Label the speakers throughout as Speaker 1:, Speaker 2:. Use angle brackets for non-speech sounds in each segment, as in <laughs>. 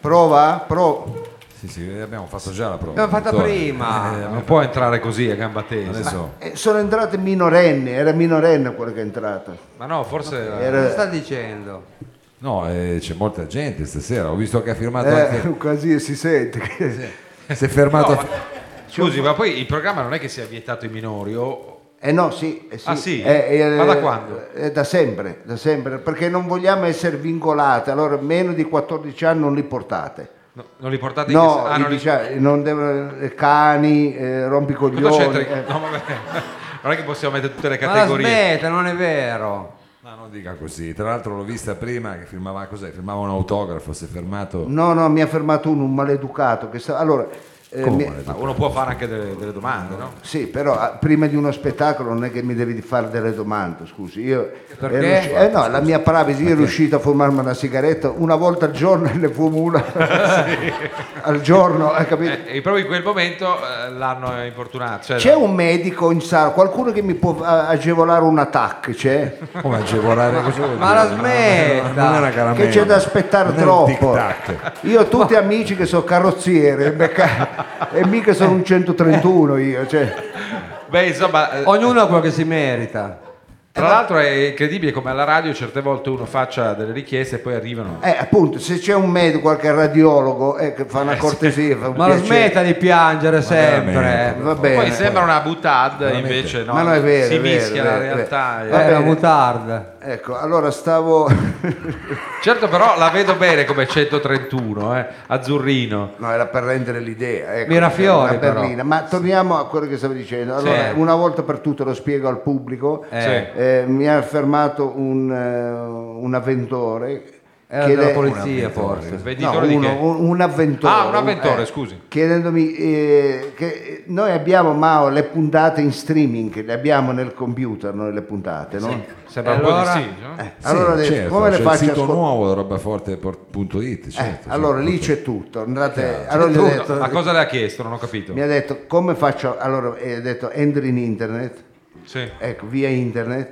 Speaker 1: Prova? Pro...
Speaker 2: Sì, sì, abbiamo fatto già la prova.
Speaker 3: L'abbiamo fatta
Speaker 2: Dottore.
Speaker 3: prima.
Speaker 2: Eh, non può entrare così a gamba tesa.
Speaker 1: Ma, eh, sono entrate minorenni, era minorenne quello che è entrato.
Speaker 2: Ma no, forse...
Speaker 1: Era-
Speaker 3: Eh, Cosa sta dicendo?
Speaker 2: No, eh, c'è molta gente stasera. Ho visto che ha firmato anche...
Speaker 1: Eh, <laughs> così si sente. che Si è fermato.
Speaker 2: No,
Speaker 1: a-
Speaker 2: ma- Scusi, ma poi il programma non è che sia vietato ai minori o...
Speaker 1: Eh no, sì. eh
Speaker 2: Ah, sì?
Speaker 1: Eh, eh,
Speaker 2: Ma da quando?
Speaker 1: eh, da sempre, da sempre, perché non vogliamo essere vincolate, allora meno di 14 anni non li portate.
Speaker 2: no, non li portate in...
Speaker 1: No,
Speaker 2: ah,
Speaker 1: gli
Speaker 2: non li-
Speaker 1: dice- non devono, eh, cani, eh,
Speaker 2: Cosa
Speaker 1: rompicoglioni.
Speaker 2: c'entra-
Speaker 1: eh.
Speaker 2: No, vabbè. <laughs> Non è che possiamo mettere tutte le
Speaker 3: Ma la
Speaker 2: categorie.
Speaker 3: smetta, non è vero.
Speaker 2: No, non dica così. Tra l'altro l'ho vista prima che firmava cos'è? Firmava un autografo, si è fermato.
Speaker 1: No, no, mi ha fermato uno, un maleducato. Che sta... Allora, eh,
Speaker 2: Come
Speaker 1: mi-
Speaker 2: maleducato? uno può fare anche delle, delle domande, no?
Speaker 1: Sì, però ah, prima di uno spettacolo non è che mi devi fare delle domande, scusi. Io
Speaker 3: Perché?
Speaker 1: ero usci- eh, no, la mia privacy, io ero riuscito a fumarmi una sigaretta una volta al giorno e ne fumo
Speaker 3: <laughs>
Speaker 1: una al giorno, hai
Speaker 3: Eh,
Speaker 1: capito?
Speaker 2: E Eh, proprio in quel momento eh, l'hanno infortunato. Cioè,
Speaker 1: C'è un medico in sala, qualcuno che mi può ah, agevolare un attacco, c'è?
Speaker 2: Come agevolare cosa vuol
Speaker 3: Ma la
Speaker 2: dire? Non era- non era
Speaker 3: smetta.
Speaker 2: caramella.
Speaker 1: Che c'è da aspettare
Speaker 2: Non era un
Speaker 1: troppo?
Speaker 2: tic-tac.
Speaker 1: Io ho tutti amici che sono carrozziere becca- e mica sono un 131 io, cioè.
Speaker 2: Beh, insomma, eh,
Speaker 1: Oh,
Speaker 3: Ognuno ha quello che si merita.
Speaker 2: tra l'altro è incredibile come alla radio certe volte uno faccia delle richieste e poi arrivano.
Speaker 1: Eh, appunto, se c'è un medico, qualche radiologo eh, che fa una cortesia, fa un
Speaker 3: Ma la
Speaker 1: piacere.
Speaker 3: smetta di piangere sempre. eh.
Speaker 2: veramente.
Speaker 1: Va bene.
Speaker 2: Poi sembra una butad, invece no,
Speaker 1: Eh, Ma no, è vero,
Speaker 2: si
Speaker 1: è vero,
Speaker 2: mischia
Speaker 1: è vero,
Speaker 2: la
Speaker 1: è vero.
Speaker 2: realtà.
Speaker 1: Va
Speaker 3: Eh,
Speaker 1: bene.
Speaker 3: la mutard.
Speaker 1: Ecco, allora stavo... <laughs>
Speaker 2: Certo, però la vedo bene come 131, eh, azzurrino.
Speaker 1: No, era per rendere l'idea. Ecco,
Speaker 3: Mirafiori,
Speaker 1: una
Speaker 3: però.
Speaker 1: berlina. Ma torniamo a quello che stavo dicendo. Allora,
Speaker 2: Sì.
Speaker 1: una volta per tutte lo spiego al pubblico.
Speaker 3: Eh.
Speaker 2: Sì.
Speaker 1: Eh, mi ha fermato un, eh, un avventore.
Speaker 3: Era
Speaker 1: chiede-
Speaker 3: della polizia, forse.
Speaker 2: Venditore
Speaker 1: No,
Speaker 2: di
Speaker 1: uno-
Speaker 2: che?
Speaker 1: un, un avventore.
Speaker 2: Ah, un avventore,
Speaker 1: eh,
Speaker 2: scusi.
Speaker 1: Chiedendomi eh, che noi abbiamo Mao le puntate in streaming, le abbiamo nel computer noi le puntate, no?
Speaker 2: Sembra un
Speaker 3: Allora-
Speaker 2: po' di sì, no?
Speaker 1: Eh, allora
Speaker 2: Sì,
Speaker 1: adesso,
Speaker 2: certo,
Speaker 1: come le
Speaker 2: c'è
Speaker 1: faccio
Speaker 2: il sito
Speaker 1: ascol-
Speaker 2: nuovo robaforte.it,
Speaker 1: Eh,
Speaker 2: certo,
Speaker 1: allora
Speaker 2: certo.
Speaker 1: lì c'è tutto. Andate,
Speaker 2: Allora,
Speaker 1: allora gli ho detto-
Speaker 2: ma cosa le ha chiesto? Non ho capito.
Speaker 1: certo. mi ha detto come faccio? Allora eh, ha detto entri in internet,
Speaker 2: Sì.
Speaker 1: ecco via internet,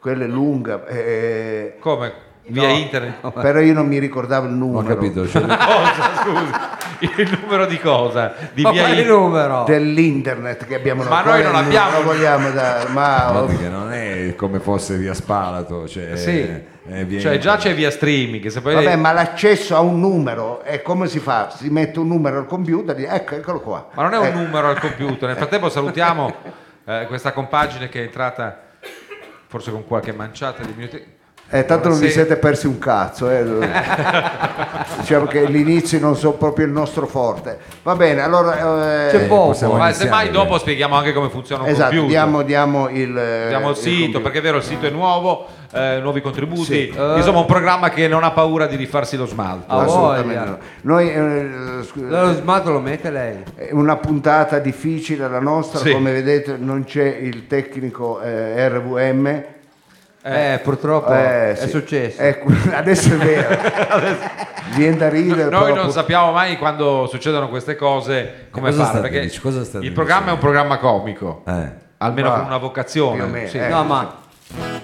Speaker 1: quella è lunga, eh,
Speaker 2: Come? Via
Speaker 3: No.
Speaker 2: internet? <laughs>
Speaker 1: però io non mi ricordavo il numero.
Speaker 4: Ho capito, cioè, <laughs>
Speaker 2: Cosa, scusi? Il numero di cosa?
Speaker 3: <laughs>
Speaker 2: Di
Speaker 3: Ma
Speaker 2: via
Speaker 3: quale
Speaker 2: internet?
Speaker 3: numero?
Speaker 1: Dell'internet che abbiamo
Speaker 2: Ma
Speaker 1: noi
Speaker 2: noi non abbiamo-
Speaker 1: non vogliamo da, ma
Speaker 4: guardate che non è come fosse via Spalato, cioè,
Speaker 2: Sì.
Speaker 4: eh, viene-
Speaker 2: Cioè già c'è via streaming, che se poi...
Speaker 1: Vabbè,
Speaker 2: ma...
Speaker 1: ma l'accesso a un numero è come si fa? Si mette un numero al computer, dice, ecco, eccolo qua.
Speaker 2: non è
Speaker 1: Eh,
Speaker 2: un numero al computer. Nel
Speaker 1: <laughs>
Speaker 2: frattempo salutiamo eh, questa compagine che è entrata forse con qualche manciata di minuti.
Speaker 1: eh, tanto non vi
Speaker 2: Buonasera.
Speaker 1: siete persi un cazzo. eh. diciamo che gli inizi non sono proprio il nostro forte. Va bene, allora... eh,
Speaker 3: C'è poco.
Speaker 4: possiamo-
Speaker 2: Ma
Speaker 4: iniziare,
Speaker 2: semmai
Speaker 4: dai.
Speaker 2: dopo spieghiamo anche come funziona un
Speaker 1: Esatto,
Speaker 2: computer.
Speaker 1: diamo, diamo il, eh,
Speaker 2: Abbiamo il sito,
Speaker 1: computer.
Speaker 2: perché è vero, il sito è nuovo, eh, nuovi contributi,
Speaker 1: Sì. eh.
Speaker 2: insomma un programma che non ha paura di rifarsi lo smalto.
Speaker 3: Ah,
Speaker 1: Assolutamente
Speaker 3: voglia.
Speaker 1: no. Noi, eh, scu-
Speaker 3: Lo smalto lo mette lei.
Speaker 1: è una puntata difficile la nostra,
Speaker 2: Sì.
Speaker 1: come vedete non c'è il tecnico eh, RVM.
Speaker 3: Eh, purtroppo
Speaker 1: Eh,
Speaker 3: è
Speaker 1: sì.
Speaker 3: successo.
Speaker 1: Ecco, <laughs> adesso è
Speaker 2: <laughs>
Speaker 1: vero. Viene da ridere.
Speaker 2: Noi
Speaker 1: però
Speaker 2: non
Speaker 1: pur-
Speaker 2: sappiamo mai quando succedono queste cose come
Speaker 4: Cosa
Speaker 2: fare,
Speaker 4: state
Speaker 2: perché
Speaker 4: dic- cosa state
Speaker 2: il programma è un programma comico,
Speaker 4: Eh.
Speaker 2: almeno
Speaker 1: Va,
Speaker 2: con una vocazione.
Speaker 1: più o meno,
Speaker 2: sì.
Speaker 1: eh.
Speaker 3: no, ma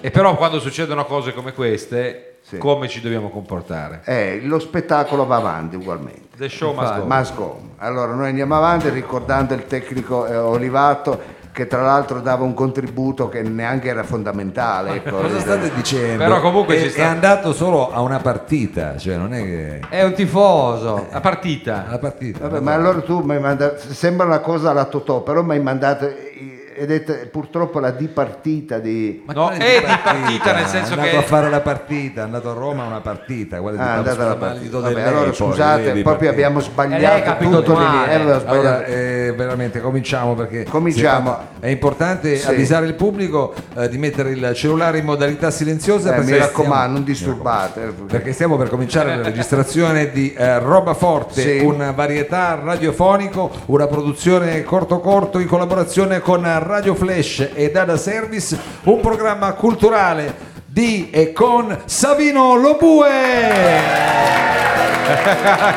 Speaker 2: E però quando succedono cose come queste,
Speaker 1: Sì.
Speaker 2: come ci dobbiamo comportare?
Speaker 1: Eh, lo spettacolo va avanti ugualmente.
Speaker 2: The show must go.
Speaker 1: Ma sgom. Allora noi andiamo avanti ricordando il tecnico eh, Olivato che tra l'altro dava un contributo che neanche era fondamentale. ecco.
Speaker 4: Cosa state dicendo?
Speaker 2: Però comunque
Speaker 4: è,
Speaker 2: ci sta-
Speaker 4: è andato solo a una partita, cioè non è che
Speaker 3: è un tifoso.
Speaker 2: La partita.
Speaker 4: alla partita.
Speaker 1: Vabbè, ma allora tu mi hai mandato, sembra una cosa alla Totò, però mi hai mandato, eh, ed è te- purtroppo la di partita di...
Speaker 4: Ma
Speaker 2: No,
Speaker 4: quale
Speaker 2: è di partita, nel senso
Speaker 4: è andato
Speaker 2: che-
Speaker 4: a fare la partita, è andato a Roma a una partita, guarda,
Speaker 1: Ah, è
Speaker 4: ti parlo
Speaker 1: andata la
Speaker 4: solo male di
Speaker 1: partita.
Speaker 4: do del
Speaker 1: Vabbè,
Speaker 4: lei,
Speaker 1: allora
Speaker 4: poi,
Speaker 1: scusate,
Speaker 4: di- di
Speaker 1: proprio
Speaker 4: partita.
Speaker 1: abbiamo
Speaker 3: Eh, lei è
Speaker 1: sbagliato
Speaker 3: capitato
Speaker 1: tutto di lì.
Speaker 3: male.
Speaker 1: eh, aveva sbagliato.
Speaker 4: Allora, eh, veramente cominciamo perché
Speaker 1: Cominciamo.
Speaker 4: si fa- è importante
Speaker 1: Sì.
Speaker 4: avvisare il pubblico eh, di mettere il cellulare in modalità silenziosa
Speaker 1: Eh,
Speaker 4: perché
Speaker 1: mi raccomando, non
Speaker 4: stiamo-
Speaker 1: disturbate. eh,
Speaker 4: perché stiamo per cominciare la registrazione di eh, Roba Forte,
Speaker 1: Sì.
Speaker 4: una varietà radiofonico, una produzione corto corto in collaborazione con Radio Flash e Dada Service, un programma culturale di e con Savino Lobue.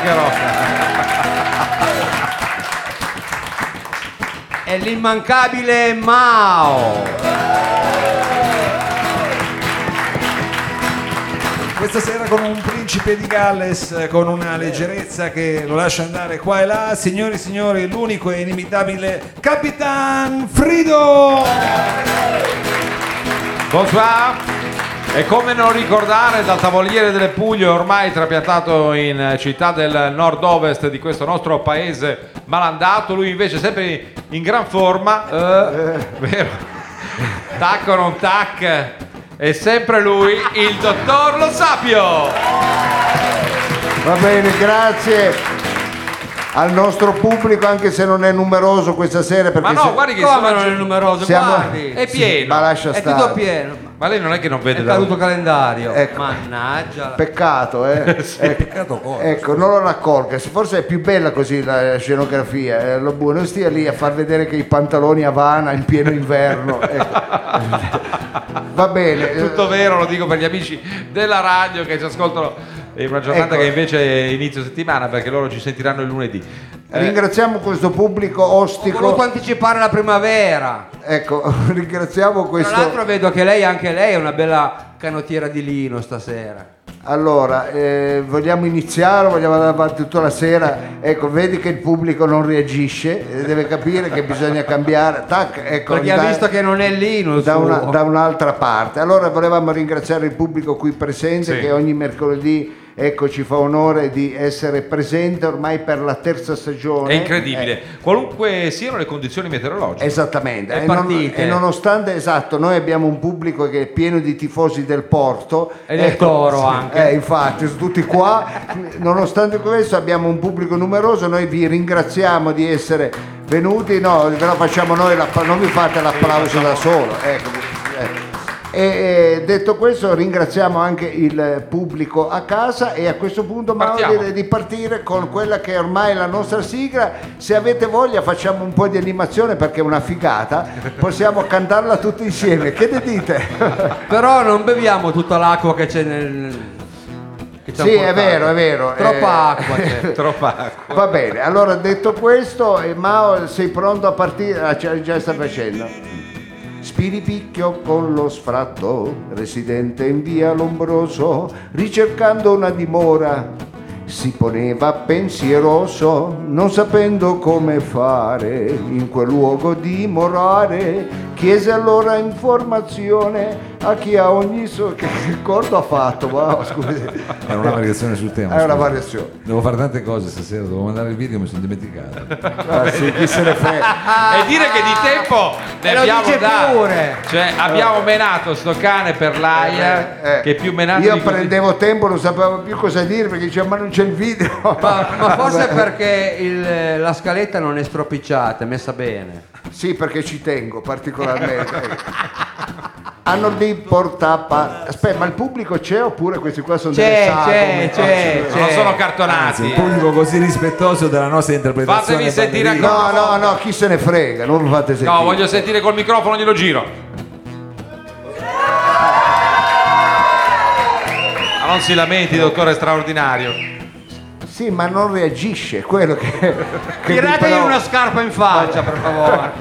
Speaker 2: Che roba.
Speaker 3: È l'immancabile Mao.
Speaker 4: questa sera con un principe di Galles, eh, con una leggerezza che lo lascia andare qua e là. Signori e signori, l'unico e inimitabile Capitan Frido!
Speaker 2: Bonsoir. E come non ricordare dal tavoliere delle Puglie ormai trapiantato in eh, città del nord-ovest di questo nostro paese malandato, lui invece sempre in gran forma, eh, vero? Tac o non tac, è sempre lui, il dottor Lo Sapio.
Speaker 1: Va bene, grazie al nostro pubblico, anche se non è numeroso questa sera. Perché
Speaker 2: Ma no,
Speaker 1: se-
Speaker 2: guardi che
Speaker 3: Come
Speaker 2: sono-
Speaker 3: non è numeroso,
Speaker 1: siamo-
Speaker 3: guardi.
Speaker 2: È
Speaker 1: Sì,
Speaker 2: pieno.
Speaker 1: ma lascia
Speaker 3: È
Speaker 1: stare.
Speaker 3: tutto pieno.
Speaker 2: Ma lei non è che non
Speaker 3: È
Speaker 2: vede da...
Speaker 3: caduto il calendario.
Speaker 1: Ecco.
Speaker 3: Mannaggia.
Speaker 1: Peccato, eh? Ecco.
Speaker 4: Peccato cosa.
Speaker 1: Ecco, non lo raccolga, se forse è più bella così la scenografia, eh, lo buono non stia lì a far vedere che i pantaloni Havana in pieno inverno. ecco. Va bene. eh,
Speaker 2: tutto vero, lo dico per gli amici della radio che ci ascoltano in una giornata
Speaker 1: Ecco.
Speaker 2: che invece è inizio settimana perché loro ci sentiranno il lunedì. Eh,
Speaker 1: Ringraziamo questo pubblico
Speaker 3: Ho voluto
Speaker 1: ostico.
Speaker 3: anticipare la primavera.
Speaker 1: Ecco, <laughs> ringraziamo
Speaker 3: Tra l'altro
Speaker 1: questo.
Speaker 3: vedo che lei, anche lei, è una bella canottiera di lino stasera.
Speaker 1: Ecco, Allora, eh, vogliamo iniziare, vogliamo andare avanti tutta la sera. Ecco, vedi che il pubblico non reagisce, eh, deve capire che bisogna cambiare. Tac, ecco,
Speaker 3: Perché ha
Speaker 1: dai-
Speaker 3: visto che non è lino il
Speaker 1: da, una-
Speaker 3: suo.
Speaker 1: da un'altra parte. Allora volevamo ringraziare il pubblico qui presente
Speaker 2: Sì.
Speaker 1: che ogni mercoledì ecco, ci fa onore di essere presente ormai per la terza stagione.
Speaker 2: È incredibile,
Speaker 1: Eh,
Speaker 2: qualunque siano le condizioni meteorologiche.
Speaker 1: Esattamente,
Speaker 3: E
Speaker 1: E non-
Speaker 3: partite.
Speaker 1: e nonostante esatto, noi abbiamo un pubblico che è pieno di tifosi del Porto Ecco,
Speaker 3: E del Toro anche.
Speaker 1: eh, infatti, sono tutti qua. Nonostante questo, abbiamo un pubblico numeroso. Noi vi ringraziamo di essere venuti. No, ve la facciamo noi, l'app- non vi fate l'applauso da solo. Ecco. eh. E, eh, detto questo, ringraziamo anche il pubblico a casa. E a questo punto, Mauro,
Speaker 2: Partiamo.
Speaker 1: direi di partire con quella che è ormai la nostra sigla. Se avete voglia, facciamo un po' di animazione perché è una figata. Possiamo cantarla tutti insieme. Che ne dite?
Speaker 3: Però non beviamo tutta l'acqua che c'è nel. Che ci han
Speaker 1: Sì, è
Speaker 3: portato.
Speaker 1: vero, è vero.
Speaker 3: Troppa
Speaker 1: Eh,
Speaker 3: acqua c'è.
Speaker 1: <laughs>
Speaker 2: Troppa acqua.
Speaker 1: Va bene, allora detto questo, eh, Mao sei pronto a partire? Ah, già, già sta facendo. Spiripicchio con lo sfratto, residente in via Lombroso, ricercando una dimora, si poneva pensieroso, non sapendo come fare in quel luogo dimorare. Chiese allora informazione a chi ha ogni... So- che <laughs> ricordo ha fatto? Wow, scusi.
Speaker 4: Era una variazione sul tema.
Speaker 1: È una
Speaker 4: scusa.
Speaker 1: variazione.
Speaker 4: Devo fare tante cose stasera, devo mandare il video, mi sono dimenticato.
Speaker 1: Ah, sì, chi se ne frega.
Speaker 2: e dire che di tempo ne
Speaker 3: E lo
Speaker 2: abbiamo
Speaker 3: dice
Speaker 2: dato.
Speaker 3: pure.
Speaker 2: Cioè, abbiamo menato sto cane per l'aia
Speaker 1: Eh,
Speaker 2: che è più menato
Speaker 1: io
Speaker 2: di così.
Speaker 1: prendevo tempo non sapevo più cosa dire perché diceva ma non c'è il video
Speaker 3: Ma, ma forse perché il- la scaletta non è stropicciata, è messa bene.
Speaker 1: <laughs> sì perché ci tengo particolarmente <laughs> hanno di portappa aspetta ma il pubblico c'è oppure questi qua sono delle
Speaker 3: C'è,
Speaker 1: sagome
Speaker 3: c'è, c'è,
Speaker 2: Eh,
Speaker 1: Cioè,
Speaker 2: Non
Speaker 3: c'è.
Speaker 2: sono
Speaker 4: Anzi,
Speaker 3: eh.
Speaker 4: un
Speaker 2: cartonati.
Speaker 4: pubblico così rispettoso della nostra interpretazione.
Speaker 2: Fatemi sentire
Speaker 4: ballerina.
Speaker 1: no no no chi se ne frega non lo fate sentire
Speaker 2: No, voglio sentire col microfono, glielo giro. Ma non si lamenti, dottore straordinario.
Speaker 1: sì ma non reagisce quello che, che mi
Speaker 3: Tirategli
Speaker 1: però-
Speaker 3: una scarpa in faccia, per
Speaker 2: <laughs>
Speaker 3: favore.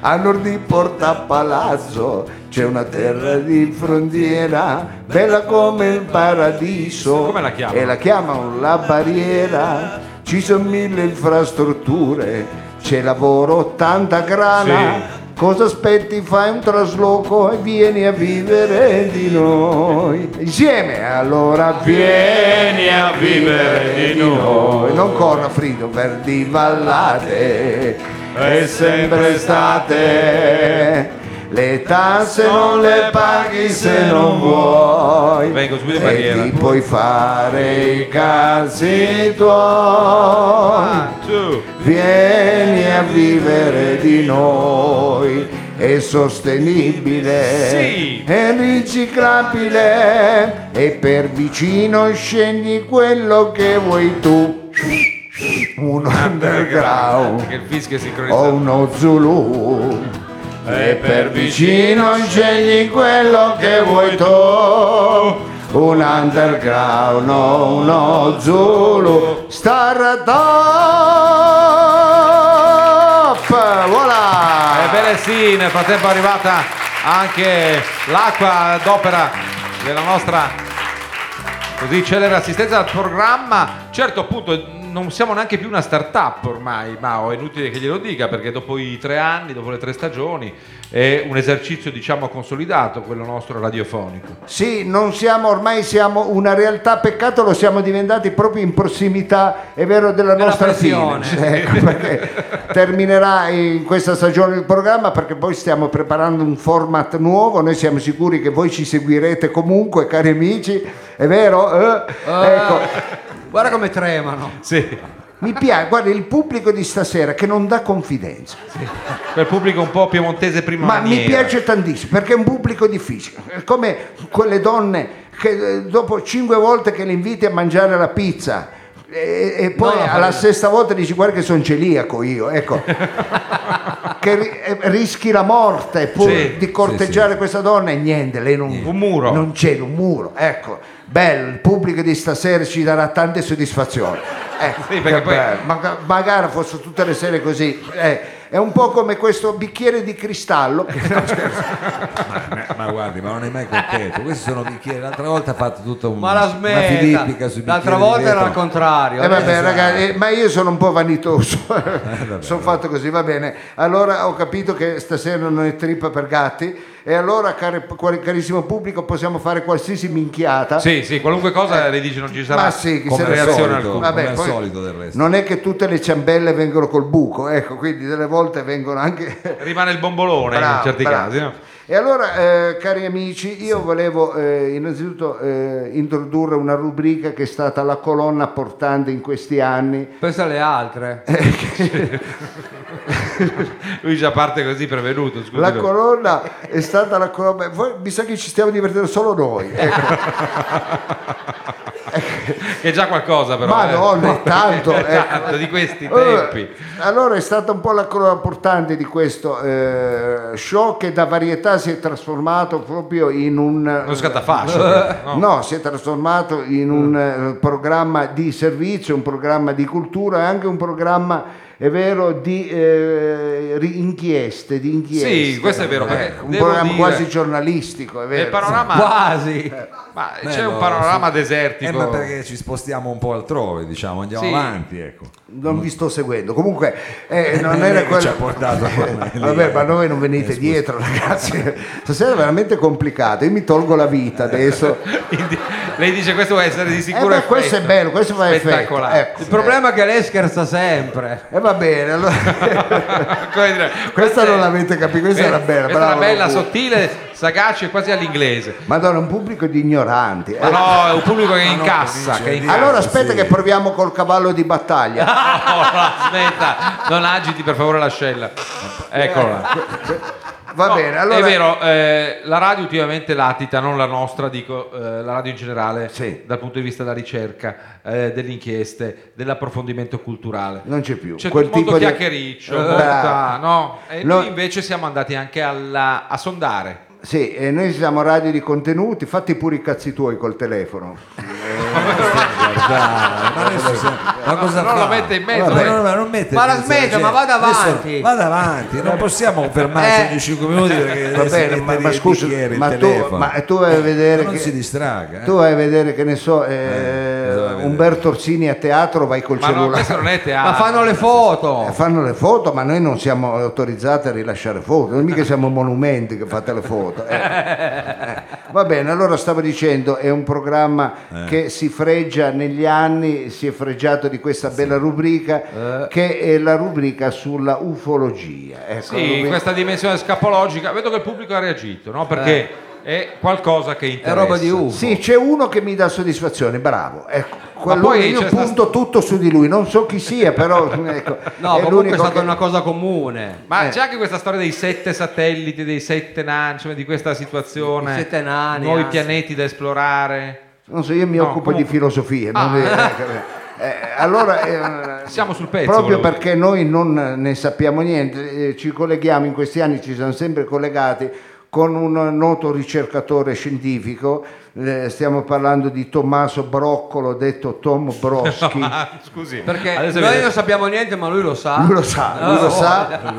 Speaker 1: A nord di Porta Palazzo c'è una terra di frontiera, bella come il paradiso.
Speaker 2: Come la chiamano?
Speaker 1: E la chiamano la barriera. Ci sono mille infrastrutture, c'è lavoro, tanta grana. Cosa aspetti? Fai un trasloco e vieni a vivere di noi. Insieme allora vieni a vivere di noi. Non corra Frido, verdi vallate è sempre estate. Le tasse non le paghi se non vuoi.
Speaker 2: Vengo subito in
Speaker 1: e
Speaker 2: barriera.
Speaker 1: ti puoi fare i cazzi
Speaker 2: Ah,
Speaker 1: tuoi.
Speaker 2: Su.
Speaker 1: Vieni a vivere di noi, è sostenibile,
Speaker 2: Sì.
Speaker 1: è riciclabile e per vicino scegli quello che vuoi tu. Un
Speaker 2: Che
Speaker 1: underground
Speaker 2: il fischio è
Speaker 1: o
Speaker 2: sincronizzato.
Speaker 1: uno Zulu. E per vicino scegli quello che vuoi tu. Un underground o uno Zulu. Startup! Voilà!
Speaker 2: Ebbene sì, nel frattempo è arrivata anche l'acqua d'opera della nostra così celere assistenza al programma. Certo, appunto, non siamo neanche più una start-up ormai, ma è inutile che glielo dica perché dopo i tre anni, dopo le tre stagioni, è un esercizio diciamo consolidato quello nostro radiofonico.
Speaker 1: Sì, non siamo ormai siamo una realtà, peccato lo siamo diventati proprio in prossimità, è vero, della
Speaker 3: Della
Speaker 1: nostra
Speaker 3: pressione.
Speaker 1: fine. Ecco, perché terminerà in questa stagione il programma perché poi stiamo preparando un format nuovo, noi siamo sicuri che voi ci seguirete comunque, cari amici, è vero? Eh? Ecco.
Speaker 3: Guarda come tremano.
Speaker 2: Sì,
Speaker 1: Mi piace, guarda il pubblico di stasera che non dà confidenza,
Speaker 2: quel pubblico un po' piemontese prima
Speaker 1: ma mi
Speaker 2: maniera.
Speaker 1: piace tantissimo perché è un pubblico difficile, è come quelle donne che eh, dopo cinque volte che le inviti a mangiare la pizza e, e poi
Speaker 3: No, no,
Speaker 1: alla
Speaker 2: eh.
Speaker 3: no.
Speaker 1: sesta volta dici guarda che sono celiaco io,
Speaker 2: <laughs>
Speaker 1: ecco, che ri- eh, rischi la morte pur
Speaker 2: Sì,
Speaker 1: di corteggiare questa donna e niente, lei non,
Speaker 2: Un muro.
Speaker 1: non c'è un muro, ecco, bello, il pubblico di stasera ci darà tante soddisfazioni. Ecco,
Speaker 2: Sì, perché
Speaker 1: che
Speaker 2: poi-
Speaker 1: bello. Maga- magari fosse tutte le sere così. eh, è un po' come questo bicchiere di
Speaker 2: <laughs>
Speaker 1: cristallo. che-
Speaker 2: Eh,
Speaker 4: Ma, ma guardi, ma non è mai contento. Questi sono bicchieri. L'altra volta ha fatto tutta un,
Speaker 3: Ma la
Speaker 4: una
Speaker 3: smetta.
Speaker 4: filippica sui bicchieri.
Speaker 3: L'altra
Speaker 4: di
Speaker 3: volta era
Speaker 4: vetro.
Speaker 3: al contrario.
Speaker 1: Eh, vabbè,
Speaker 2: esatto.
Speaker 3: adesso-
Speaker 1: ragazzi, eh, ma io sono un po'
Speaker 2: <laughs>
Speaker 1: vanitoso.
Speaker 2: Eh,
Speaker 1: sono fatto così, va bene. Allora ho capito che stasera non è trippa per gatti. E allora, cari- qual- carissimo pubblico, possiamo fare qualsiasi minchiata.
Speaker 2: Sì, sì, qualunque cosa le dici non ci sarà
Speaker 1: Eh, Ma sì, chi
Speaker 4: Come
Speaker 1: se ne
Speaker 4: al
Speaker 2: reazione
Speaker 1: frega.
Speaker 4: solito,
Speaker 2: alcuna.
Speaker 4: come
Speaker 1: Vabbè,
Speaker 4: al
Speaker 1: poi-
Speaker 4: solito del resto.
Speaker 1: Non è che tutte le ciambelle vengono col buco, ecco, quindi delle volte vengono anche
Speaker 2: Rimane il bombolone in
Speaker 1: Bravo,
Speaker 2: certi
Speaker 1: bravo.
Speaker 2: casi. no?
Speaker 1: E allora, eh, cari amici, io volevo eh, innanzitutto eh, introdurre una rubrica che è stata la colonna portante in questi anni.
Speaker 3: Pensa alle altre.
Speaker 1: Eh,
Speaker 2: Lui già parte così prevenuto, scusi.
Speaker 1: La colonna è stata la colonna. Voi, mi sa che ci stiamo divertendo solo noi. Ecco.
Speaker 2: <laughs> Che è già qualcosa però.
Speaker 1: Ma
Speaker 2: eh.
Speaker 1: no, no,
Speaker 2: <laughs>
Speaker 1: tanto, ecco.
Speaker 2: Tanto, di questi
Speaker 1: Eh,
Speaker 2: tempi.
Speaker 1: allora è stata un po' la colonna portante di questo eh, show che da varietà si è trasformato proprio in un. eh,
Speaker 2: Uno scattafascio.
Speaker 1: No. si è trasformato in
Speaker 2: Mm.
Speaker 1: un eh, programma di servizio, un programma di cultura e anche un programma, è vero, di eh, ri- inchieste, di inchieste.
Speaker 2: Sì, questo è vero, perché
Speaker 1: Ecco, un
Speaker 2: devo
Speaker 1: programma
Speaker 2: dire- Eh,
Speaker 1: quasi giornalistico, è vero.
Speaker 2: Nel panorama,
Speaker 3: Quasi.
Speaker 1: Eh.
Speaker 2: ma
Speaker 4: Beh,
Speaker 2: c'è
Speaker 4: Eh, no,
Speaker 2: un panorama
Speaker 4: sì.
Speaker 2: desertico.
Speaker 4: Eh, ma perché ci spostiamo un po' altrove, diciamo, andiamo
Speaker 3: Sì.
Speaker 4: avanti, ecco.
Speaker 2: Mm.
Speaker 1: Non vi sto seguendo. Comunque, eh, non
Speaker 4: lei
Speaker 1: era
Speaker 4: che
Speaker 1: quello.
Speaker 4: ci ha
Speaker 1: <laughs>
Speaker 4: portato ormai lì.
Speaker 1: Vabbè, ma noi non
Speaker 2: Eh,
Speaker 1: venite dietro, ragazzi. Stasera è veramente complicato. Io mi tolgo la vita adesso.
Speaker 2: <laughs> Quindi, lei dice questo può essere di
Speaker 1: Eh,
Speaker 2: sicuro
Speaker 1: beh, questo è
Speaker 2: effetto.
Speaker 1: bello, questo fa effetto.
Speaker 2: Spettacolare.
Speaker 1: Ecco.
Speaker 3: Il problema è che lei scherza sempre.
Speaker 1: E va bene, allora.
Speaker 2: <laughs>
Speaker 1: <laughs>
Speaker 2: Come dire,
Speaker 1: Questa
Speaker 2: è- Eh,
Speaker 1: non l'avete capito, questa era bella,
Speaker 2: questa era
Speaker 1: bravo,
Speaker 2: bella,
Speaker 1: Rocco.
Speaker 2: sottile, sagace, quasi all'inglese.
Speaker 1: Madonna, un pubblico di ignoranti.
Speaker 2: Ma
Speaker 1: eh.
Speaker 2: no, è un pubblico che
Speaker 4: Ma no,
Speaker 2: incassa.
Speaker 4: comincia
Speaker 2: Che
Speaker 4: a dire-
Speaker 2: incassa.
Speaker 1: Allora
Speaker 4: sì.
Speaker 1: aspetta che proviamo col cavallo di battaglia.
Speaker 2: Allora, aspetta, non agiti per favore l'ascella. Eccola.
Speaker 1: Va
Speaker 2: <laughs> No,
Speaker 1: bene, allora
Speaker 2: È vero, eh, la radio ultimamente latita, non la nostra, dico eh, la radio in generale,
Speaker 1: Sì.
Speaker 2: dal punto di vista della ricerca, eh, delle inchieste, dell'approfondimento culturale.
Speaker 1: non c'è più.
Speaker 2: C'è
Speaker 1: quel
Speaker 2: molto
Speaker 1: tipo di-
Speaker 2: chiacchiericcio,
Speaker 1: Eh,
Speaker 2: molta,
Speaker 1: bravo.
Speaker 2: no? E
Speaker 1: No.
Speaker 2: noi invece siamo andati anche alla- a sondare.
Speaker 1: Sì, e noi siamo radio di contenuti, fatti pure i cazzi tuoi col telefono.
Speaker 4: Guardate, ma, adesso se- ma cosa
Speaker 2: No,
Speaker 4: fa?
Speaker 2: lo mette in mezzo,
Speaker 4: Vabbè,
Speaker 2: eh.
Speaker 4: no, no, non mette
Speaker 3: Ma la
Speaker 4: in mezzo
Speaker 3: smetta,
Speaker 4: gente.
Speaker 3: ma vada
Speaker 4: Adesso
Speaker 3: avanti.
Speaker 4: vada avanti, non possiamo fermarci
Speaker 3: Eh.
Speaker 4: ogni 5 minuti perché
Speaker 1: Va
Speaker 4: adesso
Speaker 1: bene,
Speaker 4: mette
Speaker 1: ma,
Speaker 4: i
Speaker 1: ma scusa,
Speaker 4: bicchieri, il
Speaker 1: ma tu,
Speaker 4: telefono. Eh,
Speaker 1: ma tu vai a vedere
Speaker 4: non
Speaker 1: che,
Speaker 4: si distraga. eh.
Speaker 1: tu vai a vedere che ne so, eh,
Speaker 4: cosa vai a vedere?
Speaker 1: Umberto Orsini a teatro vai col
Speaker 2: Ma no,
Speaker 1: cellulare. Eh,
Speaker 2: questo
Speaker 1: <laughs>
Speaker 2: non è teatro.
Speaker 3: Ma fanno le foto.
Speaker 1: Fanno le foto, ma noi non siamo autorizzati a rilasciare foto, non mica siamo monumenti che fate le foto.
Speaker 4: <laughs>
Speaker 1: eh. Eh, Va bene, allora stavo dicendo, è un
Speaker 4: Eh.
Speaker 1: programma che si freggia negli anni, si è freggiato di questa bella
Speaker 4: Eh.
Speaker 1: rubrica, che è la rubrica sulla ufologia. Ecco, la
Speaker 2: Sì,
Speaker 1: rubrica-
Speaker 2: questa dimensione scapologica, vedo che il pubblico ha reagito, no? Perché
Speaker 1: Eh.
Speaker 2: è qualcosa che
Speaker 3: È
Speaker 2: interessa.
Speaker 3: roba di UFO.
Speaker 1: Sì, c'è uno che mi dà soddisfazione, bravo. Ecco. Quello
Speaker 2: poi
Speaker 1: io
Speaker 2: c'è sta-
Speaker 1: punto tutto su di lui, non so chi sia,
Speaker 2: <laughs>
Speaker 1: però ecco,
Speaker 3: No,
Speaker 1: è
Speaker 3: comunque è
Speaker 1: l'unico
Speaker 3: stata
Speaker 1: che...
Speaker 3: una cosa comune.
Speaker 2: Ma
Speaker 1: Eh.
Speaker 2: c'è anche questa storia dei sette satelliti, dei sette nani, cioè di questa situazione.
Speaker 3: I sette nani,
Speaker 2: Nuovi
Speaker 3: ah,
Speaker 2: pianeti da esplorare.
Speaker 1: Non so, io mi
Speaker 2: No,
Speaker 1: occupo
Speaker 2: comunque- Ah.
Speaker 1: di filosofia. non di- eh, allora, eh,
Speaker 2: Siamo sul pezzo,
Speaker 1: Proprio
Speaker 2: volevo
Speaker 1: perché noi non ne sappiamo niente, eh, ci colleghiamo in questi anni, ci siamo sempre collegati con un noto ricercatore scientifico, eh, stiamo parlando di Tommaso Broccolo, detto Tom
Speaker 2: <laughs>
Speaker 1: Broschi.
Speaker 2: Ah, scusi,
Speaker 3: Perché
Speaker 2: adesso
Speaker 3: noi
Speaker 2: viene-
Speaker 3: non sappiamo niente, ma lui lo sa.
Speaker 1: Lui lo sa, lui
Speaker 2: Ah,
Speaker 1: lo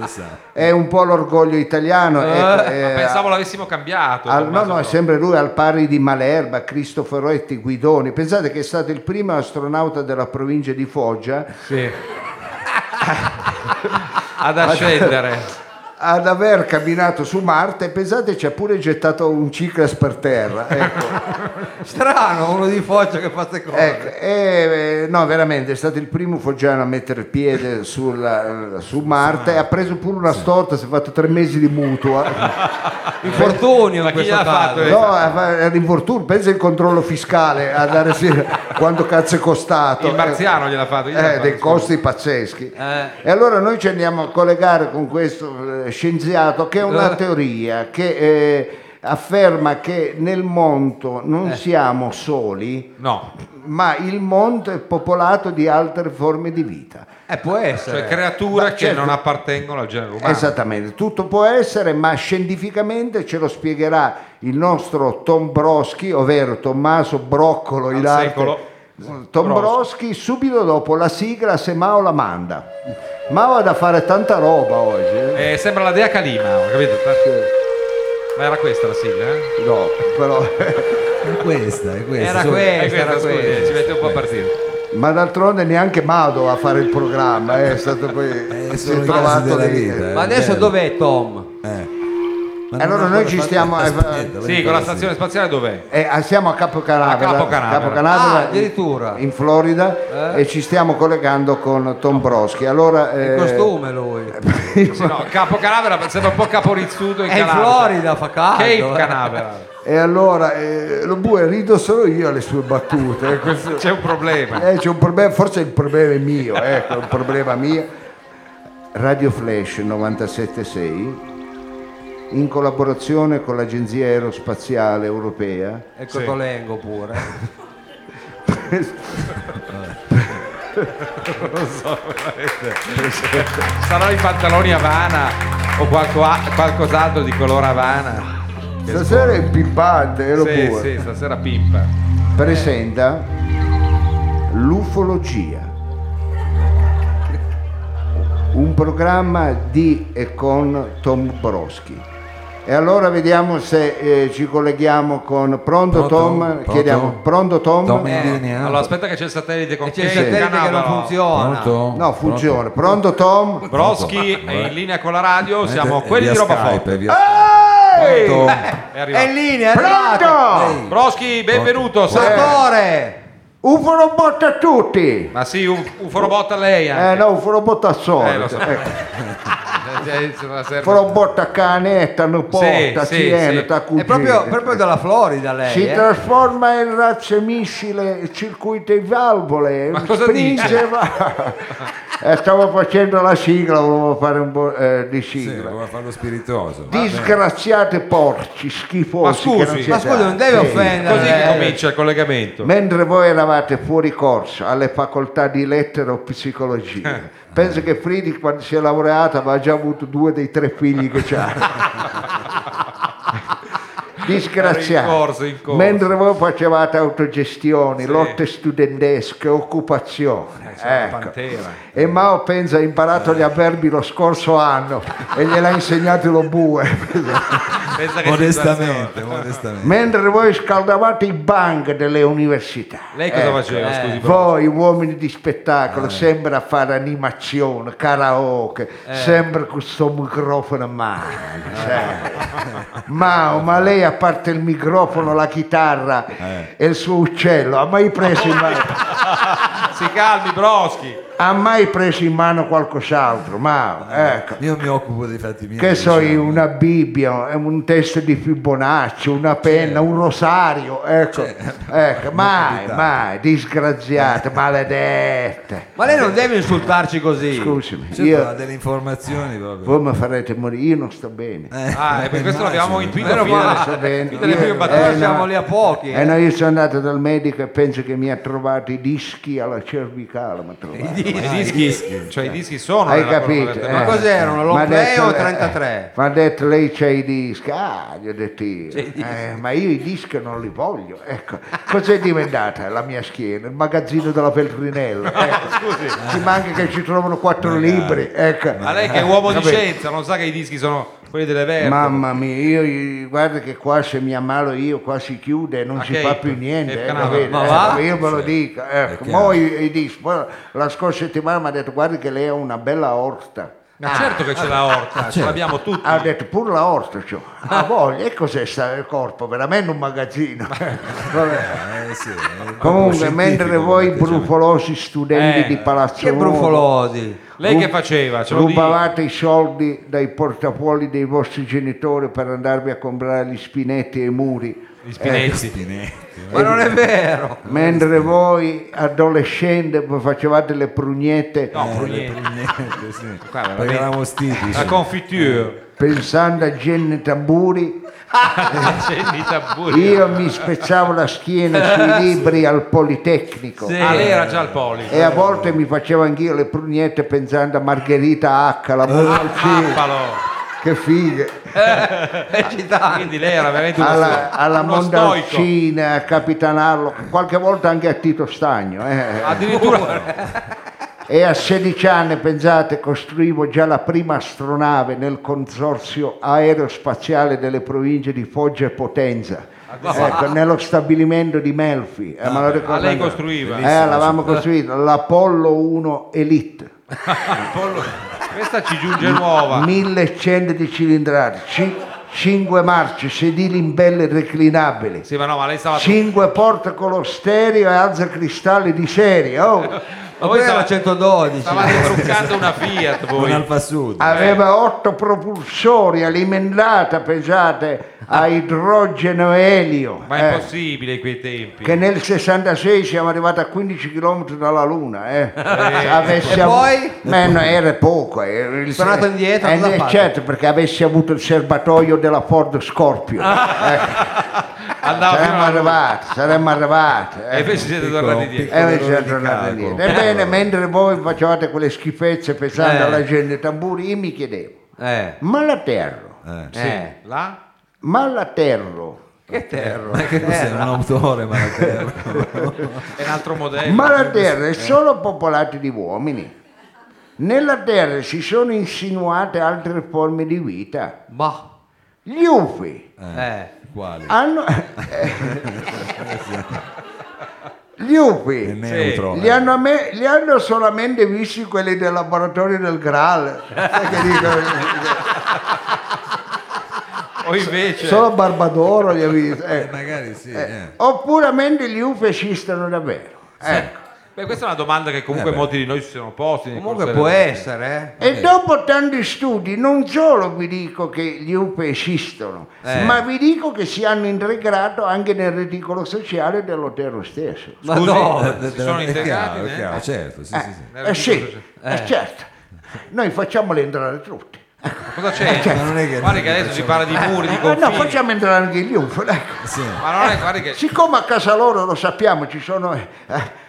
Speaker 1: sa, è un po' l'orgoglio italiano. ecco,
Speaker 2: Ma
Speaker 1: eh,
Speaker 2: pensavo l'avessimo cambiato.
Speaker 1: al- no,
Speaker 2: Tommaso
Speaker 1: no, è
Speaker 2: Broccolo.
Speaker 1: sempre lui al pari di Malerba, Cristoforetti, Guidoni. Pensate che è stato il primo astronauta della provincia di Foggia
Speaker 2: Sì. Ad ascendere.
Speaker 1: ad aver camminato su Marte. Pensate ci ha pure gettato un ciclas per
Speaker 3: <laughs>
Speaker 1: terra. Ecco.
Speaker 3: Strano, uno di Foggia che fa queste cose.
Speaker 1: Ecco, e, eh, no, veramente è stato il primo foggiano a mettere il piede sulla- su Marte. Ha preso pure una storta, si è fatto tre mesi di
Speaker 3: <laughs>
Speaker 1: mutua.
Speaker 3: Infortunio
Speaker 2: Ma
Speaker 3: in
Speaker 2: chi
Speaker 3: questo
Speaker 2: gliel'ha fatto?
Speaker 3: caso.
Speaker 1: No, ha- era l'infortunio. Pensa il controllo fiscale a
Speaker 2: <laughs>
Speaker 1: dare sì, quanto cazzo è costato.
Speaker 2: Il marziano gliel'ha fatto. gliel'ha
Speaker 1: Eh,
Speaker 2: fatto,
Speaker 1: dei
Speaker 2: scusi.
Speaker 1: costi pazzeschi.
Speaker 3: Eh.
Speaker 1: E allora noi ci andiamo a collegare con questo eh, scienziato che è una teoria che eh, afferma che nel mondo non
Speaker 2: Eh.
Speaker 1: siamo soli,
Speaker 2: No,
Speaker 1: ma il mondo è popolato di altre forme di vita.
Speaker 3: Eh, può essere.
Speaker 2: cioè creature
Speaker 1: Ma
Speaker 2: che
Speaker 1: certo. Esatto.
Speaker 2: non appartengono al genere umano.
Speaker 1: Esattamente, tutto può essere, ma scientificamente ce lo spiegherà il nostro Tom Broschi, ovvero Tommaso Broccolo
Speaker 2: Al
Speaker 1: in arte.
Speaker 2: secolo.
Speaker 1: Tom
Speaker 2: Broschi.
Speaker 1: Broschi subito dopo la sigla se Mao la manda. Mao ha da fare tanta roba oggi. eh.
Speaker 2: Eh, sembra la dea Calima, ho capito? Ma era questa la sigla? eh?
Speaker 1: No, però... <laughs>
Speaker 4: È questa, è questa.
Speaker 3: Era
Speaker 4: solo-
Speaker 3: questa,
Speaker 2: Eh, questa,
Speaker 3: era
Speaker 2: scusi,
Speaker 3: questa.
Speaker 2: ci mette un po' a partire.
Speaker 1: Ma d'altronde neanche Mao doveva fare il programma, eh, è stato poi... si
Speaker 4: sono i casi della
Speaker 1: lì.
Speaker 4: vita, eh.
Speaker 3: Ma adesso
Speaker 4: Certo.
Speaker 3: dov'è Tom?
Speaker 4: Eh. Ma non
Speaker 1: Allora
Speaker 4: ha
Speaker 1: noi
Speaker 4: ancora
Speaker 1: ci
Speaker 4: fatto-
Speaker 1: stiamo-
Speaker 4: Aspetta,
Speaker 2: Sì, con la
Speaker 4: aspetta.
Speaker 2: stazione spaziale dov'è?
Speaker 1: Eh, ah, siamo a Capo Canaveral,
Speaker 2: A Capo Canaveral.
Speaker 1: Capo Canaveral,
Speaker 3: Ah, addirittura.
Speaker 1: in
Speaker 2: Eh?
Speaker 1: Florida e ci stiamo collegando con Tom Broschi. Allora, eh,
Speaker 3: In costume lui.
Speaker 2: eh,
Speaker 3: È
Speaker 2: Sì, no, Capo Canavera sembra un po' caporizzuto in
Speaker 3: in
Speaker 2: Calabria.
Speaker 3: Florida, fa caldo.
Speaker 2: Cape
Speaker 3: eh.
Speaker 2: Canaveral.
Speaker 1: e allora eh, lo bue rido solo io alle sue battute. eh, questo-
Speaker 2: C'è un problema.
Speaker 1: eh, c'è un problema, forse il problema è mio, ecco, è un problema mio. Radio Flash 976 in collaborazione con l'Agenzia Aerospaziale Europea
Speaker 3: E
Speaker 2: Sì.
Speaker 3: Cotolengo pure.
Speaker 2: Sarà i pantaloni Havana o qualco a- qualcos'altro di colore Havana.
Speaker 1: Stasera è pimpante, eh, lo
Speaker 2: Sì,
Speaker 1: bue.
Speaker 2: sì, stasera pimpa.
Speaker 3: Eh,
Speaker 1: presenta l'ufologia, un programma di e con Tom Broschi. E allora vediamo se eh, ci colleghiamo con Pronto,
Speaker 4: Pronto?
Speaker 1: Tom,
Speaker 4: Pronto?
Speaker 1: chiediamo Pronto Tom.
Speaker 4: Tom
Speaker 1: Eh,
Speaker 4: in linea.
Speaker 2: Allora aspetta che c'è il satellite con
Speaker 3: E c'è il
Speaker 2: Cape
Speaker 3: satellite che non
Speaker 2: Canaveral.
Speaker 3: funziona.
Speaker 4: Pronto?
Speaker 1: No, funziona. Pronto Tom?
Speaker 2: Broschi è in linea con la radio,
Speaker 4: Pronto?
Speaker 2: siamo
Speaker 4: Eh,
Speaker 2: quelli
Speaker 4: via
Speaker 2: di roba
Speaker 4: Skype,
Speaker 2: forte.
Speaker 1: Eh,
Speaker 4: via-
Speaker 1: Ehi!
Speaker 4: Pronto?
Speaker 2: È
Speaker 3: È in
Speaker 2: arrivato.
Speaker 3: linea, è
Speaker 1: Pronto!
Speaker 4: Ehi.
Speaker 2: Broschi, benvenuto. salve.
Speaker 3: Salvatore!
Speaker 1: Ufolobot a tutti!
Speaker 2: Ma sì, un, un forobotto a lei
Speaker 1: Eh
Speaker 2: anche.
Speaker 1: no, ufolobot al solito.
Speaker 2: Eh, lo so.
Speaker 1: Ecco,
Speaker 2: Eh, se la serve.
Speaker 1: ufolobot a canetta, non porta,
Speaker 2: sì,
Speaker 1: ci viene,
Speaker 2: sì.
Speaker 1: ta
Speaker 3: È proprio,
Speaker 1: cugina.
Speaker 3: proprio dalla Florida lei.
Speaker 1: Si
Speaker 3: eh.
Speaker 1: trasforma in razze miscile, circuito e valvole,
Speaker 2: Ma cosa
Speaker 1: spinge,
Speaker 2: dici?
Speaker 1: va- Eh, stavo facendo la sigla, volevo fare un po' eh, di
Speaker 4: Sì,
Speaker 1: sigla.
Speaker 4: come farlo spiritoso.
Speaker 1: Disgraziate porci, schifosi.
Speaker 2: Ma scusi,
Speaker 1: che non
Speaker 2: ma
Speaker 1: siete
Speaker 3: scusi, non
Speaker 1: altri.
Speaker 3: deve
Speaker 1: Sì.
Speaker 3: offendere.
Speaker 2: Così
Speaker 3: Eh.
Speaker 2: comincia il collegamento.
Speaker 1: Mentre voi eravate fuori corso alle facoltà di lettere o psicologia,
Speaker 2: <laughs>
Speaker 1: penso che Friedrich quando si è laureata aveva già avuto due dei tre figli che
Speaker 2: <laughs>
Speaker 1: ha. Disgraziato.
Speaker 2: Era in corso, in corso.
Speaker 1: Mentre voi facevate autogestioni, lotte studentesche,
Speaker 2: Eh,
Speaker 1: occupazione. ecco.
Speaker 2: Pantera.
Speaker 1: E Mao pensa ha imparato gli
Speaker 2: Eh.
Speaker 1: avverbi lo scorso anno e gliel'ha insegnato lo
Speaker 2: <laughs>
Speaker 1: bue.
Speaker 2: Pensa che situazione.
Speaker 4: Modestamente, modestamente.
Speaker 1: Mentre voi scaldavate i bank delle università.
Speaker 2: Lei cosa
Speaker 1: Ecco.
Speaker 2: faceva?
Speaker 3: eh,
Speaker 2: Scusi, però?
Speaker 1: Voi uomini di spettacolo sempre a fare animazione, karaoke, sempre con sto microfono a mano. sempre. Ma, ma lei a parte il microfono, la chitarra e il suo uccello, ha mai preso in mano,
Speaker 2: Si calmi, Broschi.
Speaker 1: ha mai preso in mano qualcos'altro? Ma ecco.
Speaker 4: Io mi occupo dei fatti miei.
Speaker 1: Che so io,
Speaker 4: diciamo.
Speaker 1: una Bibbia, eh, un testo di Fibonacci, una penna, un rosario, ecco, ecco, mai,
Speaker 4: capitava.
Speaker 1: mai, disgraziate, maledette.
Speaker 3: Ma lei non deve insultarci così.
Speaker 1: Scusami,
Speaker 4: Certo, ha
Speaker 1: io,
Speaker 4: delle informazioni proprio.
Speaker 1: voi mi farete morire, io non sto bene.
Speaker 3: Eh.
Speaker 2: Ah, e per questo l'abbiamo intuito
Speaker 3: Meno
Speaker 2: fin
Speaker 3: male,
Speaker 2: dalle-
Speaker 1: sto bene.
Speaker 2: fin dalle
Speaker 1: Io-
Speaker 2: prime
Speaker 1: eh,
Speaker 2: battute.
Speaker 3: Noi siamo lì a pochi.
Speaker 1: E no, io sono andato dal medico e penso che mi ha trovato i dischi alla Kirby Calamatro.
Speaker 2: I dischi, cioè, i dischi sono
Speaker 1: Hai
Speaker 2: nella
Speaker 1: capito,
Speaker 2: corretta-
Speaker 1: eh.
Speaker 3: Ma cos'erano?
Speaker 1: Ma
Speaker 3: Long
Speaker 1: ha
Speaker 3: play
Speaker 1: detto
Speaker 3: o
Speaker 1: lei-
Speaker 3: 33?
Speaker 1: Ma ha detto lei c'ha i dischi, ah, gli ho detto io.
Speaker 3: C'è i dischi.
Speaker 1: Eh, ma io i dischi non li voglio. Ecco, cos'è diventata la mia schiena? Il magazzino della
Speaker 3: <laughs>
Speaker 1: Feltrinella. Ecco. Ci manca che ci trovano quattro libri. Ecco.
Speaker 2: Ma lei che è uomo di
Speaker 1: Capito?
Speaker 2: scienza, non sa che i dischi sono quelli delle vertebre.
Speaker 1: Mamma mia, io- io, guarda che qua se mi ammalo io qua si chiude e non
Speaker 2: Ah,
Speaker 1: si
Speaker 2: che-
Speaker 1: fa più
Speaker 2: che
Speaker 1: niente, eh,
Speaker 2: canava-
Speaker 1: capito?
Speaker 2: ma
Speaker 1: Ecco,
Speaker 2: va?
Speaker 1: io ve lo dico. Ecco,
Speaker 4: chiaro.
Speaker 1: mo i- i dischi. Poi la scorsa settimana mi ha detto guarda che lei ha una bella orta.
Speaker 2: Ma certo che c'è la orta, ce l'abbiamo tutti.
Speaker 1: Ha detto pure la orta, cioè. ha
Speaker 2: <laughs>
Speaker 1: voglia, e cos'è sta il corpo? Veramente un magazzino. <laughs> Vabbè.
Speaker 4: Eh, sì,
Speaker 1: Comunque,
Speaker 4: eh, scientifico, diciamo.
Speaker 1: mentre voi
Speaker 4: come atteggiamento.
Speaker 1: brufolosi studenti
Speaker 2: Eh,
Speaker 1: di Palazzo
Speaker 3: Che
Speaker 1: Nuovo
Speaker 3: brufolosi.
Speaker 2: Lei che
Speaker 1: ru-
Speaker 2: faceva? Ce lo dica.
Speaker 1: rubavate i soldi dai portafogli dei vostri genitori per andarvi a comprare gli spinetti e i muri.
Speaker 2: Gli
Speaker 4: Ecco,
Speaker 2: spinezzi.
Speaker 4: Eh,
Speaker 3: Ma non è vero.
Speaker 1: Mentre voi adolescenti vi facevate le prugnette
Speaker 2: No, <laughs> Prunieri.
Speaker 4: eh. Niente, sì.
Speaker 2: Qua veramente-
Speaker 4: Perché eravamo stiti.
Speaker 2: La confiture.
Speaker 1: pensando a Genne Tamburi,
Speaker 2: <laughs> Scendi tamburi.
Speaker 1: io mi spezzavo la schiena
Speaker 2: <laughs>
Speaker 1: sui libri al Politecnico.
Speaker 3: Sì.
Speaker 2: Ah, lei era già al poli.
Speaker 1: E a volte mi facevo anch'io le prugnette pensando a Margherita H, la
Speaker 2: <laughs>
Speaker 1: Montalcini,
Speaker 2: Appalo.
Speaker 1: che fighe.
Speaker 3: Eccitante.
Speaker 2: Quindi lei era veramente uno,
Speaker 1: alla, alla
Speaker 2: uno stoico.
Speaker 1: Mondalcina, a Capitanarlo, qualche volta anche a Tito Stagno. eh.
Speaker 2: Addirittura <laughs>
Speaker 1: E a 16 anni, pensate, costruivo già la prima astronave nel consorzio aerospaziale delle province di Foggia e Potenza. Ecco, nello stabilimento di Melfi, eh, me lo ricordo
Speaker 2: ah, lei
Speaker 1: ancora.
Speaker 2: costruiva.
Speaker 1: Eh, l'avevamo costruito l'Apollo 1 Elite,
Speaker 2: Pollo- questa ci giunge nuova.
Speaker 1: 1100 di cilindrati, 5 marce, sedili in pelle reclinabili.
Speaker 2: Sì, ma no, ma lei stava
Speaker 1: Cinque porte con lo stereo e alza cristalli di serie. oh.
Speaker 2: <laughs> Ma
Speaker 3: Ma
Speaker 2: voi
Speaker 3: poi era
Speaker 2: stavate-
Speaker 3: 112.
Speaker 2: stavate truccando una Fiat
Speaker 4: Un
Speaker 2: voi.
Speaker 4: Alfa Sud.
Speaker 1: Aveva otto propulsori alimentata, pensate, a idrogeno e elio.
Speaker 2: Ma è
Speaker 1: eh,
Speaker 2: impossibile in quei tempi.
Speaker 1: Che nel 66 siamo arrivati a 15 km dalla Luna. Eh. Avessi
Speaker 3: E
Speaker 1: avu-
Speaker 3: poi?
Speaker 1: Ma no, era poco. eh, era il-
Speaker 3: Tornato indietro,
Speaker 1: Eh,
Speaker 3: cosa ha fatto?
Speaker 1: certo, perché avessi avuto il serbatoio della Ford
Speaker 2: <laughs>
Speaker 1: Scorpio. ecco,
Speaker 2: Andava fino
Speaker 1: saremmo
Speaker 2: alla-
Speaker 1: arrivati, saremmo arrivati.
Speaker 2: E
Speaker 1: ecco.
Speaker 2: invece siete tornati dietro.
Speaker 1: Eh, non
Speaker 4: errore
Speaker 1: c'è
Speaker 4: di
Speaker 1: tornato
Speaker 4: calcolo.
Speaker 1: indietro.
Speaker 2: Eh.
Speaker 1: Ebbene, mentre voi facevate quelle schifezze pensando
Speaker 3: Eh.
Speaker 1: alla gente tamburi, io mi chiedevo,
Speaker 3: Eh.
Speaker 1: ma la
Speaker 2: Ah.
Speaker 1: terra,
Speaker 4: Eh.
Speaker 3: Eh.
Speaker 2: Là?
Speaker 1: ma la terra,
Speaker 3: Che terror.
Speaker 4: Ma che
Speaker 2: Eh.
Speaker 4: cos'è? Un autore, ma la
Speaker 2: <laughs>
Speaker 4: terra.
Speaker 2: È un altro modello.
Speaker 1: ma la terra è solo popolata di uomini. Nella terra si sono insinuate altre forme di vita.
Speaker 3: Ma.
Speaker 1: Gli ufi
Speaker 3: Boh. Eh.
Speaker 4: Quale?
Speaker 1: hanno... Gli
Speaker 4: È
Speaker 1: ufi
Speaker 4: neutro.
Speaker 1: Li hanno, me- li hanno solamente visti quelli del laboratorio del Graal. Sai che dicono?
Speaker 2: O invece...
Speaker 1: Solo Barbadoro li ha visti. eh.
Speaker 4: Eh, magari sì. eh.
Speaker 1: Oppure mentre gli UFO esistono davvero. Ecco.
Speaker 2: Beh, questa è una domanda che comunque
Speaker 4: Eh beh.
Speaker 2: molti di noi si sono posti. nel
Speaker 3: Comunque
Speaker 2: corso
Speaker 3: può
Speaker 2: della-
Speaker 3: essere, eh.
Speaker 1: E dopo tanti studi non solo vi dico che gli UFO esistono,
Speaker 3: Eh.
Speaker 1: ma vi dico che si hanno integrato anche nel reticolo sociale dell'Otero stesso.
Speaker 3: Ma
Speaker 2: Scusi,
Speaker 3: no.
Speaker 2: eh, si
Speaker 4: Della-
Speaker 2: sono
Speaker 4: è
Speaker 2: integrati,
Speaker 4: chiaro, è
Speaker 2: eh?
Speaker 4: chiaro, certo, sì,
Speaker 1: Eh,
Speaker 4: sì, sì.
Speaker 2: Nel
Speaker 1: eh
Speaker 2: reticolo
Speaker 1: sì, eh, certo. Noi facciamoli entrare tutti.
Speaker 2: Cosa c'è?
Speaker 1: Cioè,
Speaker 4: Ma non è che-
Speaker 2: Guardi che adesso si parla di muri, di
Speaker 1: Eh, ma no,
Speaker 2: confini.
Speaker 1: facciamo entrare anche gli UFO. ecco.
Speaker 4: Sì.
Speaker 2: Ma non è, guardi che...
Speaker 1: Siccome a casa loro lo sappiamo, ci sono, eh,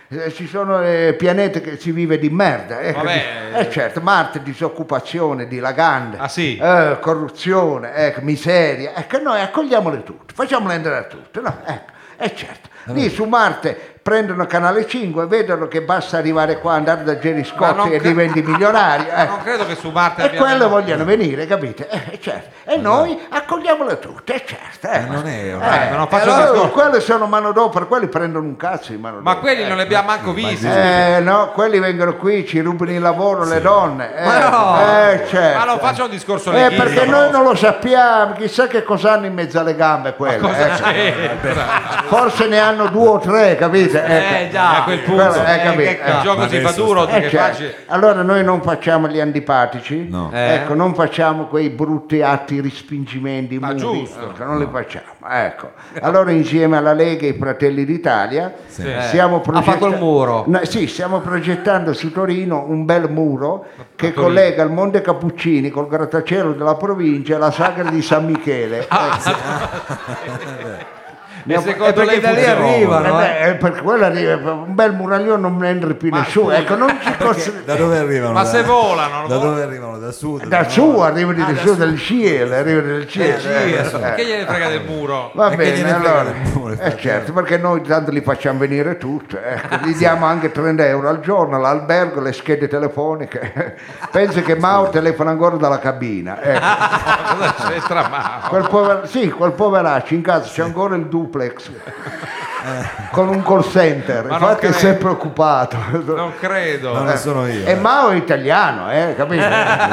Speaker 1: eh, ci sono eh, pianeti che si vive di merda. Eh,
Speaker 2: Vabbè.
Speaker 1: Eh, certo, Marte, disoccupazione, dilagante,
Speaker 2: Ah, sì?
Speaker 1: eh, corruzione, ecco, miseria. Ecco, noi accogliamole tutte, facciamole entrare tutte. No? Ecco, eh, certo. Lì su Marte prendono Canale 5, vedono che basta arrivare qua, andare da Jerry Scotti
Speaker 2: non
Speaker 1: e
Speaker 2: cre-
Speaker 1: diventi
Speaker 2: <laughs>
Speaker 1: milionario. eh.
Speaker 2: Non credo che su Marte
Speaker 1: E
Speaker 2: abbiano-
Speaker 1: quello vogliono venire, capite? Eh, certo. E noi accogliamole tutte, eh, certo. eh.
Speaker 4: Ma non è un-
Speaker 2: Eh, ma non faccio
Speaker 1: allora,
Speaker 2: discorso.
Speaker 1: quelli sono manodopera, quelli prendono un cazzo di manodopera.
Speaker 2: Ma quelli non li abbiamo manco visti.
Speaker 1: Eh no, quelli vengono qui, ci rubano il lavoro le donne. Eh,
Speaker 3: Ma no!
Speaker 1: eh, certo.
Speaker 2: Ma non faccia un discorso
Speaker 1: Eh,
Speaker 2: leghista,
Speaker 1: perché
Speaker 2: però.
Speaker 1: noi non lo sappiamo, chissà che cosa hanno in mezzo alle gambe quelli.
Speaker 2: Cosa
Speaker 1: ecco.
Speaker 2: c'entra?
Speaker 1: Forse ne hanno due o tre, capite? Ecco.
Speaker 3: Eh, già.
Speaker 2: A quel
Speaker 1: Quello,
Speaker 2: punto.
Speaker 1: eh,
Speaker 2: eh,
Speaker 1: capito,
Speaker 2: che- Il
Speaker 1: eh.
Speaker 2: gioco
Speaker 4: Ma
Speaker 2: si fa
Speaker 4: adesso
Speaker 2: duro,
Speaker 1: Eh,
Speaker 2: che
Speaker 1: certo.
Speaker 2: facile.
Speaker 1: Allora noi non facciamo gli antipatici,
Speaker 4: No.
Speaker 3: Eh.
Speaker 1: ecco, non facciamo quei brutti atti rispingimenti,
Speaker 2: Ma
Speaker 1: muri,
Speaker 2: giusto.
Speaker 1: ecco, non li facciamo. Ecco. Allora insieme alla Lega e ai Fratelli d'Italia
Speaker 2: Eh.
Speaker 1: stiamo,
Speaker 3: Ha fatto il muro.
Speaker 1: No, sì, stiamo progettando su Torino un bel muro che
Speaker 2: Torino.
Speaker 1: collega il Monte Cappuccini col grattacielo della provincia e la sagra di San Michele. Ecco.
Speaker 2: Ah. <laughs> E
Speaker 1: Eh,
Speaker 2: secondo
Speaker 1: perché
Speaker 2: lei
Speaker 3: da lì
Speaker 2: funziona?
Speaker 3: arriva.
Speaker 1: Eh
Speaker 3: no,
Speaker 1: beh, eh, per quello arriva un bel muraglione non ne entra più nessuno. Ecco, non ci costri-
Speaker 4: Da dove arrivano?
Speaker 2: Ma
Speaker 4: Da-
Speaker 2: se volano,
Speaker 4: Da
Speaker 2: vol-
Speaker 4: dove arrivano? Da sud?
Speaker 1: da
Speaker 4: nord?
Speaker 1: su arrivano di su del cielo, arrivano del cielo. eh, eh.
Speaker 2: che gliene frega del
Speaker 1: <laughs>
Speaker 2: muro?
Speaker 1: Va
Speaker 4: E che
Speaker 1: bene,
Speaker 4: gliene frega
Speaker 1: allora,
Speaker 4: del muro,
Speaker 1: eh,
Speaker 4: infatti.
Speaker 1: certo, perché noi tanto li facciamo venire tutti, ecco, gli diamo anche 30 euro al giorno, l'albergo, le schede telefoniche. <laughs> Penso che Mao telefona ancora dalla cabina. Ecco.
Speaker 2: Cosa c'entra Mao?
Speaker 1: Quel pover- sì, quel poveraccio in casa c'è ancora il duplex con un call center,
Speaker 2: Ma non
Speaker 1: infatti è
Speaker 2: credo.
Speaker 1: sempre occupato.
Speaker 2: Non credo.
Speaker 4: No, non sono io.
Speaker 1: E Mao eh. è italiano, eh, capito?
Speaker 2: <laughs>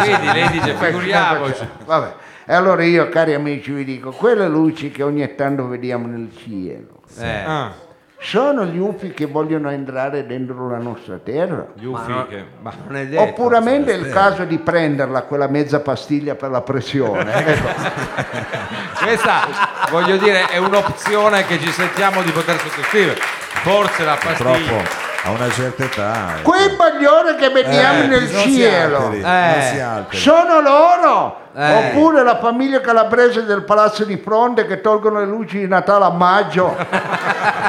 Speaker 2: Quindi lei dice figuriamoci.
Speaker 1: <laughs> Vabbè. E allora io, cari amici, vi dico, quelle luci che ogni tanto vediamo nel cielo,
Speaker 2: Eh, ah,
Speaker 1: sono gli UFI che vogliono entrare dentro la nostra terra?
Speaker 2: gli ufi che- ma-
Speaker 3: Non è detto.
Speaker 1: O puramente è il caso di prenderla quella mezza pastiglia per la
Speaker 2: <laughs>
Speaker 1: pressione? Ecco.
Speaker 2: Questa, voglio dire, è un'opzione che ci sentiamo di poter sottoscrivere. Forse la pastiglia.
Speaker 4: Purtroppo a una certa età. eh.
Speaker 1: Quei baglioni che vediamo
Speaker 4: Eh,
Speaker 1: nel
Speaker 4: non si
Speaker 1: cielo,
Speaker 4: alteri,
Speaker 3: Eh.
Speaker 4: Non si alteri.
Speaker 1: sono loro?
Speaker 3: Eh.
Speaker 1: Oppure la famiglia calabrese del palazzo di fronte che tolgono le luci di Natale a
Speaker 2: <laughs>
Speaker 1: maggio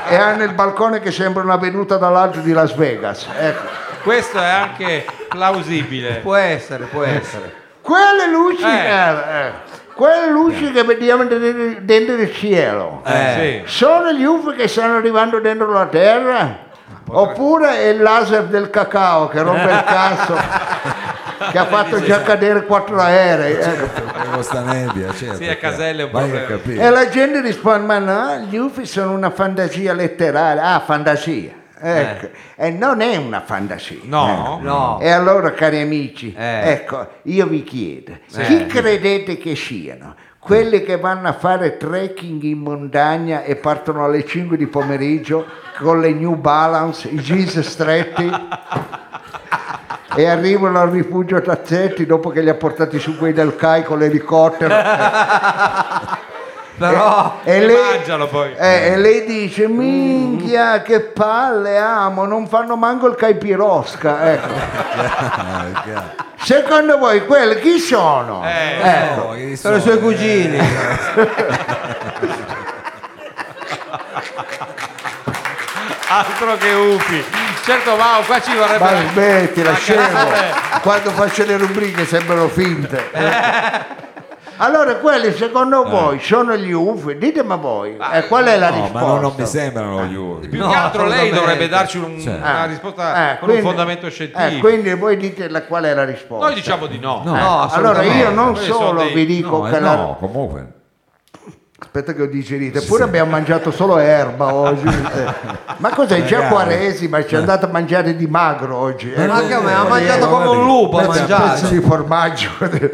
Speaker 1: e hanno il balcone che sembra una venuta dall'alto di Las Vegas? Ecco.
Speaker 2: Questo è anche plausibile.
Speaker 3: Può essere, può essere.
Speaker 1: Quelle luci,
Speaker 2: Eh.
Speaker 1: eh, eh, quelle luci che vediamo de- dentro il cielo,
Speaker 2: Eh, sì.
Speaker 1: sono gli UFO che stanno arrivando dentro la Terra? Oppure è il laser del cacao che rompe il
Speaker 2: <laughs>
Speaker 1: cazzo, che ha fatto già cadere quattro aerei? ecco.
Speaker 4: Con questa nebbia, certo.
Speaker 2: Sì, a Caselle è un
Speaker 4: Vai
Speaker 2: problema.
Speaker 1: <laughs>
Speaker 4: a capire.
Speaker 1: E la gente risponde, ma no, gli UFO sono una fantasia letteraria, ah, fantasia. Ecco. E non è una fantasia. eh.
Speaker 2: No.
Speaker 3: No.
Speaker 1: E allora, cari amici,
Speaker 3: Eh.
Speaker 1: ecco, io vi chiedo, chi credete che siano? Quelli che vanno a fare trekking in montagna e partono alle 5 di pomeriggio con le New Balance, i jeans stretti e arrivano al rifugio Tazzetti dopo che li ha portati su quei del CAI con l'elicottero
Speaker 3: Però
Speaker 1: e,
Speaker 2: E
Speaker 1: lei,
Speaker 2: mangialo poi.
Speaker 1: eh, e lei dice minchia che palle amo, non fanno manco il caipirosca, ecco.
Speaker 4: Ah, è chiaro.
Speaker 1: Secondo voi quelli chi sono?
Speaker 2: Eh,
Speaker 1: Ecco.
Speaker 4: Oh, chi
Speaker 3: sono i suoi
Speaker 2: <laughs>
Speaker 3: cugini.
Speaker 2: Altro che ufi. Certo, Mao, qua ci vorrebbe...
Speaker 1: Ma smettila,
Speaker 2: Ma
Speaker 1: scemo.
Speaker 2: grazie.
Speaker 1: Quando faccio le rubriche sembrano finte. Allora, quelli
Speaker 2: Eh.
Speaker 1: secondo voi sono gli UFI? Ditemi voi.
Speaker 2: Ah,
Speaker 1: Eh, qual è la
Speaker 4: No,
Speaker 1: risposta?
Speaker 4: ma non, non mi sembrano gli
Speaker 2: Più
Speaker 4: uomini.
Speaker 3: No,
Speaker 2: che altro lei
Speaker 3: assolutamente.
Speaker 2: dovrebbe darci un-
Speaker 4: Cioè.
Speaker 2: una
Speaker 1: Eh.
Speaker 2: risposta
Speaker 1: Eh,
Speaker 2: con
Speaker 1: quindi-
Speaker 2: un fondamento
Speaker 1: eh,
Speaker 2: scientifico.
Speaker 1: quindi voi dite la- qual è la risposta.
Speaker 2: Noi diciamo di no.
Speaker 3: No,
Speaker 1: allora
Speaker 3: assolutamente.
Speaker 1: io non
Speaker 2: Quelli sono
Speaker 1: solo
Speaker 2: dei-
Speaker 1: vi dico
Speaker 4: No, eh,
Speaker 1: che la...
Speaker 4: no, comunque.
Speaker 1: Aspetta che ho digerito, eppure abbiamo mangiato solo
Speaker 3: <laughs>
Speaker 1: erba oggi. Eh. Ma cos'è? Già
Speaker 4: Ragazzi.
Speaker 1: quaresima, ci è andato a mangiare di magro oggi. eh.
Speaker 3: Ma
Speaker 4: non
Speaker 3: che-
Speaker 4: dire,
Speaker 3: ma Eh. ha
Speaker 4: non
Speaker 3: mangiato
Speaker 4: dire,
Speaker 3: come un
Speaker 4: non
Speaker 3: lupo, ha
Speaker 4: dire. Pezzi-
Speaker 3: mangiato.
Speaker 1: pezzi di
Speaker 3: <laughs>
Speaker 1: formaggio. Vabbè.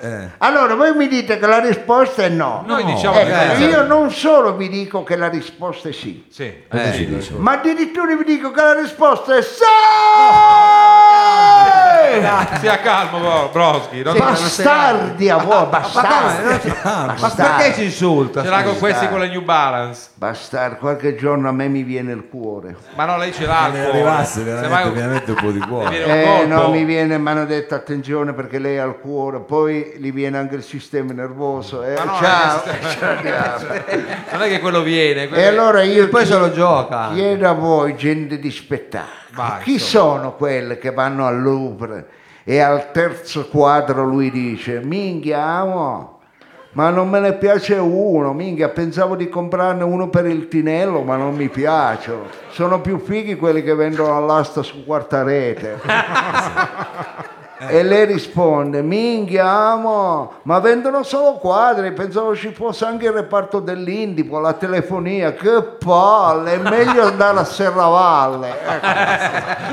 Speaker 4: eh.
Speaker 1: Allora, voi mi dite che la risposta è no.
Speaker 2: Noi
Speaker 4: No.
Speaker 2: diciamo di
Speaker 1: Ecco,
Speaker 2: no.
Speaker 1: io non solo vi dico che la risposta è sì,
Speaker 2: Sì.
Speaker 4: Cosa
Speaker 3: Eh.
Speaker 4: ci dice?
Speaker 1: ma addirittura vi dico che la risposta è sì!
Speaker 2: Sia calmo, bro- Broschi. Non
Speaker 1: Eh, Sì,
Speaker 2: ce
Speaker 1: bastardi a voi,
Speaker 3: Ma,
Speaker 1: bastardi.
Speaker 3: come?
Speaker 4: Ah,
Speaker 3: Non- ma
Speaker 1: Bastardi.
Speaker 3: perché ci insulta?
Speaker 2: l'ha con
Speaker 1: Sì,
Speaker 2: questi
Speaker 1: dai.
Speaker 2: con le New Balance.
Speaker 1: Bastardi, qualche giorno a me mi viene il cuore.
Speaker 2: Ma no, lei ce l'ha.
Speaker 4: Se Eh, ne
Speaker 2: il cuore.
Speaker 4: arrivasse
Speaker 2: Semmai
Speaker 4: veramente,
Speaker 2: un-
Speaker 4: veramente un po' di
Speaker 2: le
Speaker 4: cuore.
Speaker 2: viene un
Speaker 1: Eh,
Speaker 2: colpo.
Speaker 1: no, mi viene, mi hanno detto attenzione perché lei ha il cuore, poi gli viene anche il sistema nervoso. eh.
Speaker 2: Ma no,
Speaker 1: Ciao.
Speaker 2: non è che- Non è che quello viene. quello-
Speaker 1: E allora io
Speaker 3: Poi
Speaker 1: ti-
Speaker 3: se lo gioca.
Speaker 1: chiedo a voi, gente di spettacolo,
Speaker 2: Ma,
Speaker 1: chi sono quelle che vanno al Louvre e al terzo quadro lui dice, minchia amo, ma non me ne piace uno, minchia, pensavo di comprarne uno per il tinello, ma non mi piacciono. Sono più fighi quelli che vendono all'asta su quarta rete. <laughs> E lei risponde, minchia amo, ma vendono solo quadri, pensavo ci fosse anche il reparto dell'Indipo, la telefonia, che palle, è meglio andare a Serravalle. Ecco.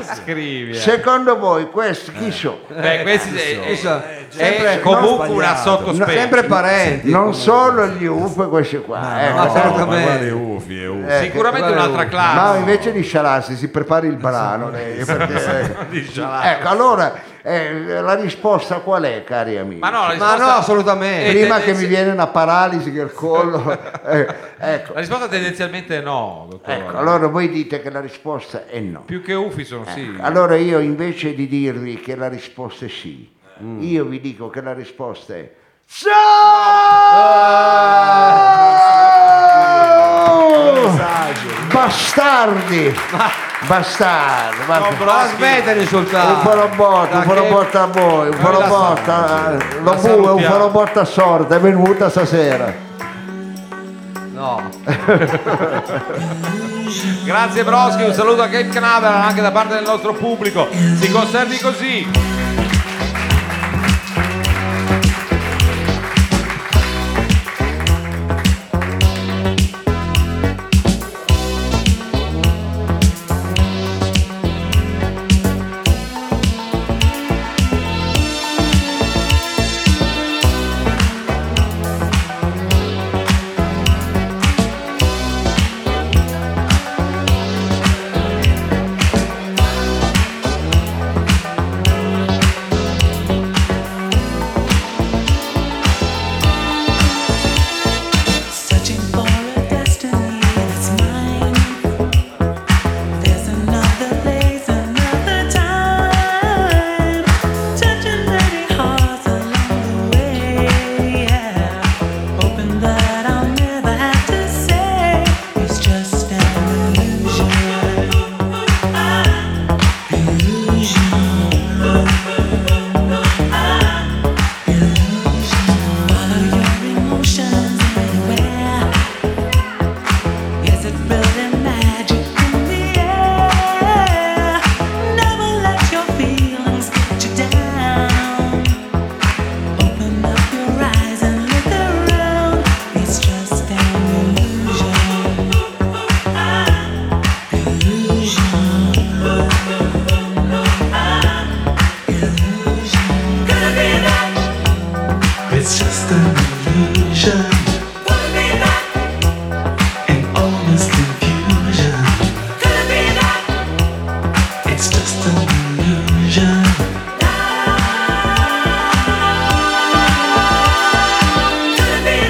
Speaker 2: <laughs> Scrivi. eh.
Speaker 1: Secondo voi questi chi sono?
Speaker 2: Beh, questi è, è-
Speaker 1: Eh,
Speaker 2: è
Speaker 3: Sempre-
Speaker 2: comunque
Speaker 4: non
Speaker 2: una
Speaker 4: sbagliato.
Speaker 2: sottospecie.
Speaker 3: Sempre parenti.
Speaker 1: Non solo gli UF questi qua, ecco.
Speaker 4: No,
Speaker 3: certo,
Speaker 4: ma
Speaker 3: me-
Speaker 4: guarda i ufi, e ufi.
Speaker 2: Sicuramente
Speaker 3: Guarda,
Speaker 2: un'altra classe.
Speaker 1: Ma invece di scialarsi si prepara il brano lei, perché- eh.
Speaker 2: Di scialare.
Speaker 1: Ecco, allora eh, la risposta qual è, cari amici?
Speaker 2: Ma no, la
Speaker 3: Ma
Speaker 2: risposta,
Speaker 3: no, assolutamente.
Speaker 2: Eh,
Speaker 1: Prima
Speaker 2: eh,
Speaker 1: che
Speaker 2: sì.
Speaker 1: mi viene una paralisi del
Speaker 2: <laughs>
Speaker 1: collo, eh, ecco.
Speaker 2: la risposta tendenzialmente è no, dottore.
Speaker 1: Ecco, allora voi dite che la risposta è no.
Speaker 2: Più che ufi sono sì.
Speaker 1: Allora io invece di dirvi che la risposta è sì,
Speaker 2: Mm.
Speaker 1: io vi dico che la risposta è sì! Bastardi! Bastardi!
Speaker 2: No,
Speaker 1: vabbè.
Speaker 2: bravo.
Speaker 3: Ma smette di
Speaker 1: Un
Speaker 3: insultare.
Speaker 1: forobotta, un
Speaker 2: Dai,
Speaker 1: forobotta a voi, un
Speaker 2: Noi la
Speaker 1: forobotta,
Speaker 2: la
Speaker 1: eh, lo bue, un
Speaker 2: salutiamo.
Speaker 1: forobotta a sorda, è venuta stasera.
Speaker 3: No.
Speaker 2: Grazie Broschi, un saluto a Cape Canaveral anche da parte del nostro pubblico. Si conservi così.
Speaker 5: Searching for a destiny that's mine. There's another place, another time. Touching many hearts along the way. Yeah. Hoping that I'll never have to say it's just an illusion. Illusion. Follow your emotions anywhere. Is it really magic in the air? Never let your feelings get you down. Open up your eyes and look around. It's just an illusion.
Speaker 6: It's just an illusion
Speaker 5: Could be that,
Speaker 6: and all this confusion.
Speaker 5: could be that,
Speaker 6: It's just an illusion.
Speaker 5: could be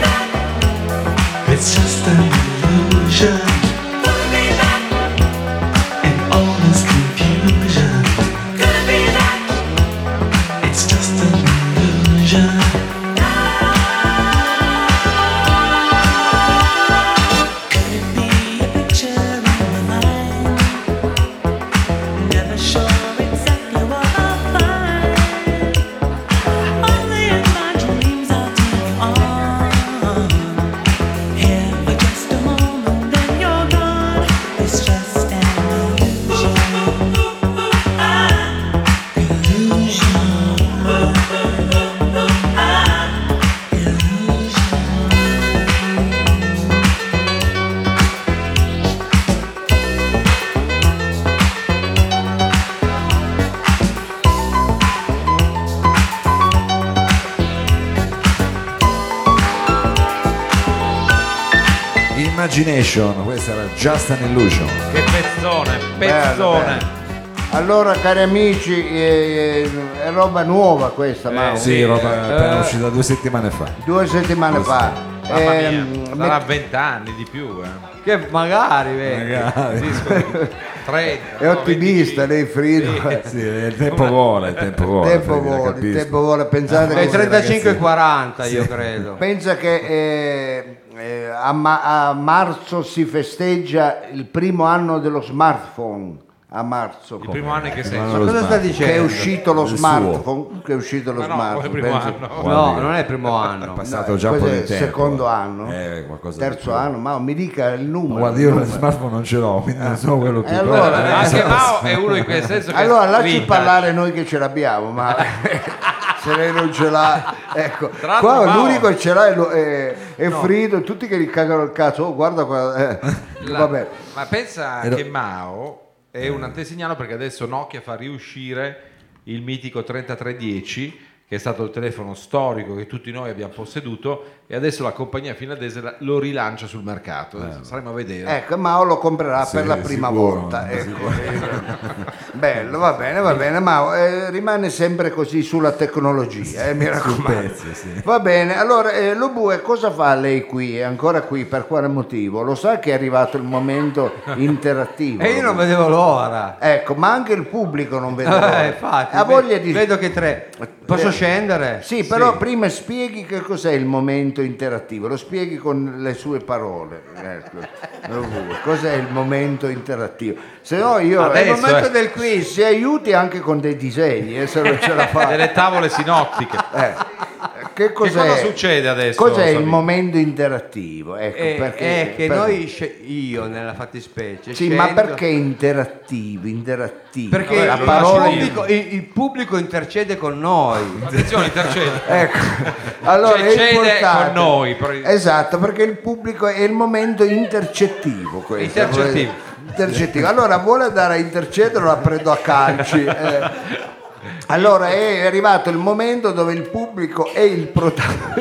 Speaker 5: that,
Speaker 6: It's just an illusion
Speaker 5: could be that,
Speaker 6: and all this confusion.
Speaker 5: could be that.
Speaker 6: It's just an illusion.
Speaker 5: Could it be a picture in my mind? Never sure exactly what I'll find. Only in my dreams I'll take on. Here for just a moment, then you're gone. It's just an illusion.
Speaker 4: Imagination, questa era Just an Illusion.
Speaker 2: Che pezzone,
Speaker 1: Bello,
Speaker 2: pezzone.
Speaker 1: bello. Allora cari amici, eh, eh, è roba nuova questa, Mauro.
Speaker 4: Sì, roba
Speaker 2: eh,
Speaker 4: appena uscita due settimane fa.
Speaker 1: Due settimane fa.
Speaker 2: Mamma mia,
Speaker 1: Ehm,
Speaker 2: sarà
Speaker 1: met-
Speaker 2: 20 anni di più. eh.
Speaker 3: Che magari, vedi.
Speaker 4: Magari.
Speaker 2: Disco di 30.
Speaker 1: è
Speaker 2: no,
Speaker 1: ottimista
Speaker 2: 25.
Speaker 1: lei Frido. Il
Speaker 4: Eh, Sì, il tempo vola, il tempo vola.
Speaker 1: tempo
Speaker 4: Frida,
Speaker 1: vuole, il
Speaker 4: capisco.
Speaker 1: tempo vuole. Pensate
Speaker 3: Dai
Speaker 1: che...
Speaker 4: tre-
Speaker 3: 35 e 40 io credo.
Speaker 1: Pensa che eh, eh, a, ma- a marzo si festeggia il primo anno dello smartphone. A marzo.
Speaker 2: Il primo anno in che
Speaker 4: Ma
Speaker 2: senso?
Speaker 4: lo
Speaker 3: Cosa sta
Speaker 4: sbaglio.
Speaker 1: che è
Speaker 3: dicendo?
Speaker 1: uscito lo
Speaker 4: Il suo.
Speaker 1: smartphone. Che è uscito lo
Speaker 2: Ma no,
Speaker 1: smartphone.
Speaker 2: come primo
Speaker 1: pensa-
Speaker 2: anno.
Speaker 4: Guardi,
Speaker 3: No, non è il primo
Speaker 4: È
Speaker 3: anno.
Speaker 4: passato
Speaker 1: No,
Speaker 4: già un po'
Speaker 1: questo
Speaker 4: di
Speaker 1: è
Speaker 4: tempo.
Speaker 1: il secondo anno?
Speaker 4: Eh, qualcosa di
Speaker 1: Terzo
Speaker 4: più.
Speaker 1: anno, ma mi dica il numero.
Speaker 4: Guarda, io
Speaker 1: il
Speaker 4: lo
Speaker 1: numero.
Speaker 4: smartphone non ce l'ho, quindi non so quello che
Speaker 1: Eh, allora,
Speaker 2: Eh,
Speaker 1: eh,
Speaker 4: <laughs>
Speaker 2: Anche Mao è uno in quel senso che
Speaker 1: Allora lasci
Speaker 2: vintage.
Speaker 1: parlare noi che ce l'abbiamo,
Speaker 2: <laughs>
Speaker 1: ma se lei non ce l'ha, ecco.
Speaker 2: Tra l'altro,
Speaker 1: Qua
Speaker 2: Paolo-
Speaker 1: l'unico che ce l'ha è, lo- è- è Frido, tutti che gli cagano il cazzo, oh, guarda qua, eh.
Speaker 2: La-
Speaker 1: vabbè.
Speaker 2: Ma pensa
Speaker 4: Ero-
Speaker 2: che Mao è un antesignano perché adesso Nokia fa riuscire il mitico 3310 che è stato il telefono storico che tutti noi abbiamo posseduto e adesso la compagnia finlandese la- lo rilancia sul
Speaker 1: Eh.
Speaker 2: mercato. Adesso Saremo a vedere.
Speaker 1: Ecco, Mao lo comprerà
Speaker 4: Sì,
Speaker 1: per la prima
Speaker 4: sicuro,
Speaker 1: volta.
Speaker 4: sì.
Speaker 1: ecco. <laughs> Bello, va bene, va bene, Mao eh, rimane sempre così sulla tecnologia, eh, mi raccomando.
Speaker 4: pezzo, sì.
Speaker 1: Va bene, allora eh, Lobue cosa fa lei qui? È ancora qui, per quale motivo? Lo sa che è arrivato il
Speaker 2: <laughs>
Speaker 1: momento interattivo?
Speaker 3: E io non
Speaker 1: Lobue?
Speaker 3: vedevo l'ora.
Speaker 1: Ecco, ma anche il pubblico non vede. l'ora.
Speaker 3: <laughs> Eh, infatti,
Speaker 1: ha
Speaker 3: ve-
Speaker 1: voglia di...
Speaker 3: Vedo che tre. Posso
Speaker 1: Eh,
Speaker 3: scendere?
Speaker 1: Sì, però
Speaker 3: Sì.
Speaker 1: prima spieghi che cos'è il momento momento interattivo? Lo spieghi con le sue parole. Ecco. Non vuoi. Cos'è il momento interattivo? Se no io...
Speaker 2: Adesso,
Speaker 1: il momento
Speaker 2: eh.
Speaker 1: del quiz. Ci aiuti anche con dei disegni, eh, se non ce la
Speaker 3: <laughs>
Speaker 1: fa.
Speaker 2: delle tavole sinottiche.
Speaker 1: Eh, Che cos'è?
Speaker 2: cosa succede adesso,
Speaker 1: Cos'è il
Speaker 2: Sabino?
Speaker 1: momento interattivo? Ecco,
Speaker 3: Eh,
Speaker 1: perché,
Speaker 3: è che
Speaker 1: per-
Speaker 3: noi, sce- io nella fattispecie,
Speaker 1: Sì, ma
Speaker 3: scendo-
Speaker 1: perché interattivo? Interattivo?
Speaker 3: Perché
Speaker 2: Vabbè,
Speaker 1: la
Speaker 3: il,
Speaker 1: parola...
Speaker 3: pubblico, il- il pubblico intercede con noi.
Speaker 2: Attenzione, intercede.
Speaker 1: Ecco, allora
Speaker 2: Cioè,
Speaker 1: è
Speaker 2: cede
Speaker 1: importante.
Speaker 2: con noi, però-
Speaker 1: Esatto, perché il pubblico è il momento intercettivo questo.
Speaker 2: Intercettivo.
Speaker 1: Intercettivo. Allora vuole andare a intercedere, la prendo a calci.
Speaker 2: <laughs>
Speaker 1: eh. Allora è arrivato il momento dove il pubblico è il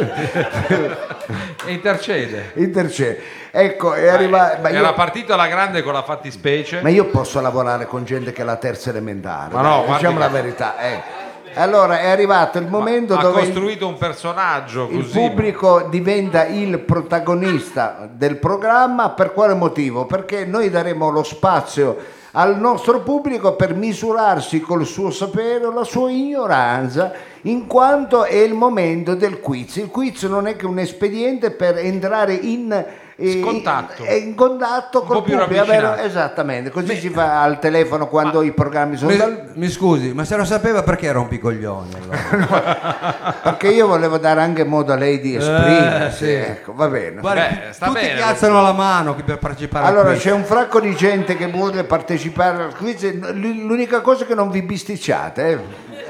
Speaker 1: protagonista.
Speaker 2: Intercede.
Speaker 1: <laughs> Intercede. Ecco, è arrivato... Ma
Speaker 2: Era
Speaker 1: io,
Speaker 2: partito alla grande con la fattispecie.
Speaker 1: ma io posso lavorare con gente che è la terza elementare.
Speaker 2: Ma no,
Speaker 1: dai,
Speaker 2: guardi
Speaker 1: diciamo la
Speaker 2: che-
Speaker 1: verità. eh. Allora è arrivato il momento
Speaker 2: ha
Speaker 1: dove... il-
Speaker 2: costruito un personaggio
Speaker 1: Il
Speaker 2: così.
Speaker 1: pubblico diventa il protagonista del programma per quale motivo? Perché noi daremo lo spazio al nostro pubblico per misurarsi col suo sapere o la sua ignoranza in quanto è il momento del quiz. Il quiz non è che un espediente per entrare in eh,
Speaker 2: Scontatto.
Speaker 1: in, in contatto
Speaker 2: Un
Speaker 1: col
Speaker 2: po' più
Speaker 1: pubblico, avere-
Speaker 2: ravvicinato.
Speaker 1: esattamente, così si fa al telefono quando i programmi sono
Speaker 3: Mi,
Speaker 2: <laughs>
Speaker 1: dal-
Speaker 3: mi scusi, ma se lo sapeva perché era un picoglione?
Speaker 1: <laughs>
Speaker 3: allora?
Speaker 1: perché io volevo dare anche modo a lei di
Speaker 2: Eh,
Speaker 1: esprimersi, ecco, va bene.
Speaker 2: Beh, sta
Speaker 3: Tutti
Speaker 2: bene,
Speaker 3: che alzano la mano per partecipare al
Speaker 1: Allora
Speaker 3: quiz.
Speaker 1: c'è un fracco di gente che vuole partecipare al quiz, l- l'unica cosa è che non vi bisticciate, eh.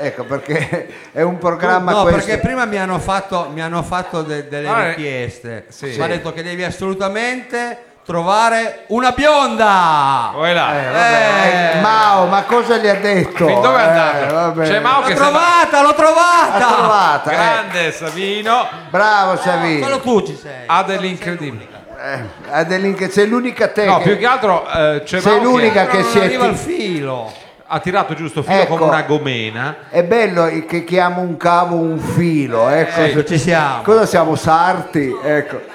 Speaker 1: ecco perché <laughs> è un programma
Speaker 3: No,
Speaker 1: questo.
Speaker 3: perché prima mi hanno fatto, mi hanno fatto de- delle
Speaker 2: Ah, eh,
Speaker 3: richieste.
Speaker 2: sì.
Speaker 3: Mi ha detto che devi assolutamente trovare una bionda.
Speaker 2: Poi là.
Speaker 1: Eh, vabbè,
Speaker 3: Eh.
Speaker 1: eh, Mao, ma cosa gli ha detto?
Speaker 2: Fin dove è
Speaker 1: Eh,
Speaker 2: andato?
Speaker 1: vabbè.
Speaker 2: C'è Mao
Speaker 3: L'ho
Speaker 2: che sembra-
Speaker 3: trovata, l'ho
Speaker 1: L'ha
Speaker 3: trovata.
Speaker 1: trovata, eh.
Speaker 2: Grande Savino
Speaker 1: Bravo
Speaker 3: Solo
Speaker 1: Savino.
Speaker 3: tu ci sei.
Speaker 1: Ah,
Speaker 2: ha dell'incredibile.
Speaker 1: Eh, ha dell'inche- sei l'unica te
Speaker 2: No,
Speaker 1: che-
Speaker 2: più che altro eh, c'è
Speaker 1: Sei
Speaker 2: Mao
Speaker 1: l'unica
Speaker 2: che
Speaker 1: che
Speaker 3: non
Speaker 1: si è
Speaker 3: arriva
Speaker 1: ti-
Speaker 3: il filo.
Speaker 2: ha tirato giusto filo
Speaker 1: Ecco.
Speaker 2: come una gomena.
Speaker 1: È bello il che chiamo un cavo un filo, ecco.
Speaker 2: Sì.
Speaker 3: Ci siamo.
Speaker 1: Cosa siamo sarti? Ecco.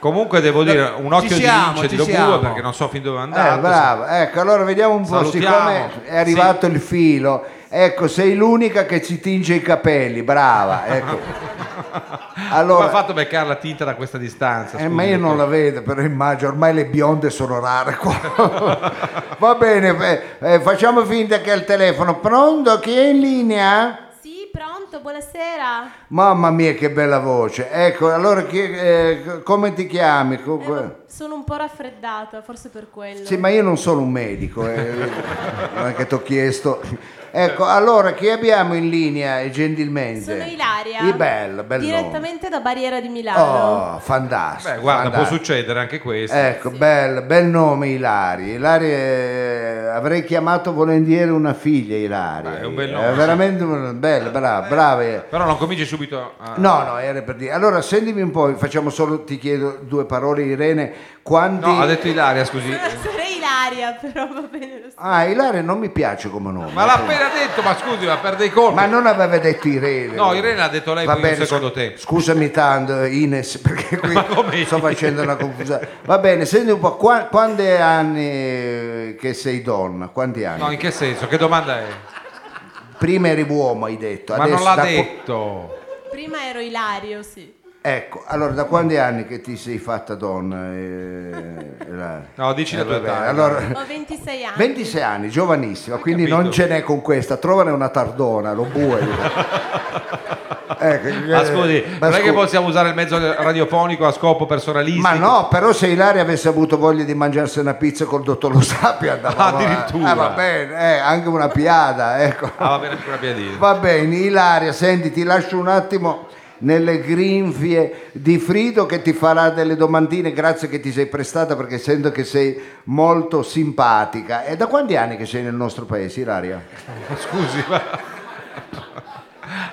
Speaker 2: Comunque devo dire un occhio
Speaker 3: Ci siamo,
Speaker 2: di lince di
Speaker 3: ci
Speaker 2: Lobue
Speaker 3: siamo.
Speaker 2: perché non so fin dove è
Speaker 1: Eh,
Speaker 2: andato.
Speaker 1: bravo, ecco, allora vediamo un po',
Speaker 2: Esatto, Salutiamo.
Speaker 1: siccome è arrivato il filo, ecco, sei l'unica che ci tinge i capelli, brava, ecco.
Speaker 2: Come ha
Speaker 1: Allora,
Speaker 2: fatto a beccare la tinta da questa distanza?
Speaker 1: eh,
Speaker 2: scusi,
Speaker 1: ma io non la
Speaker 2: dottore?
Speaker 1: vedo, però immagino, ormai le bionde sono rare qua. <laughs> Va bene, eh, eh, facciamo finta che è al telefono, pronto, chi è in linea?
Speaker 7: Sì, pronto, buonasera.
Speaker 1: Mamma mia che bella voce, ecco, allora chi- eh, come ti chiami? Co-
Speaker 7: Eh,
Speaker 1: co-
Speaker 7: sono un po' raffreddata, forse per quello.
Speaker 1: Sì, ma io non sono un medico,
Speaker 2: <laughs>
Speaker 1: eh, non è che ti ho chiesto. Ecco, allora chi abbiamo in linea eh, gentilmente?
Speaker 7: Sono Ilaria.
Speaker 1: Di bello, bello.
Speaker 7: Direttamente da Barriera di Milano.
Speaker 1: Oh, fantastico.
Speaker 2: Beh, guarda, può
Speaker 1: fantastico.
Speaker 2: succedere anche questo.
Speaker 1: Ecco, bel, bel nome Ilaria. Ilaria eh, avrei chiamato volentieri una figlia Ilaria.
Speaker 2: Beh, è un bel nome, Eh.
Speaker 1: È
Speaker 2: sì.
Speaker 1: veramente un bel, brava, brava.
Speaker 2: Però non cominci subito a...
Speaker 1: No, no, era per dire. Allora, sentimi un po', facciamo solo, ti chiedo due parole Irene, quanti
Speaker 2: No, ha detto Ilaria,
Speaker 1: <laughs>
Speaker 2: scusi.
Speaker 7: Sono, sono Ilaria, però va bene lo stesso.
Speaker 1: Ah, Ilaria non mi piace come nome. eh.
Speaker 2: Ma l'ha appena detto, ma scusi, ma perde i colpi.
Speaker 1: Ma non aveva detto Irene.
Speaker 2: No, Irene l'ha detto lei,
Speaker 1: Va
Speaker 2: quindi
Speaker 1: bene,
Speaker 2: secondo
Speaker 1: scu-
Speaker 2: te.
Speaker 1: Scusami tanto Ines <laughs> perché qui
Speaker 2: Ma come
Speaker 1: sto
Speaker 2: Ines?
Speaker 1: facendo una confusione. Va bene, senti un po', qua, quanti anni eh, che sei donna? Quanti anni?
Speaker 2: No, in che senso? Che domanda è?
Speaker 1: Prima eri uomo hai detto.
Speaker 2: Ma
Speaker 1: adesso
Speaker 2: non l'ha
Speaker 1: da qu-
Speaker 2: detto.
Speaker 7: Prima ero Ilario, sì.
Speaker 1: Ecco, allora da quanti anni che ti sei fatta donna? eh, la-
Speaker 2: No, dici la
Speaker 1: va
Speaker 2: tua
Speaker 1: bene,
Speaker 2: età.
Speaker 1: Allora,
Speaker 7: Ho 26 anni.
Speaker 1: 26 anni, giovanissima, quindi
Speaker 2: capito?
Speaker 1: non ce n'è con questa, trovane una tardona, lo
Speaker 2: <laughs>
Speaker 1: bue. Ecco,
Speaker 2: Ma
Speaker 1: eh,
Speaker 2: scusi,
Speaker 1: ma
Speaker 2: non è che
Speaker 1: scusi.
Speaker 2: possiamo usare il mezzo radiofonico a scopo personalistico?
Speaker 1: Ma no, però se Ilaria avesse avuto voglia di mangiarsi una pizza col dottor Lo Sapio andava
Speaker 2: Addirittura.
Speaker 1: Eh, va bene, eh, anche una piada, ecco.
Speaker 2: Ah, va bene, ancora via dire.
Speaker 1: Va bene, Ilaria, senti, ti lascio un attimo nelle grinfie di Frido che ti farà delle domandine, grazie che ti sei prestata perché sento che sei molto simpatica. E da quanti anni che sei nel nostro paese, Ilaria?
Speaker 2: <laughs> Scusi, ma... <laughs>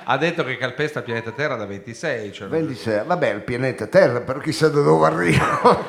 Speaker 2: Ha detto che calpesta il pianeta Terra da 26. Cioè...
Speaker 1: 26, vabbè, il pianeta Terra, però chissà da dove arrivo.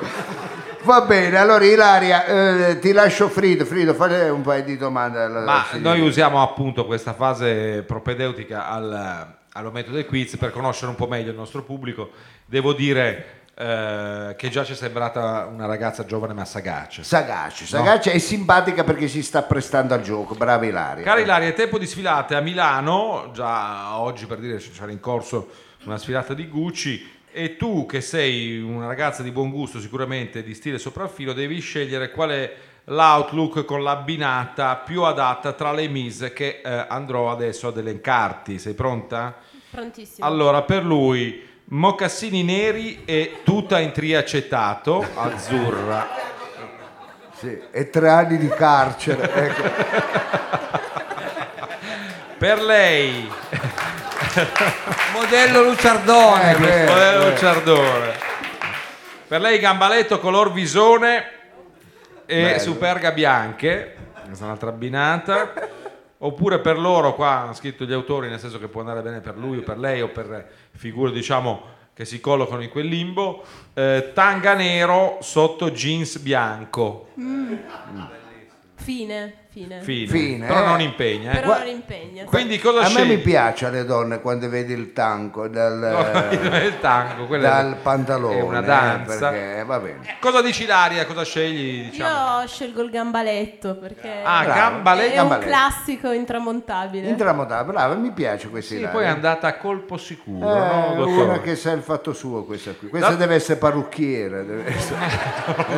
Speaker 1: Va bene, allora Ilaria, eh, ti lascio Frido, Frido, fate un paio di domande. alla
Speaker 2: Ma
Speaker 1: signora.
Speaker 2: noi usiamo appunto questa fase propedeutica al, al momento del quiz per conoscere un po' meglio il nostro pubblico. Devo dire eh, che già ci è sembrata una ragazza giovane ma sagace.
Speaker 1: Sagace, Sagace è simpatica perché si sta prestando al gioco, brava Ilaria.
Speaker 2: Cari Ilaria, è tempo di sfilate a Milano, già oggi per dire c'era in corso una sfilata di Gucci E tu, che sei una ragazza di buon gusto, sicuramente di stile sopraffino, devi scegliere qual è l'outlook con l'abbinata più adatta tra le mise che eh, andrò adesso ad elencarti. Sei pronta?
Speaker 7: Prontissimo.
Speaker 2: Allora, per lui, mocassini neri e tuta in triacetato azzurra.
Speaker 1: Sì, e tre anni di carcere. ecco.
Speaker 2: Per lei,
Speaker 3: Modello Luciardone.
Speaker 1: Eh,
Speaker 3: questo.
Speaker 2: Modello Ciardone. Per lei gambaletto color visone e superga bianche, questa è un'altra abbinata. Oppure per loro, qua hanno scritto gli autori, nel senso che può andare bene per lui o per lei o per figure diciamo che si collocano in quel limbo, eh, tanga nero sotto jeans bianco.
Speaker 7: Fine, fine.
Speaker 2: Fine.
Speaker 1: Fine,
Speaker 2: Però
Speaker 1: eh.
Speaker 2: non impegna. eh.
Speaker 7: Però
Speaker 1: Gua-
Speaker 7: non impegna.
Speaker 2: <laughs> Quindi cosa
Speaker 1: A me
Speaker 2: scegli?
Speaker 1: mi piace le donne quando vedi il tanco dal,
Speaker 2: <laughs> il tango, quello è-
Speaker 1: Eh, dal pantalone.
Speaker 2: è una
Speaker 1: eh,
Speaker 2: danza.
Speaker 1: perché, va bene.
Speaker 2: Cosa dici Laria? Cosa scegli? Diciamo?
Speaker 7: Io scelgo il gambaletto perché
Speaker 2: Ah,
Speaker 1: Bravo.
Speaker 2: gambaletto.
Speaker 7: è un
Speaker 1: Gambaletto.
Speaker 7: classico intramontabile.
Speaker 1: Intramontabile, brava, mi piace questa
Speaker 2: Sì,
Speaker 1: idea.
Speaker 2: poi è andata a colpo sicuro, no,
Speaker 1: Eh,
Speaker 2: dottore?
Speaker 1: una che sa il fatto suo questa qui. Questa
Speaker 2: Da-
Speaker 1: deve essere parrucchiera, deve
Speaker 2: <laughs>
Speaker 1: essere-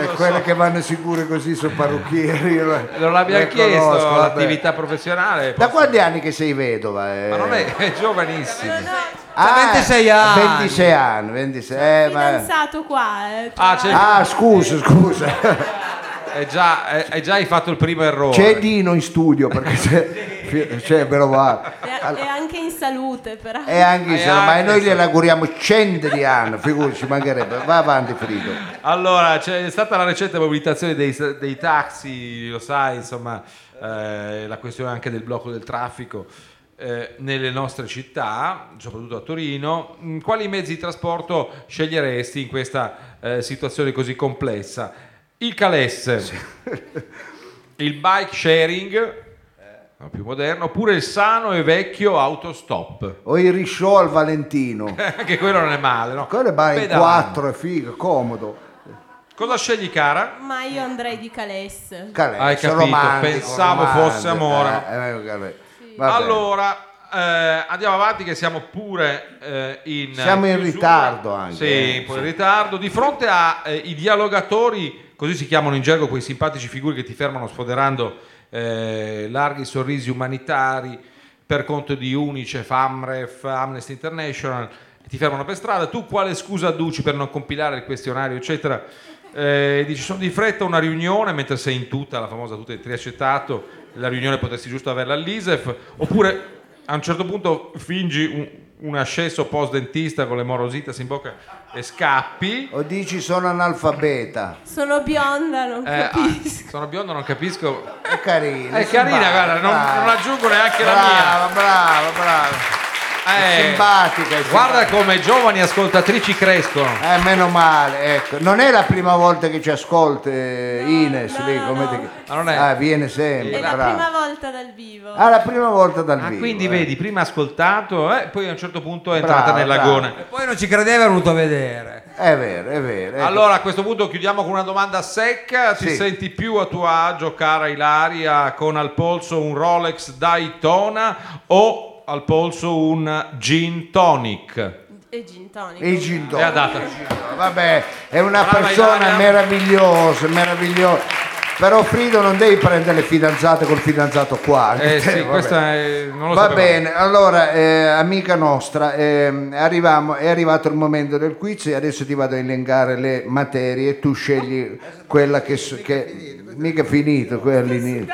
Speaker 1: Eh, quelle che vanno sicure così sono parrucchieri. io le-
Speaker 2: Non l'abbiamo
Speaker 1: le
Speaker 2: chiesto
Speaker 1: conosco, vabbè.
Speaker 2: l'attività professionale.
Speaker 1: Da
Speaker 2: posso-
Speaker 1: quanti anni che sei vedova? eh?
Speaker 2: Ma non è, cioè, è giovanissimo.
Speaker 1: Ah,
Speaker 3: 26 anni.
Speaker 1: 26 anni, 26, eh, ma-
Speaker 7: Fidanzato qua, eh.
Speaker 2: Ah, c'è-
Speaker 1: Ah, scusa, scusa.
Speaker 2: <laughs> È già, è, è già hai fatto il primo errore.
Speaker 1: C'è Dino in studio perché c'è, c'è meno male.
Speaker 7: È, è anche in salute, però.
Speaker 1: E anche
Speaker 2: E
Speaker 1: se ma
Speaker 2: anche
Speaker 1: noi
Speaker 2: se-
Speaker 1: gliela auguriamo cento di anni, figurati, ci mancherebbe. Va avanti, Frido.
Speaker 2: Allora, c'è stata la recente mobilitazione dei, dei taxi, lo sai, insomma, eh, la questione anche del blocco del traffico eh, nelle nostre città, soprattutto a Torino. Mm, Quali mezzi di trasporto sceglieresti in questa eh, situazione così complessa? Il calesse, il bike sharing, no, più moderno, oppure il sano e vecchio autostop. <laughs>
Speaker 1: O il risciò al Valentino.
Speaker 2: Anche quello non è male, no?
Speaker 1: Quello va in
Speaker 2: Pedalando.
Speaker 1: quattro, è figo, comodo.
Speaker 2: Cosa scegli, cara?
Speaker 7: Ma io andrei di Calesse.
Speaker 1: Calè,
Speaker 2: Hai
Speaker 1: sono
Speaker 2: capito,
Speaker 1: romantico,
Speaker 2: pensavo
Speaker 1: romantico.
Speaker 2: fosse Amora.
Speaker 1: Eh, eh, Calè. Va bene.
Speaker 2: Allora, eh, andiamo avanti che siamo pure eh, in...
Speaker 1: Siamo in
Speaker 2: chiusura.
Speaker 1: ritardo anche,
Speaker 2: Sì,
Speaker 1: eh,
Speaker 2: un po' in
Speaker 1: sì.
Speaker 2: ritardo. Di fronte ai dialogatori, così si chiamano in gergo quei simpatici figuri che ti fermano sfoderando eh, larghi sorrisi umanitari per conto di Unicef, Amref, Amnesty International, e ti fermano per strada, tu quale scusa adduci per non compilare il questionario, eccetera? Eh, dici sono di fretta a una riunione mentre sei in tuta, la famosa tuta di triacetato, la riunione potresti giusto averla all'ISEF, oppure a un certo punto fingi un, un ascesso post dentista con le morositas in bocca e scappi.
Speaker 1: O dici sono analfabeta.
Speaker 7: Sono bionda, non
Speaker 2: Eh, ah,
Speaker 7: capisco.
Speaker 2: sono biondo, non capisco.
Speaker 1: È carina.
Speaker 2: È carina,
Speaker 1: simpatica,
Speaker 2: guarda, non,
Speaker 1: brava.
Speaker 2: non aggiungo neanche la
Speaker 1: Brava, brava, brava.
Speaker 2: mia. Eh,
Speaker 1: Simpatica. è
Speaker 2: guarda
Speaker 1: simpatica.
Speaker 2: come giovani ascoltatrici crescono.
Speaker 1: Eh, meno male, ecco. Non è la prima volta che ci ascolti, eh, Ines,
Speaker 7: no,
Speaker 1: lì, come
Speaker 7: no.
Speaker 1: ti-
Speaker 2: Ma non è-
Speaker 1: Ah, viene sempre,
Speaker 7: È la
Speaker 1: brava.
Speaker 7: prima volta dal vivo.
Speaker 1: Ah, la prima volta dal
Speaker 2: Ah,
Speaker 1: vivo.
Speaker 2: quindi
Speaker 1: eh.
Speaker 2: vedi, prima ascoltato, eh, poi a un certo punto è entrata
Speaker 1: Brava,
Speaker 2: nell'agone.
Speaker 3: E poi non ci credeva, è venuto a vedere.
Speaker 1: È vero, è vero. ecco.
Speaker 2: Allora a questo punto chiudiamo con una domanda secca. Ti
Speaker 1: Sì.
Speaker 2: senti più a tuo agio, cara Ilaria, con al polso un Rolex Daytona o al polso un Gin Tonic?
Speaker 7: E gin tonic.
Speaker 1: E i gin
Speaker 2: È
Speaker 1: tonic.
Speaker 2: adatta.
Speaker 1: Vabbè, è una
Speaker 2: Brava,
Speaker 1: persona
Speaker 2: Ilaria.
Speaker 1: meravigliosa, meravigliosa. Però Frido non devi prendere le fidanzate col fidanzato qua. <laughs>
Speaker 2: Eh sì,
Speaker 1: Vabbè.
Speaker 2: questa è, non lo
Speaker 1: Va
Speaker 2: sapevo.
Speaker 1: bene, allora eh, amica nostra, ehm, arriviamo- è arrivato il momento del quiz e adesso ti vado a elencare le materie, tu scegli quella che... so- che mica è finito, quella all'inizio.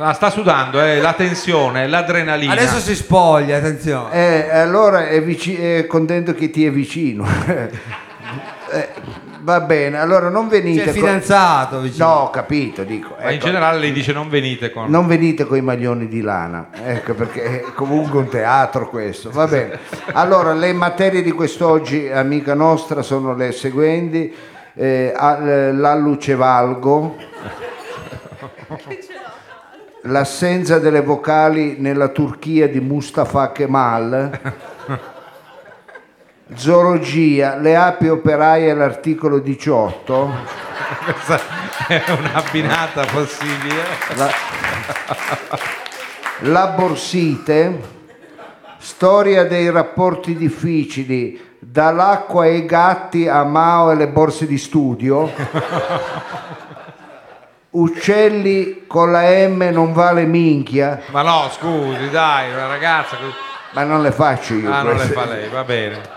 Speaker 2: Ah, sta sudando, eh, la tensione, l'adrenalina.
Speaker 3: Adesso si spoglia, attenzione.
Speaker 1: Eh, allora è, vici- è contento che ti è vicino. <laughs> Eh, va bene, allora non venite...
Speaker 3: C'è il
Speaker 1: con-
Speaker 3: fidanzato vicino.
Speaker 1: No, ho capito, dico.
Speaker 2: Ma in
Speaker 1: ecco,
Speaker 2: generale lei dice non venite con...
Speaker 1: Non venite con i maglioni di lana, ecco perché è comunque un teatro questo, va bene. Allora, le materie di quest'oggi, amica nostra, sono le seguenti. Eh, al- l'allucevalgo, l'assenza delle vocali nella Turchia di Mustafa Kemal,
Speaker 2: <laughs>
Speaker 1: zoologia, le api operaie all'articolo 18.
Speaker 2: Questa <laughs> è un'abbinata possibile.
Speaker 1: La, la borsite, storia dei rapporti difficili dall'acqua e i gatti a Mao e le borse di studio. Uccelli con la M non vale minchia,
Speaker 2: Ma no, scusi, dai, una ragazza. così-
Speaker 1: ma non le faccio io.
Speaker 2: Ah, non le
Speaker 1: queste.
Speaker 2: fa lei, va bene.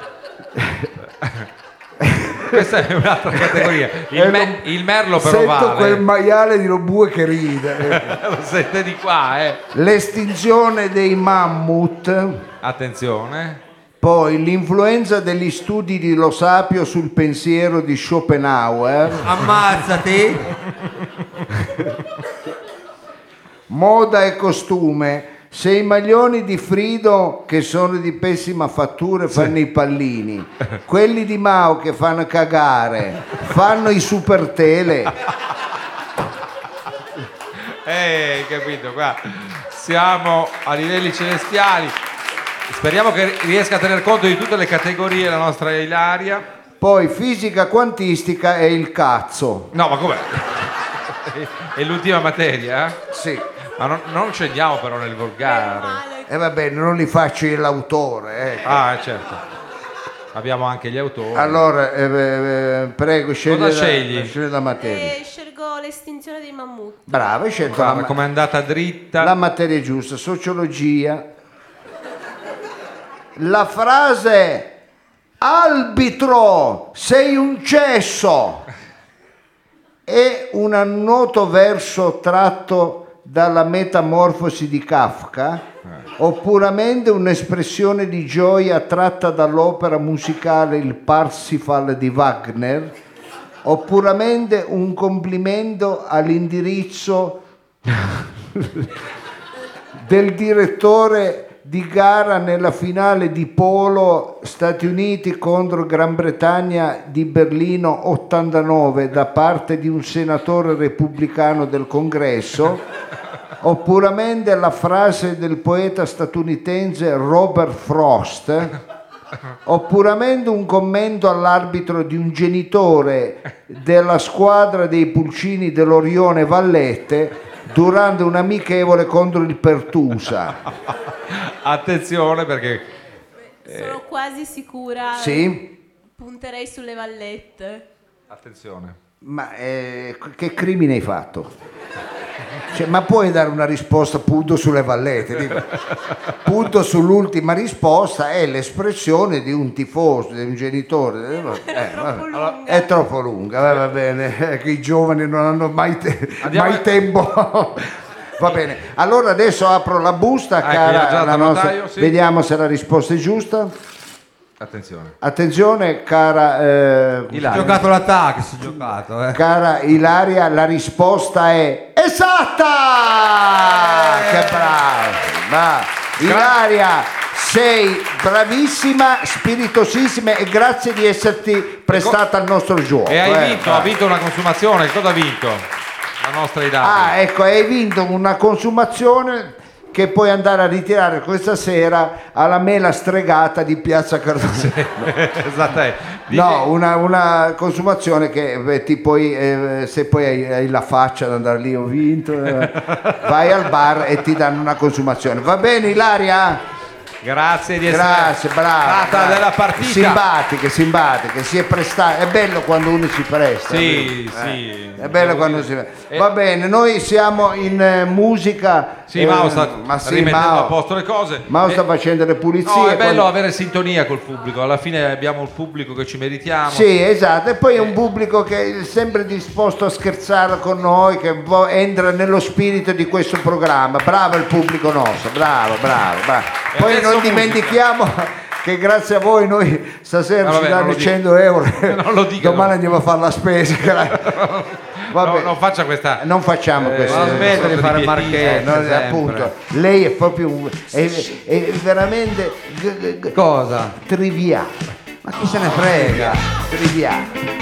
Speaker 2: Questa
Speaker 1: <laughs>
Speaker 2: è un'altra categoria. Il,
Speaker 1: Eh,
Speaker 2: me-
Speaker 1: non-
Speaker 2: il merlo però
Speaker 1: Sento quel
Speaker 2: vale.
Speaker 1: maiale di Robue che ride.
Speaker 2: <laughs> Lo sente di qua, eh.
Speaker 1: L'estinzione dei mammut.
Speaker 2: Attenzione.
Speaker 1: Poi l'influenza degli studi di Lo Sapio sul pensiero di Schopenhauer,
Speaker 3: Ammazzati.
Speaker 1: moda e costume. Se i maglioni di Frido, che sono di pessima fattura, fanno i pallini, quelli di Mao che fanno cagare, fanno i supertele,
Speaker 2: Eh, capito, qua siamo a livelli celestiali. Speriamo che riesca a tener conto di tutte le categorie la nostra Ilaria.
Speaker 1: poi fisica quantistica e il cazzo.
Speaker 2: No, ma com'è? È l'ultima materia, eh?
Speaker 1: Sì,
Speaker 2: Ma non, non scendiamo però nel volgare.
Speaker 7: male.
Speaker 1: e va bene, non li faccio io l'autore. eh.
Speaker 2: Ah, certo. Abbiamo anche gli autori.
Speaker 1: Allora, eh, eh, prego, scegli la,
Speaker 2: scegli?
Speaker 1: scegli la materia.
Speaker 7: E scelgo l'estinzione dei mammut.
Speaker 1: Brava, hai scelto la
Speaker 2: Guarda
Speaker 1: ma-
Speaker 2: com'è andata dritta.
Speaker 1: La materia giusta, sociologia. La frase arbitro, sei un cesso è un annoto verso tratto dalla metamorfosi di Kafka o puramente un'espressione di gioia tratta dall'opera musicale Il Parsifal di Wagner o puramente un complimento all'indirizzo del direttore di gara nella finale di polo Stati Uniti contro Gran Bretagna di Berlino 89 da parte di un senatore repubblicano del congresso o puramente la frase del poeta statunitense Robert Frost o puramente un commento all'arbitro di un genitore della squadra dei pulcini dell'Orione Vallette durante un amichevole contro il Pertusa.
Speaker 2: Attenzione perché
Speaker 7: Sono quasi sicura.
Speaker 1: Sì?
Speaker 7: Punterei sulle vallette.
Speaker 2: attenzione.
Speaker 1: Ma eh, che crimine hai fatto? Cioè, ma puoi dare una risposta punto sulle vallette? Dimmi. Punto sull'ultima risposta è l'espressione di un tifoso, di un genitore. Eh, vabbè,
Speaker 7: Era troppo
Speaker 1: vabbè.
Speaker 7: lunga.
Speaker 1: È troppo lunga, va, va bene, eh, che i giovani non hanno mai, te-
Speaker 2: Andiamo-
Speaker 1: mai tempo. Va bene, allora adesso apro la busta,
Speaker 2: Ah,
Speaker 1: cara.
Speaker 2: che l'ha già
Speaker 1: la
Speaker 2: dato
Speaker 1: nostra-
Speaker 2: Dario, sì.
Speaker 1: Vediamo se la risposta è giusta.
Speaker 2: Attenzione.
Speaker 1: Attenzione, cara, eh,
Speaker 3: Ha
Speaker 2: Ilaria.
Speaker 3: giocato la tax, giocato, eh.
Speaker 1: cara Ilaria, la risposta è esatta!
Speaker 2: Eh.
Speaker 1: Che bravo! bravo. Ilaria, sei bravissima, spiritosissima e grazie di esserti prestata al nostro gioco.
Speaker 2: E hai
Speaker 1: eh.
Speaker 2: vinto, ha vinto una consumazione. Cosa ha vinto? La nostra Ilaria.
Speaker 1: Ah, ecco, hai vinto una consumazione che puoi andare a ritirare questa sera alla mela stregata di Piazza Cardone.
Speaker 2: <laughs> Esattamente. Dice-
Speaker 1: Ah, eh. No, una, una consumazione che beh, ti puoi, eh, se poi hai, hai la faccia ad andare lì ho vinto, eh,
Speaker 2: <laughs>
Speaker 1: vai al bar e ti danno una consumazione. Va bene Ilaria?
Speaker 2: Grazie di essere
Speaker 1: Grazie, brava.
Speaker 2: stata
Speaker 1: brava.
Speaker 2: della partita.
Speaker 1: Simpatiche, simpatiche, si è prestato. È bello quando uno si presta.
Speaker 2: Sì,
Speaker 1: eh.
Speaker 2: sì.
Speaker 1: È bello
Speaker 2: Devo
Speaker 1: quando si
Speaker 2: dire- Eh,
Speaker 1: Va bene, noi siamo in eh, musica.
Speaker 2: Sì, Mao
Speaker 1: eh,
Speaker 2: sta
Speaker 1: ma sì,
Speaker 2: rimettendo
Speaker 1: Mao.
Speaker 2: a posto le cose.
Speaker 1: Mao sta
Speaker 2: Eh,
Speaker 1: facendo le pulizie.
Speaker 2: No, è bello
Speaker 1: quando-
Speaker 2: avere sintonia col pubblico. Alla fine abbiamo il pubblico che ci meritiamo.
Speaker 1: Sì, esatto, e poi è un pubblico che è sempre disposto a scherzare con noi, che vo- entra nello spirito di questo programma. Bravo il pubblico nostro, bravo, bravo, bravo.
Speaker 2: E
Speaker 1: Poi
Speaker 2: adesso
Speaker 1: non
Speaker 2: musica.
Speaker 1: dimentichiamo <laughs> che grazie a voi noi stasera
Speaker 2: Ah, vabbè,
Speaker 1: ci
Speaker 2: non lo
Speaker 1: danno
Speaker 2: dico.
Speaker 1: 100 euro.
Speaker 2: Non lo dico,
Speaker 1: Domani
Speaker 2: <laughs> no.
Speaker 1: andiamo a fare la spesa.
Speaker 2: No, <laughs>
Speaker 1: Vabbè,
Speaker 2: non faccia questa.
Speaker 1: non facciamo questo.
Speaker 2: ma smettila
Speaker 3: Smettere di
Speaker 2: Sono
Speaker 3: fare
Speaker 2: Eh, di
Speaker 1: Eh,
Speaker 3: marchette,
Speaker 1: no,
Speaker 3: sempre.
Speaker 1: appunto, lei è proprio un- è, è veramente g- g- g-
Speaker 3: Cosa?
Speaker 1: triviale,
Speaker 3: Ma chi se ne frega?
Speaker 1: triviale.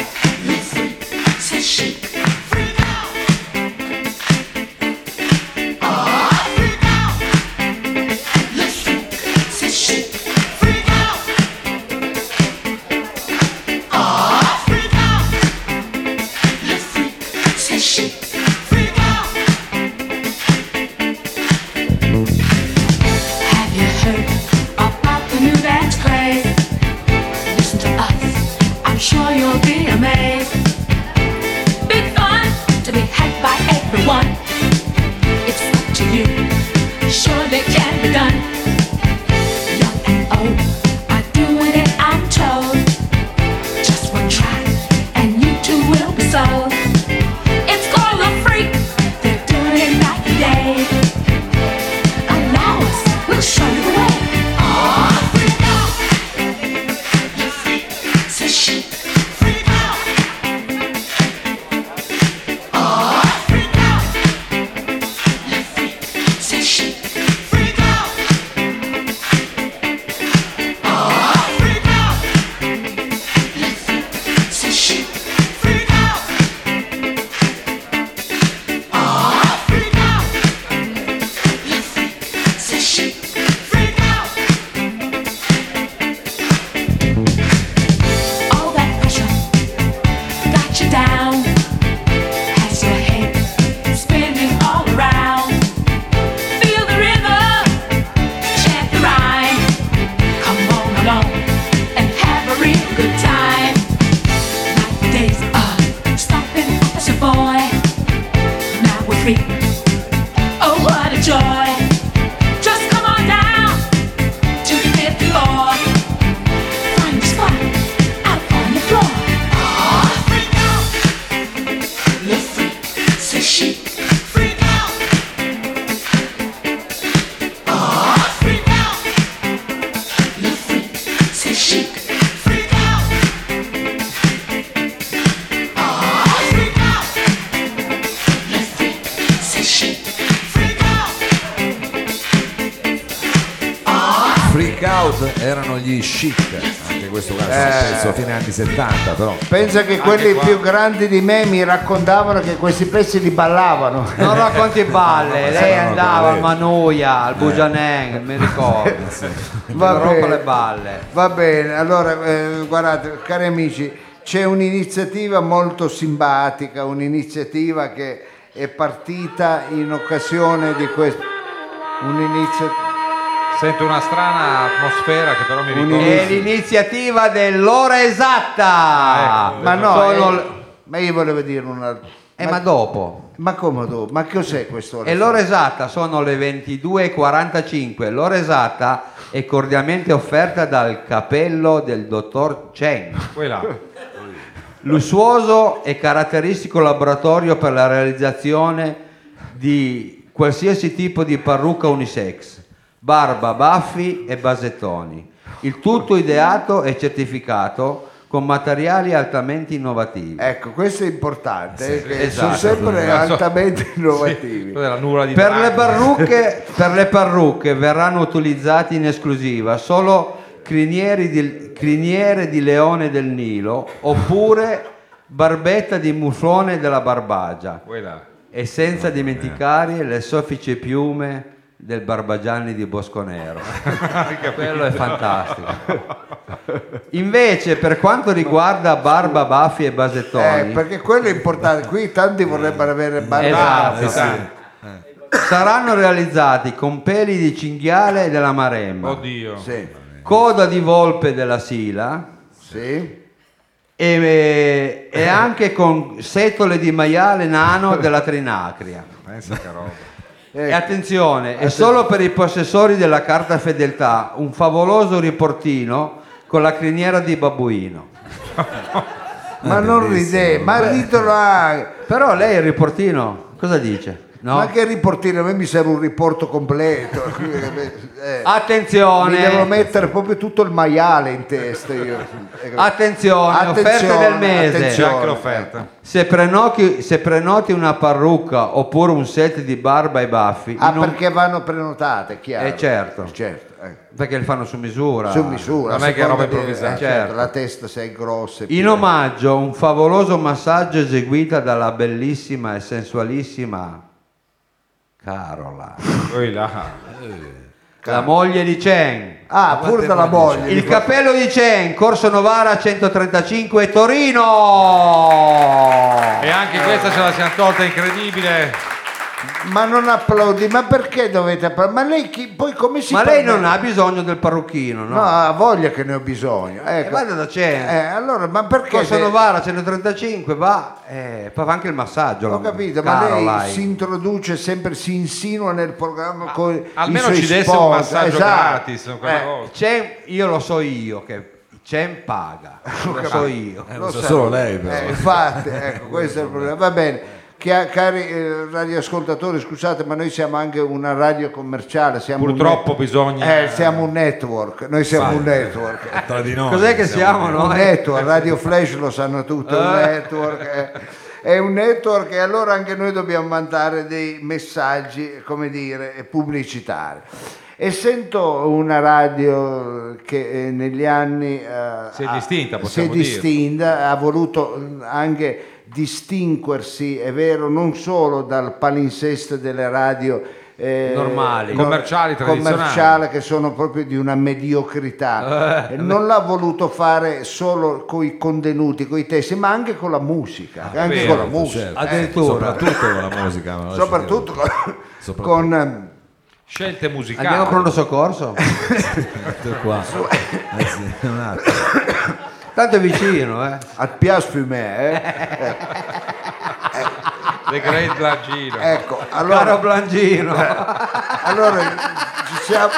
Speaker 8: Have you heard about the new dance craze? Mr.
Speaker 5: Oh, joy. Just come on down to the fifth floor. Find a spot out on the floor. Aw, freak out. Le freak, c'est chic. Freak out. Aw, freak out. Le freak, c'est chic. Freak out. Aw, freak out. Le freak, c'est chic. Freak out.
Speaker 4: Freak Out erano gli chic, anche questo caso
Speaker 3: Eh.
Speaker 4: penso fine anni 70 però.
Speaker 1: Pensa che quelli
Speaker 2: qua.
Speaker 1: più grandi di me mi raccontavano che questi pezzi li ballavano. <laughs>
Speaker 3: Non racconti balle, lei
Speaker 4: no, no,
Speaker 3: andava al
Speaker 4: no.
Speaker 3: Manoia, al Bujaneng,
Speaker 4: <laughs>
Speaker 3: mi ricordo.
Speaker 1: Va
Speaker 3: Mi rompo
Speaker 1: bene.
Speaker 3: le balle.
Speaker 1: Va bene, allora eh, guardate, cari amici, c'è un'iniziativa molto simpatica, un'iniziativa che è partita in occasione di questo. Un'iniziativa.
Speaker 2: Sento una strana atmosfera che però mi
Speaker 3: È
Speaker 2: ricorda.
Speaker 3: l'iniziativa dell'ora esatta.
Speaker 2: Ecco,
Speaker 1: Ma no,
Speaker 3: Sono
Speaker 1: eh,
Speaker 3: l-
Speaker 1: ma io volevo dire una.
Speaker 3: eh, ma dopo?
Speaker 1: Ma come tu? Ma cos'è questo?
Speaker 3: E l'ora esatta sono le 22.45. L'ora esatta è cordialmente offerta dal capello del dottor Cheng,
Speaker 2: Quella.
Speaker 3: lussuoso e caratteristico laboratorio per la realizzazione di qualsiasi tipo di parrucca unisex, barba, baffi e basettoni. Il tutto ideato e certificato con materiali altamente innovativi.
Speaker 1: Ecco, questo è importante, eh, che
Speaker 3: esatto.
Speaker 1: sono sempre
Speaker 3: <laughs>
Speaker 2: Adesso-
Speaker 1: altamente
Speaker 2: Sì,
Speaker 1: innovativi.
Speaker 2: quella è la nuvola di
Speaker 3: Per
Speaker 2: Draghi.
Speaker 3: le, parrucche, per le parrucche verranno utilizzati in esclusiva solo crinieri di- criniere di leone del Nilo oppure barbetta di muflone della Barbagia
Speaker 2: Quella.
Speaker 3: e senza dimenticare le soffice piume del Barbagianni
Speaker 1: <laughs>
Speaker 3: di Bosconero. Quello è fantastico. Invece per quanto riguarda barba, baffi e
Speaker 1: Eh,
Speaker 3: basettoni,
Speaker 1: perché quello è importante, qui tanti vorrebbero avere
Speaker 3: Esatto.
Speaker 1: barba. Eh.
Speaker 2: Tanti, tanti.
Speaker 3: saranno realizzati con peli di cinghiale e della maremma.
Speaker 2: Oddio.
Speaker 1: Sì,
Speaker 3: coda di volpe della Sila
Speaker 1: sì.
Speaker 3: e, eh, e anche con setole di maiale nano della Trinacria.
Speaker 2: Pensa che roba.
Speaker 3: <laughs> E attenzione, è solo per i possessori della carta fedeltà un favoloso riportino con la criniera di babbuino.
Speaker 1: Ma non ride, ma ridolo anche.
Speaker 3: Però lei il riportino cosa dice? No?
Speaker 1: Ma che riportino? A me mi serve un riporto completo. Eh,
Speaker 3: Ah,
Speaker 1: mi devo
Speaker 3: Attenzione,
Speaker 1: mettere proprio tutto il maiale in testa io. Eh,
Speaker 3: attenzione, offerte del mese.
Speaker 2: C'è
Speaker 1: attenzione.
Speaker 2: anche l'offerta.
Speaker 3: Se prenoti, se prenoti una parrucca oppure un set di barba e baffi,
Speaker 1: Ah,
Speaker 3: in un-
Speaker 1: perché vanno prenotate, è chiaro.
Speaker 3: Eh, certo. Ah.
Speaker 1: Certo, eh.
Speaker 3: perché le fanno su misura.
Speaker 1: Su misura.
Speaker 2: Non è che è
Speaker 1: secondo
Speaker 2: roba
Speaker 1: di-
Speaker 2: improvvisata.
Speaker 1: eh, certo,
Speaker 3: Certo.
Speaker 1: La testa se è grossa. è
Speaker 3: In
Speaker 1: piena.
Speaker 3: omaggio un favoloso massaggio eseguito dalla bellissima e sensualissima Carola,
Speaker 2: Quella.
Speaker 3: la moglie di Chen.
Speaker 1: Ah, pur dalla moglie.
Speaker 3: Il cappello di Chen, Corso Novara 135 Torino.
Speaker 2: E anche questa ce la siamo tolta, incredibile.
Speaker 1: Ma non applaudi, ma perché dovete applaudire? Ma lei chi- poi come si
Speaker 3: Ma lei
Speaker 1: permette-
Speaker 3: non ha bisogno del parrucchino,
Speaker 1: No,
Speaker 3: no?
Speaker 1: ha voglia che ne ho bisogno.
Speaker 3: E
Speaker 1: Ecco.
Speaker 3: vada da
Speaker 1: Eh,
Speaker 3: Chen.
Speaker 1: allora, ma perché?
Speaker 3: Corso
Speaker 1: de-
Speaker 3: Novara 135 va eh, fa anche il massaggio.
Speaker 1: Ho
Speaker 3: la- eh.
Speaker 1: capito, ma lei
Speaker 3: Caroline.
Speaker 1: si introduce sempre, si insinua nel programma con i
Speaker 2: Almeno
Speaker 1: suoi
Speaker 2: ci desse
Speaker 1: sponsor.
Speaker 2: un massaggio
Speaker 1: Esatto.
Speaker 2: gratis. quella
Speaker 1: Eh,
Speaker 2: volta.
Speaker 3: Chen, io lo so io che Chen paga, lo so io.
Speaker 4: Eh, lo so
Speaker 1: sa.
Speaker 4: solo lei però.
Speaker 1: Eh, infatti,
Speaker 2: <laughs>
Speaker 1: ecco, questo è il problema. Va bene. Chia- cari eh, radioascoltatori, scusate, ma noi siamo anche una radio commerciale. Siamo un
Speaker 2: Purtroppo
Speaker 1: net-
Speaker 2: bisogna-
Speaker 1: Eh, siamo un network. Noi siamo un network.
Speaker 4: Tra di noi.
Speaker 3: Cos'è che siamo,
Speaker 1: un
Speaker 3: noi?
Speaker 2: Eh.
Speaker 1: network, Radio Flash lo sanno tutti, è un
Speaker 2: Ah.
Speaker 3: Eh.
Speaker 1: network. eh. È un network e allora anche noi dobbiamo mandare dei messaggi, come dire, pubblicitari. E sento una radio che eh, negli anni eh,
Speaker 2: Si è
Speaker 1: ha- si
Speaker 2: distinta,
Speaker 1: è
Speaker 2: possiamo dire.
Speaker 1: distinta, ha voluto mm, anche distinguersi, è vero, non solo dal palinsesto delle radio eh,
Speaker 3: Normali.
Speaker 1: no-
Speaker 2: Commerciali, tradizionali.
Speaker 1: commerciali, parla che sono proprio di una
Speaker 4: <laughs> Eh.
Speaker 1: mediocrità. non l'ha voluto fare solo con i contenuti, con i testi, ma anche con la musica. anche
Speaker 2: vero,
Speaker 1: con la
Speaker 4: Certo,
Speaker 1: musica.
Speaker 4: certo.
Speaker 3: Addirittura.
Speaker 4: Soprattutto con la musica. ma lascia
Speaker 1: Eh, Soprattutto
Speaker 4: dire.
Speaker 1: con,
Speaker 4: Ah, Soprattutto.
Speaker 1: con, ehm,
Speaker 2: Scelte musicali.
Speaker 3: Eh, Andiamo a pronto soccorso?
Speaker 4: Tutto qua. Eh sì, un attimo.
Speaker 1: <laughs>
Speaker 3: Tanto è vicino,
Speaker 4: <laughs>
Speaker 3: eh.
Speaker 1: a piace più me, eh. Eh,
Speaker 2: The Great Blangino.
Speaker 1: Ecco,
Speaker 3: Caro
Speaker 1: allora,
Speaker 3: Blangino,
Speaker 1: Eh, allora ci
Speaker 4: <laughs>
Speaker 1: siamo.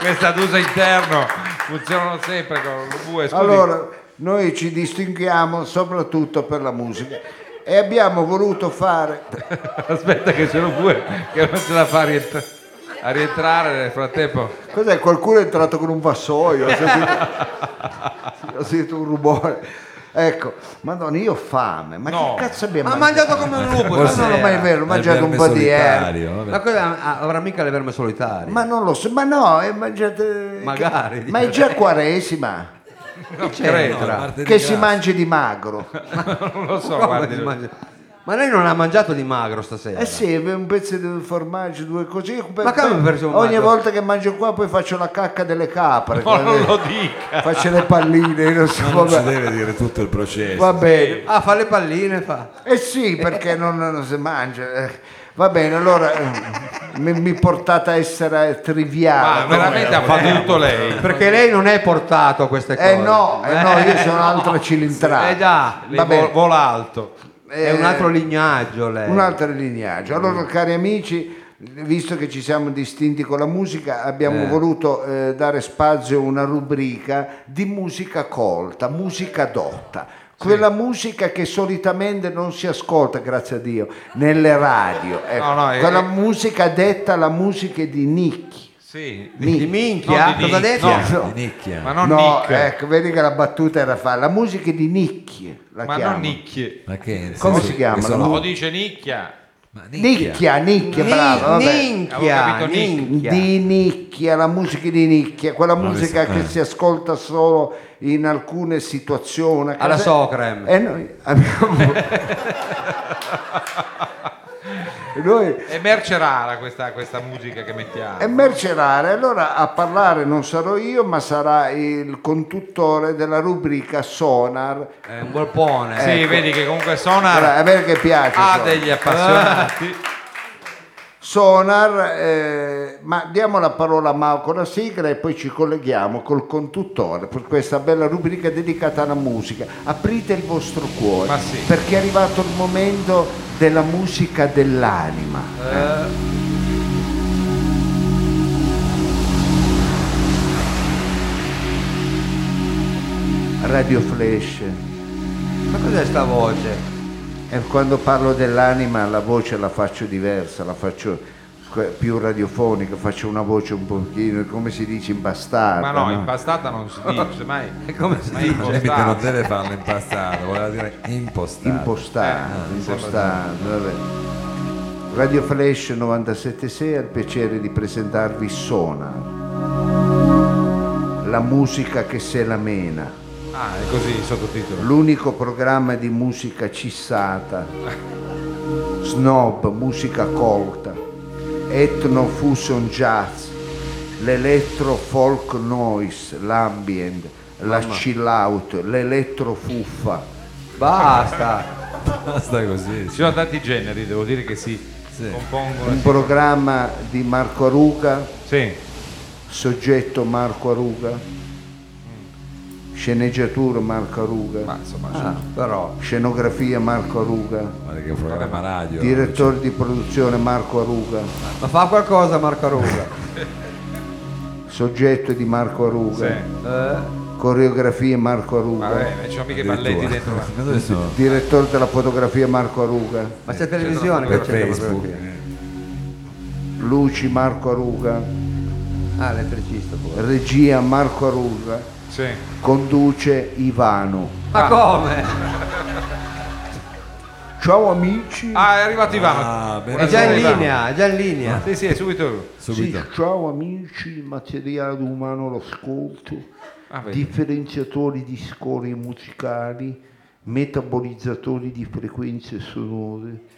Speaker 2: Questa d'uso interno funzionano sempre con le bue. Scusi.
Speaker 1: Allora, noi ci distinguiamo soprattutto per la musica e abbiamo voluto fare
Speaker 2: Aspetta che sono bue che non ce la fa a rientra- a rientrare nel frattempo.
Speaker 1: Cos'è? Qualcuno è entrato con un vassoio, ho sentito, ho sentito un rumore. Ecco, madonna, io ho fame, ma
Speaker 2: No.
Speaker 1: che cazzo abbiamo
Speaker 3: ma ha mangiato come un lupo.
Speaker 1: No,
Speaker 3: cos'era?
Speaker 1: no, no, ma è vero, ho Eh, mangiato un po' di erba.
Speaker 3: Ma cosa- ah, avrà mica le verme solitarie?
Speaker 1: Ma non lo so, ma no, è mangiato...
Speaker 3: Magari.
Speaker 1: Ma è già quaresima,
Speaker 3: non
Speaker 2: credo.
Speaker 1: che si mangi di magro.
Speaker 2: Non lo so,
Speaker 3: Come
Speaker 2: guardi.
Speaker 3: si mangia? Ma lei non ha mangiato di magro stasera?
Speaker 1: Eh sì, un pezzo di formaggio, due così.
Speaker 3: Ma come un pezzo
Speaker 1: Ogni
Speaker 3: di formaggio?
Speaker 1: volta che mangio qua poi faccio la cacca delle capre.
Speaker 2: No, non
Speaker 1: quelle-
Speaker 2: lo dica.
Speaker 1: Faccio le palline, non so
Speaker 8: non
Speaker 1: come-
Speaker 8: si deve dire tutto il processo.
Speaker 1: Va bene.
Speaker 3: Ah, fa le palline, fa.
Speaker 1: Eh sì, perché non, non si mangia. eh. Va bene, allora eh, mi, mi portate a essere
Speaker 2: Ma
Speaker 1: triviale.
Speaker 2: veramente ha fatto tutto lei.
Speaker 3: Perché lei non è portato a queste cose.
Speaker 1: Eh no, eh no, io sono un'altra cilindrata.
Speaker 3: Eh già,
Speaker 2: Lei
Speaker 1: Va bene.
Speaker 2: vo- vola alto.
Speaker 1: Eh,
Speaker 3: È un altro lignaggio
Speaker 2: Eh.
Speaker 3: lei.
Speaker 1: un altro lignaggio.
Speaker 2: Mm.
Speaker 1: Allora, cari amici, visto che ci siamo distinti con la musica, abbiamo voluto eh, dare spazio a una rubrica di musica colta, musica dotta. Quella musica che solitamente non si ascolta, grazie a Dio, nelle radio. ecco.
Speaker 2: No, no, eh,
Speaker 1: Quella
Speaker 2: eh.
Speaker 1: musica detta la musica di nicchi.
Speaker 2: Sì, di-
Speaker 3: Di minchia?
Speaker 2: No, di
Speaker 3: Cosa ha
Speaker 2: nicchia.
Speaker 3: detto?
Speaker 2: No.
Speaker 8: Di nicchia.
Speaker 2: ma non
Speaker 1: no,
Speaker 2: nick.
Speaker 1: ecco, vedi che la battuta era fa. La musica di nicchie, la
Speaker 2: ma
Speaker 1: chiamo.
Speaker 2: non nicchie.
Speaker 8: Ma che nel
Speaker 1: Come
Speaker 8: senso-
Speaker 1: si chiama?
Speaker 8: che sono-
Speaker 1: No.
Speaker 2: No, dice nicchia.
Speaker 8: Ma
Speaker 1: Nicchia, nicchia, bravo. vabbè.
Speaker 3: Ninchia,
Speaker 2: Avevo capito nick.
Speaker 1: di nicchia, la musica di nicchia, quella
Speaker 8: mi
Speaker 1: musica
Speaker 8: sa-
Speaker 1: che
Speaker 8: eh.
Speaker 1: si ascolta solo in alcune situazioni.
Speaker 3: Alla Socrem.
Speaker 1: E noi abbiamo... noi
Speaker 2: È merce rara questa, questa musica che mettiamo.
Speaker 1: è merce rara, allora a parlare non sarò io, ma sarà il conduttore della rubrica Sonar.
Speaker 3: È un golpone.
Speaker 2: Sì,
Speaker 1: ecco.
Speaker 2: vedi che comunque Sonar
Speaker 1: Allora, a me che piace.
Speaker 2: Ah.
Speaker 3: Ah,
Speaker 2: ha
Speaker 1: Sonar.
Speaker 2: degli appassionati.
Speaker 1: Sonar, eh, ma diamo la parola a Mao con la sigla e poi ci colleghiamo col conduttore per questa bella rubrica dedicata alla musica. Aprite il vostro cuore
Speaker 2: Ma sì.
Speaker 1: perché è arrivato il momento della musica dell'anima.
Speaker 2: Eh.
Speaker 1: Radio Flash,
Speaker 3: Ma cos'è sta voce?
Speaker 1: e quando parlo dell'anima la voce la faccio diversa, la faccio que- più radiofonica, faccio una voce un pochino, come si dice, imbastata.
Speaker 2: Ma no,
Speaker 1: no?
Speaker 2: impastata non si dice mai.
Speaker 3: E come si
Speaker 2: Ma
Speaker 3: dice?
Speaker 8: Ovviamente
Speaker 2: impostata.
Speaker 8: non deve farlo impastato, voleva dire impostato.
Speaker 1: Impostata,
Speaker 2: Eh,
Speaker 1: impostata. vabbè. Radio Flash 976 ha il piacere di presentarvi Sonar, la musica che se la mena,
Speaker 2: Ah, è così il sottotitolo.
Speaker 1: l'unico programma di musica cissata, snob, musica colta, etno fusion jazz, l'elettro folk noise, l'ambient, la chill out, l'elettro fuffa.
Speaker 3: <laughs> Basta.
Speaker 8: Basta così.
Speaker 2: Ci sono tanti generi, devo dire che si compongono.
Speaker 1: un programma di Marco Aruga,
Speaker 2: Sì.
Speaker 1: soggetto Marco Aruga, sceneggiatura Marco
Speaker 2: Ma
Speaker 1: Aruga,
Speaker 2: insomma,
Speaker 3: Ah, però.
Speaker 1: scenografia Marco Aruga,
Speaker 8: Guarda che è un programma radio.
Speaker 1: direttore di produzione Marco Aruga,
Speaker 3: Ma fa qualcosa Marco Ruga.
Speaker 1: soggetto di Marco
Speaker 2: sì.
Speaker 1: Aruga,
Speaker 3: Eh,
Speaker 1: coreografie Marco Aruga,
Speaker 2: Vabbè, ci sono mica i
Speaker 8: addirittura.
Speaker 2: balletti dentro. la-
Speaker 8: Ma dove sono?
Speaker 1: direttore della fotografia Marco Aruga,
Speaker 3: ma c'è televisione che
Speaker 8: Per
Speaker 3: c'è la
Speaker 8: Facebook.
Speaker 3: fotografia?
Speaker 1: luci Marco Aruga,
Speaker 3: Ah, elettricista pure.
Speaker 1: regia Marco Aruga,
Speaker 2: Sì.
Speaker 1: conduce Ivano.
Speaker 3: Ma come?
Speaker 1: Ciao amici,
Speaker 2: Ah, è arrivato Ivano.
Speaker 8: Ah, bene.
Speaker 3: È già in linea, è già in linea.
Speaker 2: Sì, sì, è subito.
Speaker 8: Subito.
Speaker 1: Sì, ciao amici, il materiale umano l'ascolto,
Speaker 2: Ah, vedi.
Speaker 1: differenziatori di scorie musicali, metabolizzatori di frequenze sonore.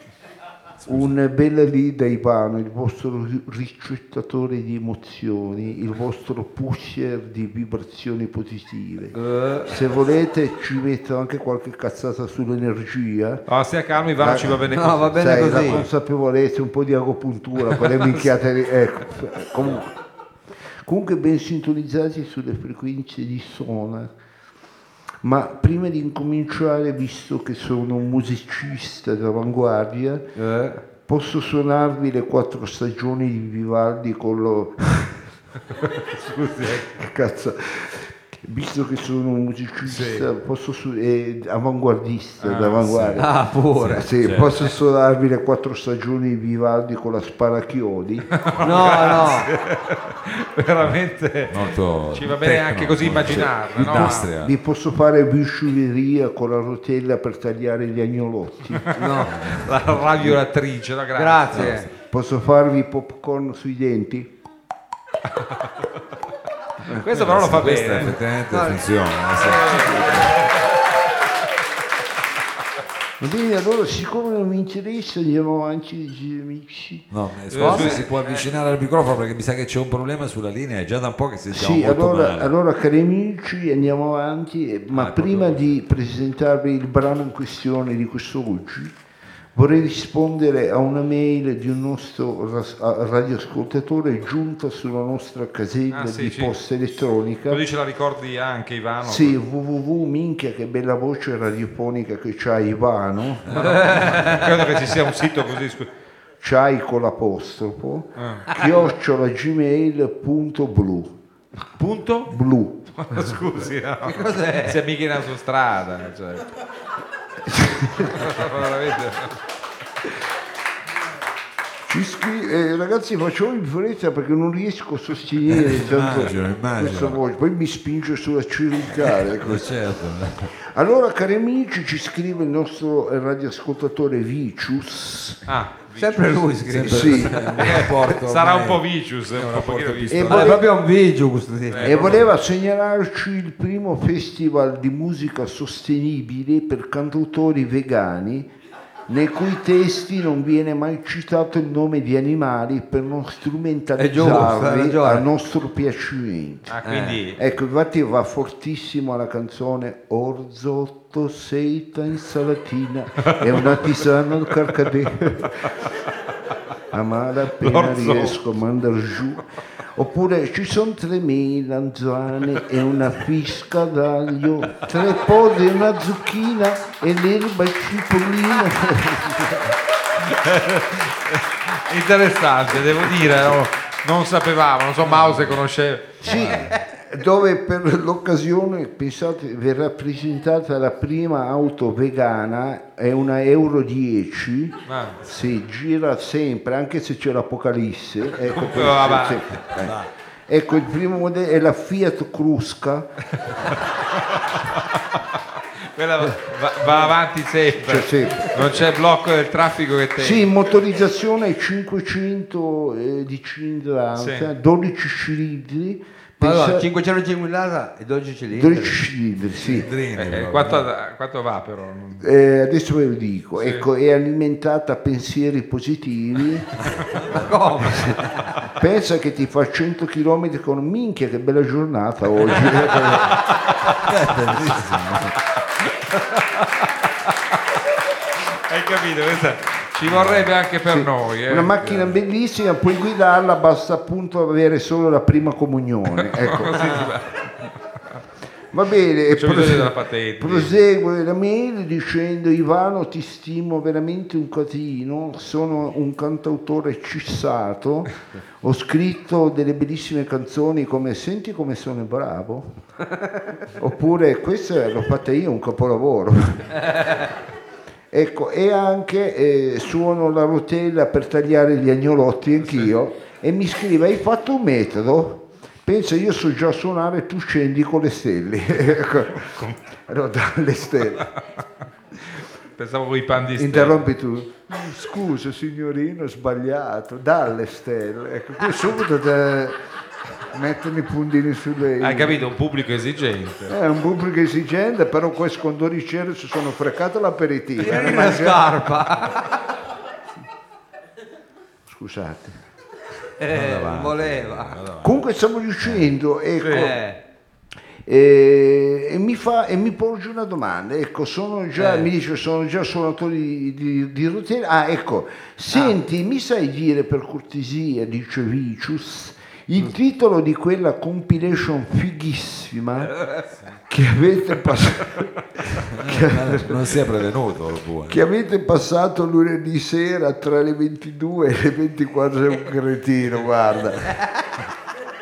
Speaker 1: Un bel lì da Ivano, il vostro ri- ricettatore di emozioni, il vostro pusher di vibrazioni
Speaker 2: Eh.
Speaker 1: positive. Se volete ci metto anche qualche cazzata sull'energia.
Speaker 2: Ah, stia calmo, Ivano
Speaker 1: Dai.
Speaker 2: ci va bene.
Speaker 3: Eh. No, va
Speaker 2: <laughs>
Speaker 3: bene
Speaker 1: Sai,
Speaker 3: così.
Speaker 1: la consapevolezza, un po' di agopuntura, quelle minchiate lì, ecco. Comunque, comunque ben sintonizzati sulle frequenze di sonar. Ma prima di incominciare, visto che sono un musicista d'avanguardia,
Speaker 3: Eh?
Speaker 1: posso suonarvi le quattro stagioni di Vivaldi con
Speaker 3: <laughs>
Speaker 1: lo... Scusi, eh, <laughs> cazzo. Visto che sono un musicista, posso su- eh, avanguardista d'avanguardia.
Speaker 3: Ah, pure.
Speaker 1: Sì, posso suonarvi le quattro stagioni di Vivaldi con la sparachiodi?
Speaker 3: No, no.
Speaker 2: veramente
Speaker 8: Molto cioè,
Speaker 2: ci va bene anche così immaginarlo, no?
Speaker 8: Industria.
Speaker 1: Vi posso fare bisciuleria con la rotella per tagliare gli agnolotti?
Speaker 2: la radioratrice, no, grazie.
Speaker 3: Grazie.
Speaker 1: Posso farvi popcorn sui denti?
Speaker 2: Questo però lo fa
Speaker 8: Questa
Speaker 2: bene.
Speaker 8: effettivamente funziona. sì.
Speaker 1: Va bene, allora siccome non mi interessa andiamo avanti, giri amici.
Speaker 8: No, eh, scusi,
Speaker 2: Eh,
Speaker 8: si può avvicinare al microfono perché mi sa che c'è un problema sulla linea, è già da un po' che sentiamo
Speaker 1: Sì,
Speaker 8: molto
Speaker 1: allora,
Speaker 8: male.
Speaker 1: allora, cari amici andiamo avanti, eh, ma
Speaker 2: Ecco
Speaker 1: prima di presentarvi il brano in questione di questo oggi vorrei rispondere a una mail di un nostro ras- a- radioascoltatore giunta sulla nostra casella
Speaker 2: Ah, sì,
Speaker 1: di
Speaker 2: sì.
Speaker 1: posta elettronica.
Speaker 2: Lo diciamo. dice la ricordi anche Ivano.
Speaker 1: Sì, www, minchia che bella voce radiofonica che c'ha Ivano,
Speaker 2: Credo che ci sia un sito così. scu-
Speaker 1: c'hai con l'apostrofo,
Speaker 2: Ah.
Speaker 1: chiocciola gmail.blu,
Speaker 3: <laughs>
Speaker 2: Punto?
Speaker 1: blu,
Speaker 2: Scusi, no.
Speaker 1: Eh.
Speaker 2: cos'è? Se mica in autostrada. Cioè. Veramente.
Speaker 1: Ci scri- eh, ragazzi facciamo in fretta perché non riesco a sostenere tanto
Speaker 8: Eh, immagino, immagino.
Speaker 1: questa voce, poi mi spinge sulla cervicale.
Speaker 8: Eh, certo.
Speaker 1: allora cari amici ci scrive il nostro eh, radioascoltatore Vicius
Speaker 2: Ah,
Speaker 3: Sempre lui scrive.
Speaker 1: Sì.
Speaker 2: Vicious. sarà un po' vicious, un pochino vicious.
Speaker 1: e,
Speaker 3: Ah, è
Speaker 1: vole-
Speaker 3: proprio un video questo sì.
Speaker 8: Eh,
Speaker 1: e voleva segnalarci il primo festival di musica sostenibile per cantautori vegani nei cui testi non viene mai citato il nome di animali per non
Speaker 3: hai
Speaker 1: strumentalizzarli
Speaker 3: ragione.
Speaker 1: a nostro piacimento.
Speaker 2: Ah, quindi
Speaker 1: Ecco, infatti va fortissimo la canzone Orzotto, seita, insalatina e una tisana al carcadè. A malapena
Speaker 2: L'orzotto.
Speaker 1: riesco a mandar giù. Oppure ci sono tre melanzane e una fisca d'aglio, tre podi e una zucchina e l'erba e cipollina.
Speaker 2: interessante, devo dire, no? non sapevamo, non so, Mouse conosceva.
Speaker 1: Sì, dove per l'occasione pensate, verrà presentata la prima auto vegana, è una Euro 10,
Speaker 2: Ah.
Speaker 1: si gira sempre, anche se c'è l'Apocalisse. Ecco,
Speaker 2: Comunque va
Speaker 1: per-
Speaker 2: avanti.
Speaker 1: sì, eh. Ecco, il primo modello è la Fiat Crusca,
Speaker 2: Quella va, va avanti sempre.
Speaker 1: cioè sempre.
Speaker 2: Non c'è blocco del traffico che te.
Speaker 1: Sì, motorizzazione 500 eh, di cilindrata, 12 cilindri.
Speaker 3: Ma allora,
Speaker 1: pensa-
Speaker 3: 505 diciamo, lata e 12 cilindri.
Speaker 1: 12 cilindri, sì.
Speaker 2: Eh, quanto, quanto va però?
Speaker 1: Eh, adesso ve lo dico, ecco, è alimentata a pensieri positivi. Pensa che ti fa 100 km con minchia, che bella giornata oggi.
Speaker 2: Hai capito? Questa ci vorrebbe anche per noi. eh.
Speaker 1: Una macchina bellissima, puoi guidarla, basta appunto avere solo la prima
Speaker 2: <laughs>
Speaker 1: comunione. Ecco.
Speaker 2: Così ti va.
Speaker 1: Va bene, e
Speaker 2: C'è bisogno
Speaker 1: prose-
Speaker 2: della patente.
Speaker 1: prosegue la mail dicendo Ivano ti stimo veramente un casino, sono un cantautore cissato, ho scritto delle bellissime canzoni come Senti come sono
Speaker 2: <laughs>
Speaker 1: bravo, oppure questa l'ho fatta io, un capolavoro. Ecco, e anche eh, suono la rotella per tagliare gli agnolotti anch'io e mi scrive hai fatto un metodo? Pensa io so già suonare, tu scendi con le stelle. <laughs> Ecco. Allora, dalle stelle.
Speaker 2: Pensavo con i pan <laughs> di stelle.
Speaker 1: Interrompi tu. Scusa signorino, ho sbagliato. Dalle stelle. Ecco, qui subito te- mettono i puntini sulle...
Speaker 2: Hai capito? Un pubblico esigente.
Speaker 1: È un pubblico esigente, però qua scondori ceri si sono freccate l'aperitivo.
Speaker 3: Tieni la scarpa.
Speaker 1: Scusate.
Speaker 3: Eh, voleva.
Speaker 1: Comunque stiamo riuscendo, ecco. Eh,
Speaker 3: Eh,
Speaker 1: E, e mi fa, e mi porge una domanda, ecco, sono già, mi dice sono già suonatori di, di, di rotelle. Ah, ecco, senti, mi sai dire per cortesia, dice Vicius, Il titolo di quella compilation fighissima che avete passato
Speaker 8: Eh, non sia prevenuto il buon.
Speaker 1: che avete passato lunedì sera tra le 22 e le 24 sei un cretino, guarda.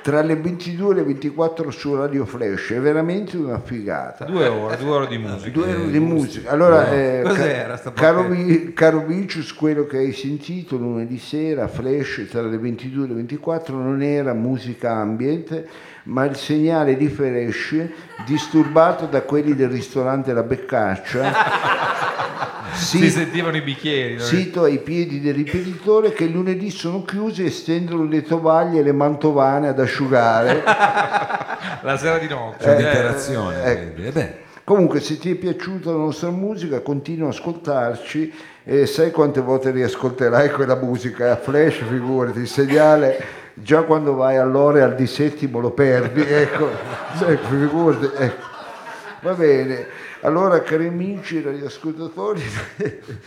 Speaker 1: Tra le 22 e le 24 su Radio Flash, è veramente una figata.
Speaker 2: Due ore, due ore di musica.
Speaker 1: Due euro di musica. Allora, eh,
Speaker 3: Cos'era sta
Speaker 1: caro,
Speaker 3: porchetta?
Speaker 1: Vi- caro Vicius, quello che hai sentito lunedì sera, Flash tra le 22 e le 24, non era musica ambient, ma il segnale di Flash disturbato da quelli del ristorante La
Speaker 3: <laughs>
Speaker 1: Beccaccia. si-
Speaker 2: Si sentivano i bicchieri. no?
Speaker 1: Sito ai piedi del ripetitore che lunedì sono chiusi e stendono le tovaglie e le mantovane ad asciugare.
Speaker 2: La sera di notte.
Speaker 8: C'è un'interazione.
Speaker 1: eh,
Speaker 8: quindi. Eh beh,
Speaker 1: Comunque, se ti è piaciuta la nostra musica, continua a ascoltarci e sai quante volte riascolterai quella musica a flash, figurati, il segnale già quando vai all'ore al di settimo lo perdi, <laughs> ecco, ecco, figurati, ecco. Va bene, allora cari amici radioascoltatori, <laughs>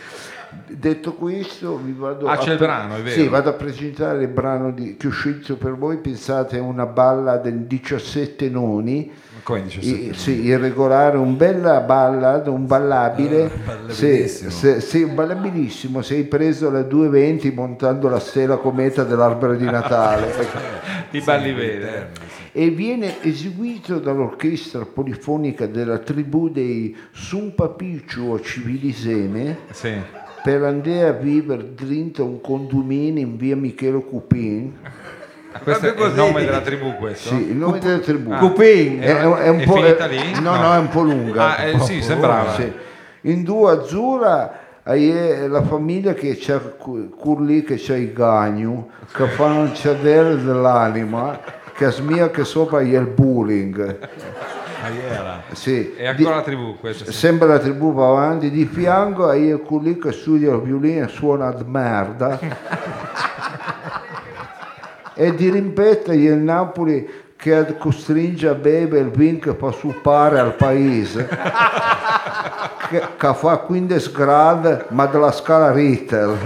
Speaker 1: detto questo vi vado
Speaker 2: Ah,
Speaker 1: a...
Speaker 2: c'è il brano, è vero.
Speaker 1: Sì, vado a presentare il brano di- che ho scelto per voi, pensate a una balla del 17 noni,
Speaker 8: come dice sempre.
Speaker 1: eh, sì, irregolare, un bella ballad, un ballabile. se,
Speaker 8: ballabilissimo.
Speaker 1: se- sì, un ballabilissimo. Sei preso alla 220 montando la stella cometa dell'albero di Natale. Ecco.
Speaker 2: I balli veri.
Speaker 1: e viene eseguito dall'orchestra polifonica della tribù dei Sumpapicu o Civilisene
Speaker 2: Sì.
Speaker 1: per andare a vivere dentro un condominio in via Michelo Cupin.
Speaker 2: Questo è il nome della tribù questo?
Speaker 1: Sì, il nome della tribù.
Speaker 3: Cupin.
Speaker 1: È, è- è un
Speaker 2: Ah. È
Speaker 1: po',
Speaker 2: finita
Speaker 1: è-
Speaker 2: lì?
Speaker 1: No,
Speaker 2: No.
Speaker 1: no, è un po' lunga.
Speaker 2: Ah, eh,
Speaker 1: Un po'
Speaker 2: sì,
Speaker 1: lunga,
Speaker 2: sembrava.
Speaker 1: sì. In due azzurra hai eh, la famiglia che c'ha cu- cur lì che c'ha i gagnu, che fanno cedere dell'anima, che smia che sopra gli è il bullying.
Speaker 2: Ah,
Speaker 1: Sì.
Speaker 2: È
Speaker 1: Di-
Speaker 2: ancora la tribù questo. sì.
Speaker 1: Sembra la tribù va avanti di fianco e io con lì che studia il violino e suona di
Speaker 2: <laughs>
Speaker 1: merda. e di rimpetta il Napoli che costringe a bere il vino che fa suppare al
Speaker 2: <laughs>
Speaker 1: paese. che, che fa 15 gradi ma della scala Ritter.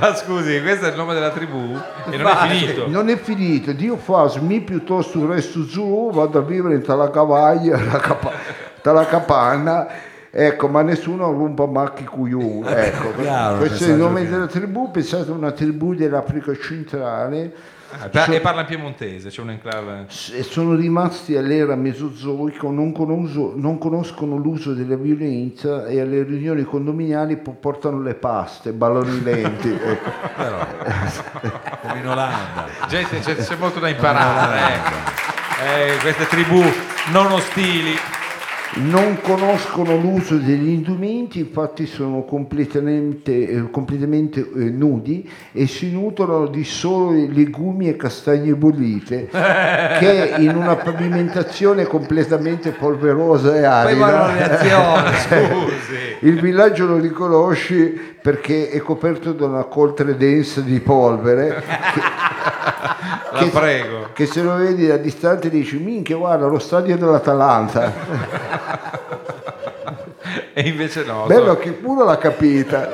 Speaker 2: Ma scusi, questo è il nome della tribù e non è finito.
Speaker 1: Non è finito, Dio fa smi piuttosto resto giù, vado a vivere in tala cavaglia, la capa- tala capanna. Ecco, ma nessuno rompa macchi cuiù. Ecco,
Speaker 8: chiaro,
Speaker 1: questo è il
Speaker 8: messaggio
Speaker 1: nome
Speaker 8: chiaro.
Speaker 1: della tribù, pensate a una tribù dell'Africa centrale.
Speaker 2: Ah, e par- E parla in piemontese, c'è un enclave.
Speaker 1: S- e sono rimasti all'era mesozoico, non, conosco- non conoscono l'uso della violenza e alle riunioni condominiali po- portano le paste, balloni lenti. ecco.
Speaker 8: Come in Olanda.
Speaker 2: Gente, c'è, c'è molto da
Speaker 1: Ah,
Speaker 2: imparare.
Speaker 1: ecco.
Speaker 2: eh. Eh, queste tribù non ostili.
Speaker 1: non conoscono l'uso degli indumenti, infatti sono completamente, eh, completamente, eh, nudi e si nutrono di solo legumi e castagne
Speaker 2: <laughs>
Speaker 1: bollite, che in una pavimentazione completamente polverosa e
Speaker 3: Poi guarda la
Speaker 1: arida.
Speaker 3: reazione.
Speaker 2: <laughs> Scusi.
Speaker 1: <laughs> Il villaggio lo riconosci perché è coperto da una coltre densa di polvere
Speaker 2: <laughs> La
Speaker 1: che-
Speaker 2: prego.
Speaker 1: che se lo vedi da distante dici minchia guarda lo stadio dell'Atalanta.
Speaker 2: E invece no,
Speaker 1: Bello che pure l'ha capita.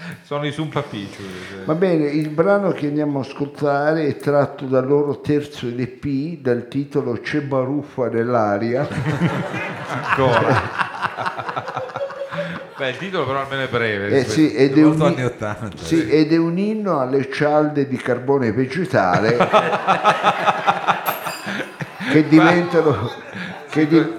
Speaker 2: sono, sono i eh. sumpapiccioli.
Speaker 1: Va bene, il brano che andiamo a ascoltare è tratto dal loro terzo LP dal titolo C'è baruffa
Speaker 2: <laughs>
Speaker 1: nell'aria.
Speaker 2: Ancora. <laughs> Beh, il titolo però almeno è breve.
Speaker 1: Eh sì, ed, è un,
Speaker 8: Molto anni 80.
Speaker 1: sì, ed è un inno alle cialde di carbone
Speaker 2: <laughs>
Speaker 1: vegetale che diventano, che di-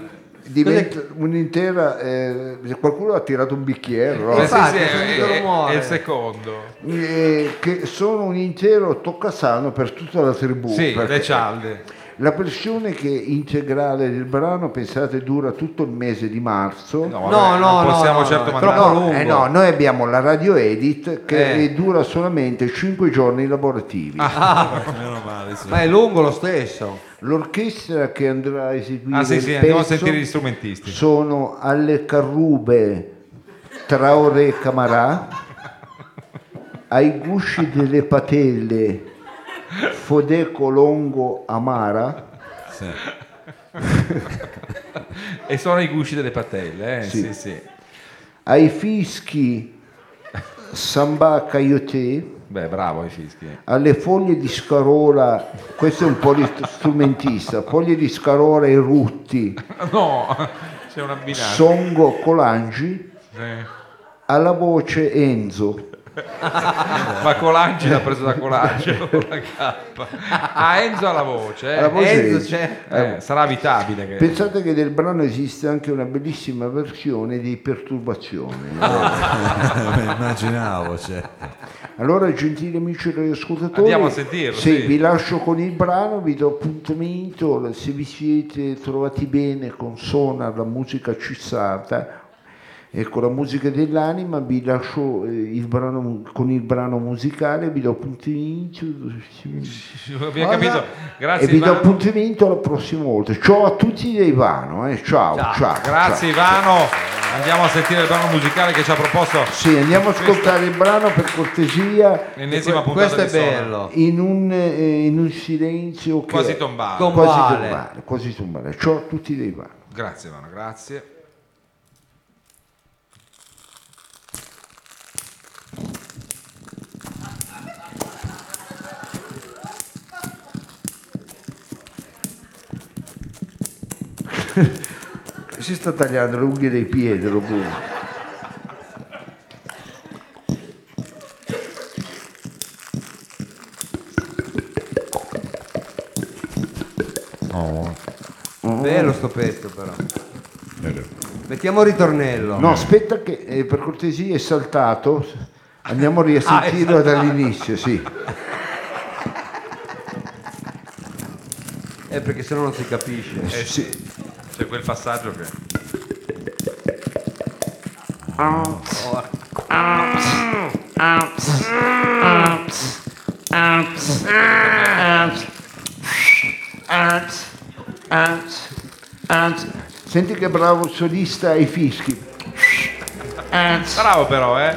Speaker 1: diventa un'intera... eh, qualcuno ha tirato un bicchiere, no?
Speaker 2: Eh, sì,
Speaker 3: Infatti,
Speaker 2: sì,
Speaker 3: ho
Speaker 2: è,
Speaker 3: sentito
Speaker 2: è-
Speaker 3: rumore.
Speaker 2: è il secondo.
Speaker 1: Eh, che sono un intero toccasano per tutta la tribù.
Speaker 2: Sì,
Speaker 1: perché-
Speaker 2: le cialde.
Speaker 1: La versione che è integrale del brano, pensate, dura tutto il mese di marzo.
Speaker 2: No,
Speaker 3: No,
Speaker 2: vabbè,
Speaker 3: no,
Speaker 2: non Eh.
Speaker 3: no,
Speaker 2: possiamo
Speaker 3: no,
Speaker 2: certo
Speaker 3: è
Speaker 2: mandare.
Speaker 3: troppo
Speaker 1: No, eh no, noi abbiamo la radio edit che eh, dura solamente 5 giorni lavorativi.
Speaker 2: Ah.
Speaker 8: eh, Meno male. sì.
Speaker 3: Ma è lungo lo stesso.
Speaker 1: L'orchestra che andrà a eseguire
Speaker 2: Ah, sì,
Speaker 1: il
Speaker 2: sì, andiamo a
Speaker 1: pezzo
Speaker 2: sentire gli strumentisti.
Speaker 1: sono alle Carrube Traore e Camarà, ai Gusci delle Patelle Fodè Colongo Amara.
Speaker 2: E sono i gusci delle patelle, eh?
Speaker 1: Sì.
Speaker 2: Sì, sì.
Speaker 1: ai fischi Samba Cayote
Speaker 2: Beh, bravo
Speaker 1: <laughs>
Speaker 2: ai fischi.
Speaker 1: alle foglie di scarola, questo è un polistrumentista, foglie di scarola e rutti,
Speaker 2: No, c'è un abbinato. eh.
Speaker 1: Songo Colangi,
Speaker 2: Sì.
Speaker 1: alla voce Enzo.
Speaker 2: Ma Colanci l'ha preso da Colangelo con la K. Ah, Enzo ha la voce. eh.
Speaker 1: Alla voce
Speaker 3: Enzo
Speaker 1: Enzo.
Speaker 3: c'è.
Speaker 2: Eh, sarà abitabile. Che...
Speaker 1: Pensate che del brano esiste anche una bellissima versione di Perturbazione.
Speaker 8: Eh,
Speaker 4: Me lo immaginavo,
Speaker 8: cioè.
Speaker 4: certo.
Speaker 1: Allora, gentili amici e ascoltatori,
Speaker 2: Andiamo a sentirlo,
Speaker 1: Sì,
Speaker 2: sì.
Speaker 1: vi lascio con il brano, vi do appuntamento. Se vi siete trovati bene con Sonar, la musica cissata e con la musica dell'anima, vi lascio eh, il brano, con il brano musicale, vi do appuntamento.
Speaker 2: <laughs> Abbiamo capito. Grazie
Speaker 1: e vi do
Speaker 2: Ivano.
Speaker 1: appuntamento la prossima volta. Ciao a tutti da Ivano, eh. ciao, ciao,
Speaker 2: Grazie
Speaker 1: ciao.
Speaker 2: Ivano. Andiamo a sentire il brano musicale che ci ha proposto.
Speaker 1: Sì, andiamo a ascoltare il brano per cortesia.
Speaker 2: L'ennesima puntata
Speaker 3: Questo è
Speaker 2: di Sonar.
Speaker 3: bello.
Speaker 1: in un, eh, in un silenzio che
Speaker 2: Quasi
Speaker 1: è-
Speaker 2: tombale.
Speaker 1: quasi
Speaker 3: Tombale.
Speaker 1: tombale, quasi tombale. Ciò a tutti dei vani.
Speaker 2: Grazie Ivano, grazie.
Speaker 1: Si sta tagliando le unghie dei piedi, lo pure.
Speaker 3: Bello sto pezzo però. Mettiamo il ritornello.
Speaker 1: No, aspetta che eh, per cortesia è saltato. Andiamo a
Speaker 2: Ah,
Speaker 1: risentirlo dall'inizio, sì.
Speaker 3: Eh, perché sennò non si capisce.
Speaker 2: Eh sì, c'è quel passaggio che...
Speaker 1: Senti che bravo solista ai fischi.
Speaker 2: Bravo però, eh.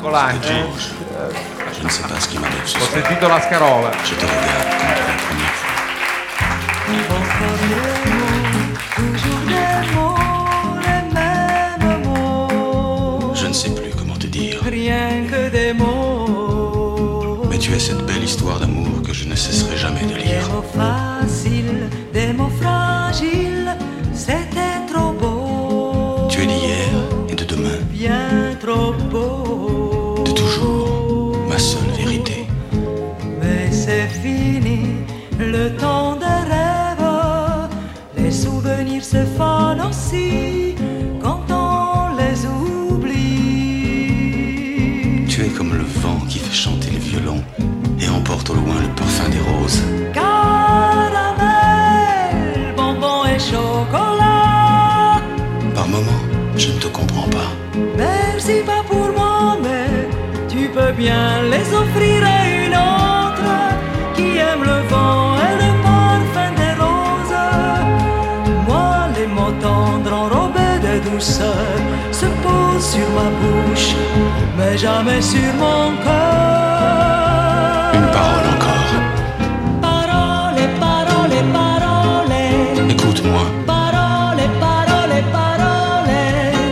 Speaker 2: Colangi. Ho
Speaker 9: Je ne sais pas ce qui m'arrive ce soir.
Speaker 2: sentito la scarola.
Speaker 9: Je te regarde comme pour la première fois. Je ne sais plus comment te dire.
Speaker 10: Rien que des mots,
Speaker 9: Mais tu es cette belle histoire d'amour que je ne cesserai jamais de
Speaker 10: des
Speaker 9: lire.
Speaker 10: mots faciles, des mots fragiles, c'était trop beau.
Speaker 9: Tu es d'hier et de demain,
Speaker 10: bien trop beau.
Speaker 9: de toujours, ma seule vérité.
Speaker 10: Mais c'est fini, le temps des rêves, les souvenirs se fanent aussi quand on les oublie.
Speaker 9: Tu es comme le vent qui fait chanter le violon et emporte au loin le parfum des roses.
Speaker 10: Caramel, bonbon et chocolat.
Speaker 9: Par moments, je ne te comprends pas.
Speaker 10: Merci pas pour moi, mais tu peux bien les offrir à une autre qui aime le vent et le parfum des roses. Moi, les mots tendres enrobés de douceur se posent sur ma bouche, mais jamais sur mon cœur.
Speaker 9: Une parole encore.
Speaker 10: Parole, parole, parole,
Speaker 9: Écoute-moi,
Speaker 10: parole, parole, parole.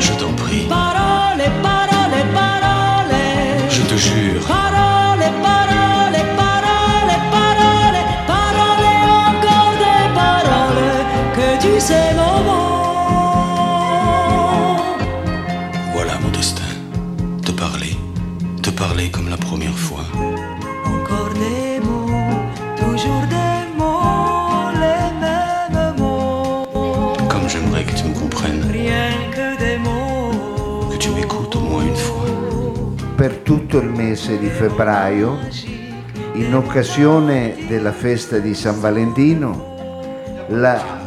Speaker 9: je t'en prie.
Speaker 10: Parole, parole, parole.
Speaker 9: Je te jure.
Speaker 10: Parole, parole, parole, parole. Parole, encore des paroles que tu sais mon mot.
Speaker 9: Voilà mon destin. Te parler, te parler comme la première fois.
Speaker 10: Encore des mots, toujours des mots, les mêmes mots.
Speaker 9: Comme j'aimerais que tu me comprennes,
Speaker 10: Rien que des mots.
Speaker 9: que tu m'écoutes au moins une fois.
Speaker 1: Per tutto il mese di febbraio, in occasione della festa di San Valentino, la-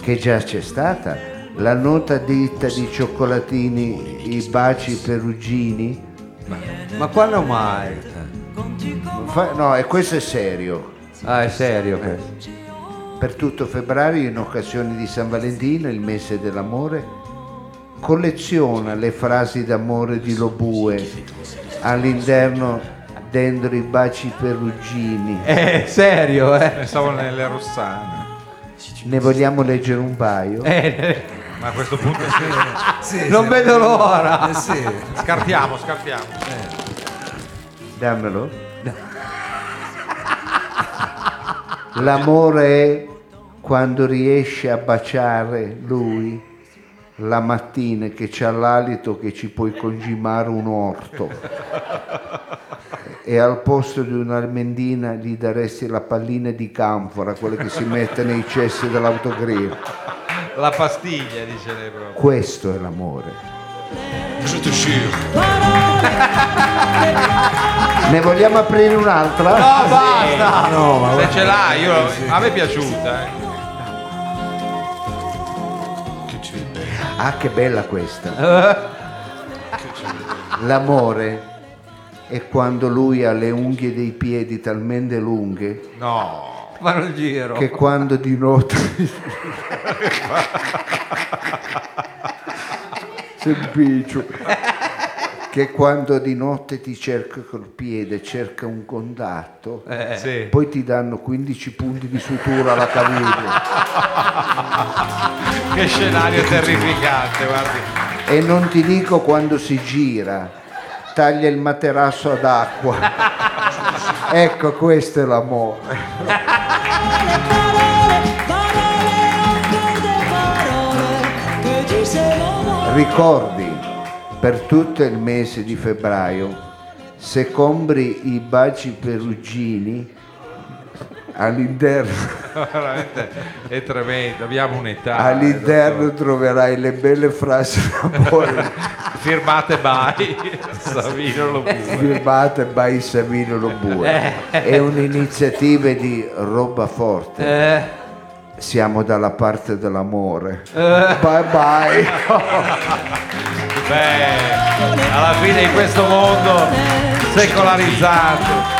Speaker 1: che già c'è stata, la nota ditta di cioccolatini, i baci perugini,
Speaker 3: Ma quando mai?
Speaker 1: Fa- no, e questo è serio.
Speaker 3: Ah, è serio questo.
Speaker 1: Per tutto febbraio, in occasione di San Valentino, il mese dell'amore, colleziona le frasi d'amore di Lobue all'interno dentro i baci perugini.
Speaker 3: È serio, eh.
Speaker 2: Pensavo nelle Rossane.
Speaker 1: Ne vogliamo leggere un paio?
Speaker 3: Eh,
Speaker 2: Ma a questo punto sì.
Speaker 4: Sì, Eh,
Speaker 3: non
Speaker 4: sì.
Speaker 3: vedo l'ora.
Speaker 4: Eh sì.
Speaker 2: Scartiamo, scartiamo.
Speaker 1: Dammelo. <laughs> L'amore è quando riesce a baciare lui la mattina che c'ha l'alito che ci puoi congimare un orto e al posto di un'almendina gli daresti la pallina di canfora, quella che si mette nei cessi dell'autogrill.
Speaker 2: La pastiglia, dice lei proprio.
Speaker 1: Questo è l'amore.
Speaker 9: Je te jure.
Speaker 1: Ne vogliamo aprire un'altra?
Speaker 2: No, basta!
Speaker 8: Ah,
Speaker 4: No, ma
Speaker 2: Se
Speaker 4: guarda,
Speaker 2: ce l'ha, io, a me è piaciuta. eh.
Speaker 1: Ah, che bella questa! L'amore è quando lui ha le unghie dei piedi talmente lunghe
Speaker 2: No,
Speaker 3: Fanno il giro.
Speaker 1: che quando di notte <laughs> semplicio che quando di notte ti cerca col piede cerca un contatto
Speaker 3: Eh.
Speaker 2: sì.
Speaker 1: poi ti danno 15 punti di sutura alla caviglia
Speaker 2: che scenario terrificante, guardi.
Speaker 1: e non ti dico quando si gira taglia il materasso ad acqua ecco questo è l'amore Ricordi, per tutto il mese di febbraio, se compri i baci perugini all'interno,
Speaker 2: <laughs> Veramente è tremendo, abbiamo un'età.
Speaker 1: all'interno
Speaker 2: eh,
Speaker 1: troverai le belle frasi d'amore
Speaker 2: dottor.
Speaker 3: <laughs>
Speaker 2: Firmate by Savino Lobue.
Speaker 1: firmate by Savino Lobue. È un'iniziativa di roba forte.
Speaker 3: Eh,
Speaker 1: Siamo dalla parte dell'amore. Bye bye.
Speaker 2: Beh, alla fine in questo mondo secolarizzato,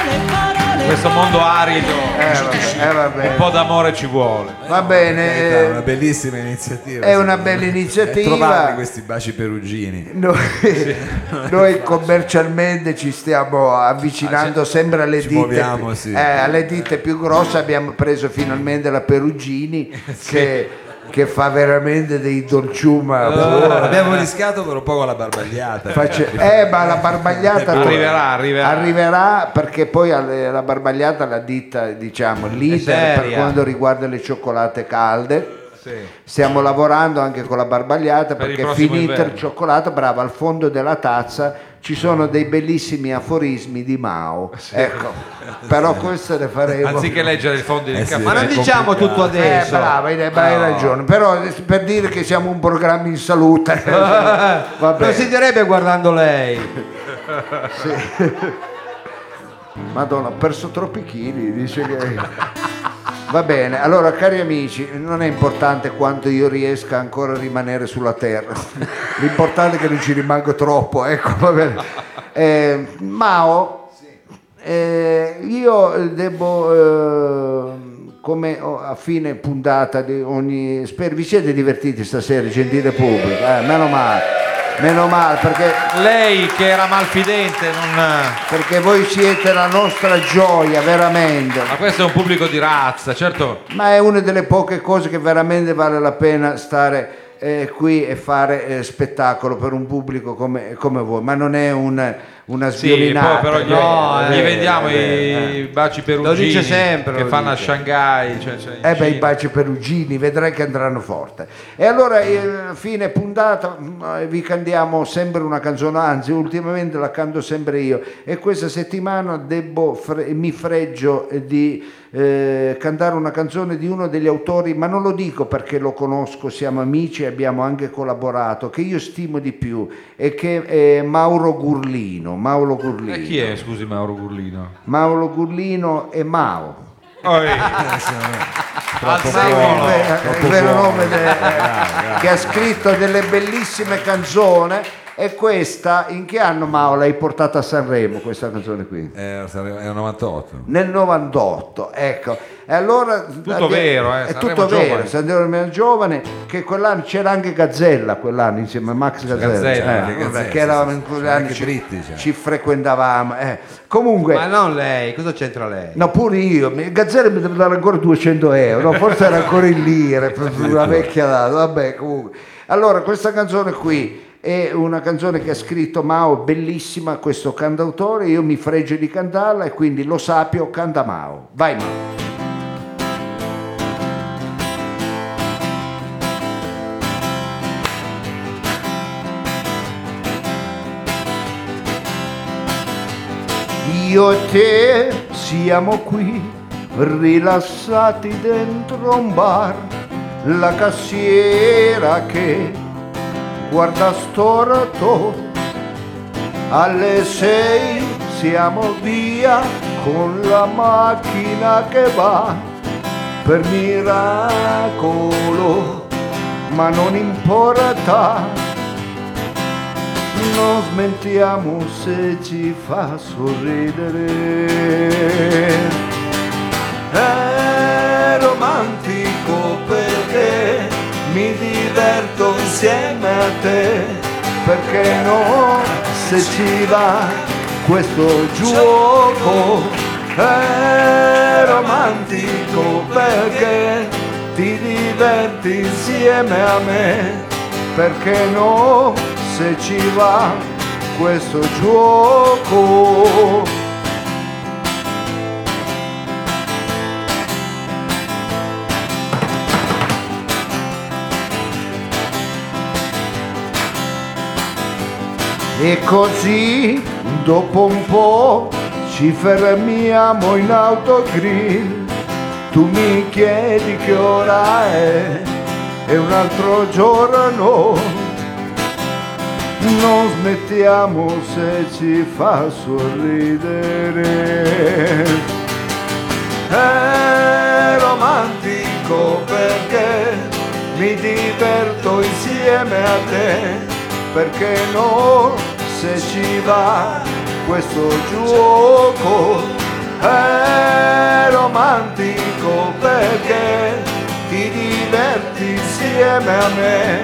Speaker 2: in questo mondo arido,
Speaker 1: Eh, vabbè, eh, vabbè.
Speaker 2: un po' d'amore ci vuole.
Speaker 8: È
Speaker 1: Va
Speaker 8: una
Speaker 1: bene.
Speaker 8: bellissima iniziativa.
Speaker 1: È una
Speaker 8: secondo me.
Speaker 1: bella iniziativa.
Speaker 8: Eh, Trovarli questi baci perugini.
Speaker 1: Noi, <laughs> noi commercialmente ci stiamo avvicinando sempre alle
Speaker 8: Ah, ci
Speaker 1: dite,
Speaker 8: muoviamo, sì.
Speaker 1: eh, alle dite più grosse. Abbiamo preso finalmente la
Speaker 8: <laughs>
Speaker 1: Perugini che, che fa veramente dei dolciuma.
Speaker 8: Abbiamo rischiato per un po' con la barbagliata.
Speaker 1: Face- eh, ma la barbagliata
Speaker 2: Arriverà, arriverà.
Speaker 1: Arriverà perché poi alle- la barbagliata è la ditta, diciamo, leader per
Speaker 3: seria.
Speaker 1: quanto riguarda le cioccolate calde.
Speaker 2: Sì.
Speaker 1: Stiamo lavorando anche con la barbagliata
Speaker 2: Per il
Speaker 1: perché
Speaker 2: prossimo
Speaker 1: finita
Speaker 2: inverno.
Speaker 1: il cioccolato, brava, al fondo della tazza ci sono dei bellissimi aforismi di Mao. Ecco, però questo ne faremo.
Speaker 2: Eh, Anziché leggere i fondi del
Speaker 8: Eh sì,
Speaker 2: caffè.
Speaker 8: eh.
Speaker 3: ma non diciamo tutto
Speaker 1: eh,
Speaker 3: adesso.
Speaker 1: brava,
Speaker 3: <laughs>
Speaker 1: hai hai ragione, però eh, per dire che siamo un programma in salute.
Speaker 2: <laughs>
Speaker 1: Va
Speaker 3: non
Speaker 1: bene.
Speaker 3: si direbbe guardando lei.
Speaker 1: Madonna, ho perso troppi chili, dice che... <laughs> Va bene, allora cari amici, non è importante quanto io riesca ancora a rimanere sulla terra, <laughs> l'importante è che non ci rimango troppo, ecco, va bene. Eh, Mao, eh, io devo, eh, come ho- a fine puntata di ogni... Spero, vi siete divertiti stasera, gentile pubblico, eh, meno male, meno male, perché
Speaker 2: Lei che era malfidente, non... ma
Speaker 1: perché voi siete la nostra gioia, veramente.
Speaker 2: questo è un pubblico di razza, certo.
Speaker 1: Ma è una delle poche cose che veramente vale la pena stare eh, qui e fare eh, spettacolo per un pubblico come, come voi. Ma non è un- una
Speaker 2: Sì, poi
Speaker 1: sviolinata.
Speaker 2: però gli,
Speaker 3: No,
Speaker 2: gli
Speaker 3: eh,
Speaker 2: vendiamo
Speaker 3: eh,
Speaker 2: i baci
Speaker 3: Lo
Speaker 2: perugini
Speaker 3: dice sempre,
Speaker 2: che
Speaker 3: lo
Speaker 2: fanno
Speaker 3: dice.
Speaker 2: a Shanghai. Cioè, cioè in
Speaker 1: Eh beh, i
Speaker 2: Cina.
Speaker 1: baci perugini, vedrai che andranno forte. E allora, eh, fine puntata, mm, vi cantiamo sempre una canzone, anzi, ultimamente la canto sempre io. E questa settimana debbo fre- mi freggio eh, di eh, cantare una canzone di uno degli autori, ma non lo dico perché lo conosco, siamo amici e abbiamo anche collaborato, che io stimo di più, e che è Mauro Gurlino. Mauro Gurlino.
Speaker 2: E Eh, chi è, scusi, Mauro Gurlino?
Speaker 1: Mauro Gurlino e Mao.
Speaker 2: <laughs>
Speaker 1: Eh. Mauro,
Speaker 2: Al secolo.
Speaker 1: è il vero nome de- che ha scritto delle bellissime canzoni e questa in che anno Mao l'hai portata a Sanremo questa canzone qui?
Speaker 8: Eh, sare- è un 98.
Speaker 1: Nel 98, ecco. E allora abbiamo-
Speaker 2: vero, eh,
Speaker 1: È
Speaker 2: Sanremo
Speaker 1: tutto vero,
Speaker 2: giovani.
Speaker 1: Sanremo era giovane che quell'anno c'era anche Gazzella quell'anno insieme a Max Gazzella,
Speaker 2: Gazzella,
Speaker 1: eh,
Speaker 2: anche
Speaker 1: vabbè,
Speaker 8: Gazzella,
Speaker 1: che
Speaker 8: sì,
Speaker 1: eravamo
Speaker 8: sì,
Speaker 1: in
Speaker 8: sì,
Speaker 1: quegli
Speaker 8: c'era
Speaker 1: anni
Speaker 8: anche
Speaker 1: ci,
Speaker 8: Britti, c'era.
Speaker 1: ci frequentavamo, eh. Comunque
Speaker 3: Ma non lei, cosa c'entra lei?
Speaker 1: No, pure io, Mi- Gazzera mi deve dare ancora 200 euro, forse era ancora in lire, per una vecchia data, vabbè comunque. Allora, questa canzone qui È una canzone che ha scritto Mao, bellissima questo cantautore, io mi fregio di cantarla e quindi lo sapio, canta Mao. Vai Mao. Io e te siamo qui, rilassati dentro un bar, la cassiera che guarda storto, alle sei siamo via con la macchina che va per miracolo, ma non importa non smentiamo se ci fa sorridere. È romantico perché mi diverto insieme a te, perché no se ci va questo gioco. È romantico perché ti diverti insieme a me, perché no se ci va questo gioco. E così dopo un po' ci fermiamo in autogrill, tu mi chiedi che ora è, è un altro giorno non smettiamo se ci fa sorridere. È romantico perché mi diverto insieme a te, perché no se ci va questo gioco. È romantico perché ti diverti insieme a me,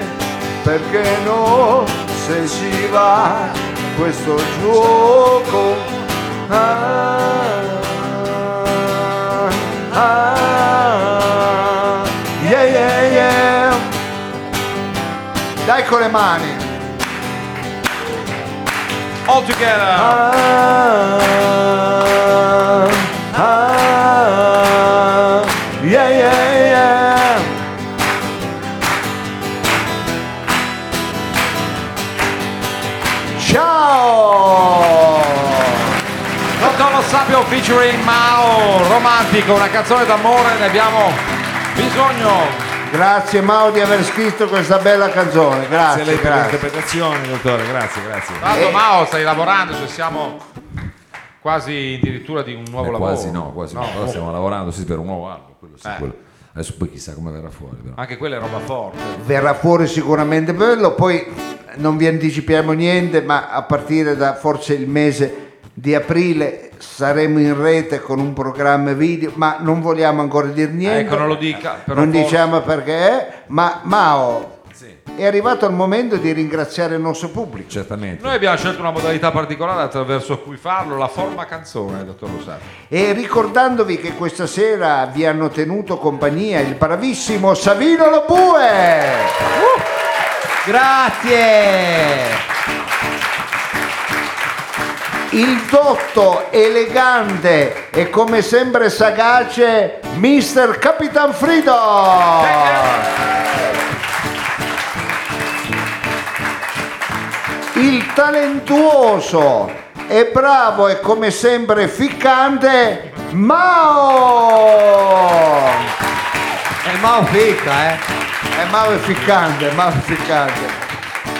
Speaker 1: perché no se ci va questo gioco. Ah, ah, yeah, yeah, yeah. Dai con le mani.
Speaker 2: All together.
Speaker 1: Ah, ah, yeah, yeah, yeah. Ciao!
Speaker 2: Totoro Sapio featuring Mao, romantico, una canzone d'amore, ne abbiamo bisogno.
Speaker 1: Grazie Mao di aver scritto questa bella canzone,
Speaker 8: Grazie a lei
Speaker 1: grazie,
Speaker 8: per
Speaker 1: grazie.
Speaker 8: l'interpretazione, dottore. Grazie, grazie.
Speaker 2: Tanto Mao stai lavorando, cioè siamo quasi addirittura di un nuovo
Speaker 8: Eh,
Speaker 2: lavoro. oh,
Speaker 8: quasi no, quasi no. Allora stiamo lavorando sì, per un nuovo album, quello sì,
Speaker 2: Eh.
Speaker 8: quello. Adesso poi chissà come verrà fuori. Però.
Speaker 2: Anche quella è roba forte.
Speaker 1: verrà fuori sicuramente bello, poi non vi anticipiamo niente, ma a partire da forse il mese di aprile saremo in rete con un programma video, ma non vogliamo ancora dire niente.
Speaker 2: Ecco, non lo dica, però
Speaker 1: non
Speaker 2: forse-
Speaker 1: diciamo perché è, ma Mao è arrivato il momento di ringraziare il nostro pubblico.
Speaker 8: Certamente.
Speaker 2: Noi abbiamo scelto una modalità particolare attraverso cui farlo, la forma canzone, dottor Rosato.
Speaker 1: E ricordandovi che questa sera vi hanno tenuto compagnia il bravissimo Savino Lobue.
Speaker 3: Grazie!
Speaker 1: il dotto elegante e come sempre sagace Mr. Capitan Frido. Il talentuoso e bravo e come sempre ficcante Mao.
Speaker 3: E Mao fica, eh!
Speaker 1: E Mao è ficcante, Mao è ficcante.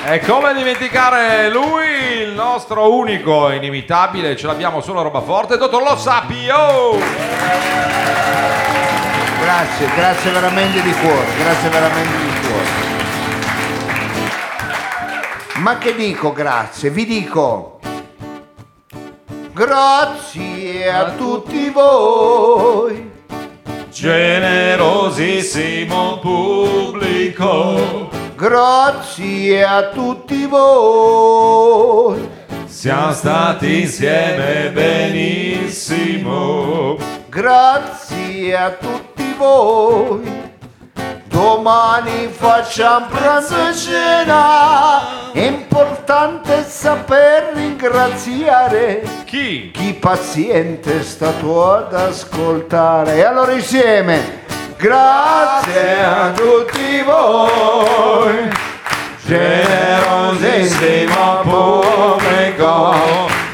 Speaker 2: E come dimenticare lui, il nostro unico e inimitabile, ce l'abbiamo solo a roba forte, dottor Lo Sapio!
Speaker 1: Grazie, grazie veramente di cuore, grazie veramente di cuore. Ma che dico grazie? Vi dico grazie a tutti voi.
Speaker 2: Generosissimo pubblico,
Speaker 1: Grazie a tutti voi.
Speaker 2: siamo stati insieme benissimo.
Speaker 1: Grazie a tutti voi. Domani facciamo pranzo e cena, è importante saper ringraziare
Speaker 2: Chi?
Speaker 1: chi paziente è stato ad ascoltare. E allora insieme, grazie a tutti voi, generosissimo pubblico,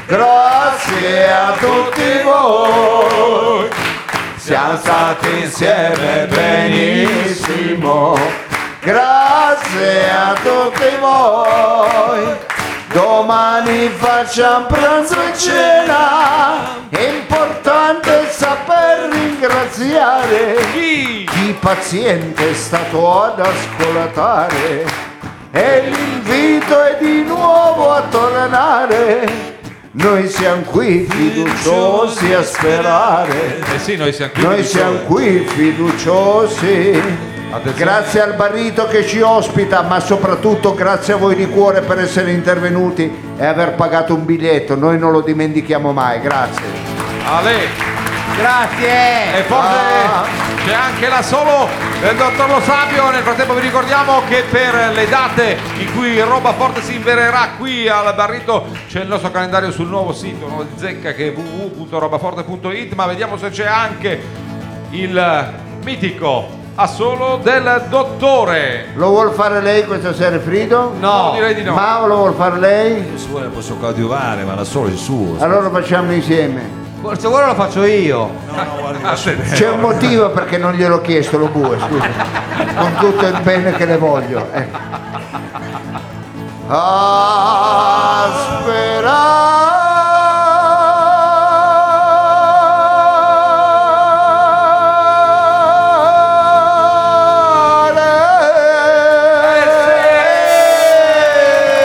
Speaker 1: grazie a tutti voi, siamo stati insieme benissimo, grazie a tutti voi. Domani facciamo pranzo e cena, è importante saper ringraziare
Speaker 2: Chi?
Speaker 1: chi paziente è stato ad ascoltare e l'invito è di nuovo a tornare. Noi siamo qui fiduciosi a sperare,
Speaker 2: Eh sì, noi siamo qui.
Speaker 1: noi siamo qui fiduciosi.
Speaker 2: Attenzione.
Speaker 1: Grazie al barrito che ci ospita, ma soprattutto grazie a voi di cuore per essere intervenuti e aver pagato un biglietto. Noi non lo dimentichiamo mai, grazie.
Speaker 2: Ale.
Speaker 3: Grazie!
Speaker 2: E forse
Speaker 1: Ah.
Speaker 2: c'è anche la solo del dottor Lo Sapio. Nel frattempo vi ricordiamo che per le date in cui Roba Forte si invererà qui al Barrito c'è il nostro calendario sul nuovo sito, nuovo di zecca che è www.robaforte.it, ma vediamo se c'è anche il mitico a solo del dottore.
Speaker 1: Lo vuol fare lei questa sera Frido?
Speaker 2: No, direi di no.
Speaker 1: Mao lo vuol fare lei?
Speaker 8: Il suo lo posso coadiuvare, ma la solo il suo.
Speaker 1: Allora facciamolo insieme.
Speaker 3: Se vuole lo faccio io.
Speaker 8: No, no,
Speaker 2: <laughs>
Speaker 8: guardi, lasci-
Speaker 1: C'è
Speaker 2: Eh,
Speaker 1: un motivo perché non gliel'ho chiesto, lo bue, scusa. Con tutto il bene che le voglio. ecco. A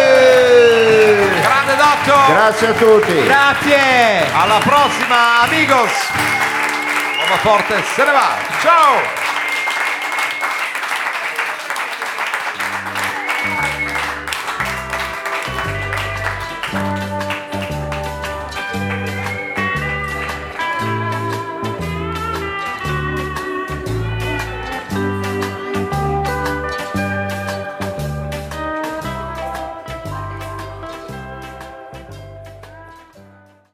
Speaker 1: sperare.
Speaker 2: Grande dottor!
Speaker 1: Grazie a tutti.
Speaker 3: Grazie!
Speaker 2: Alla prossima amigos! Roba Forte se ne va! Ciao!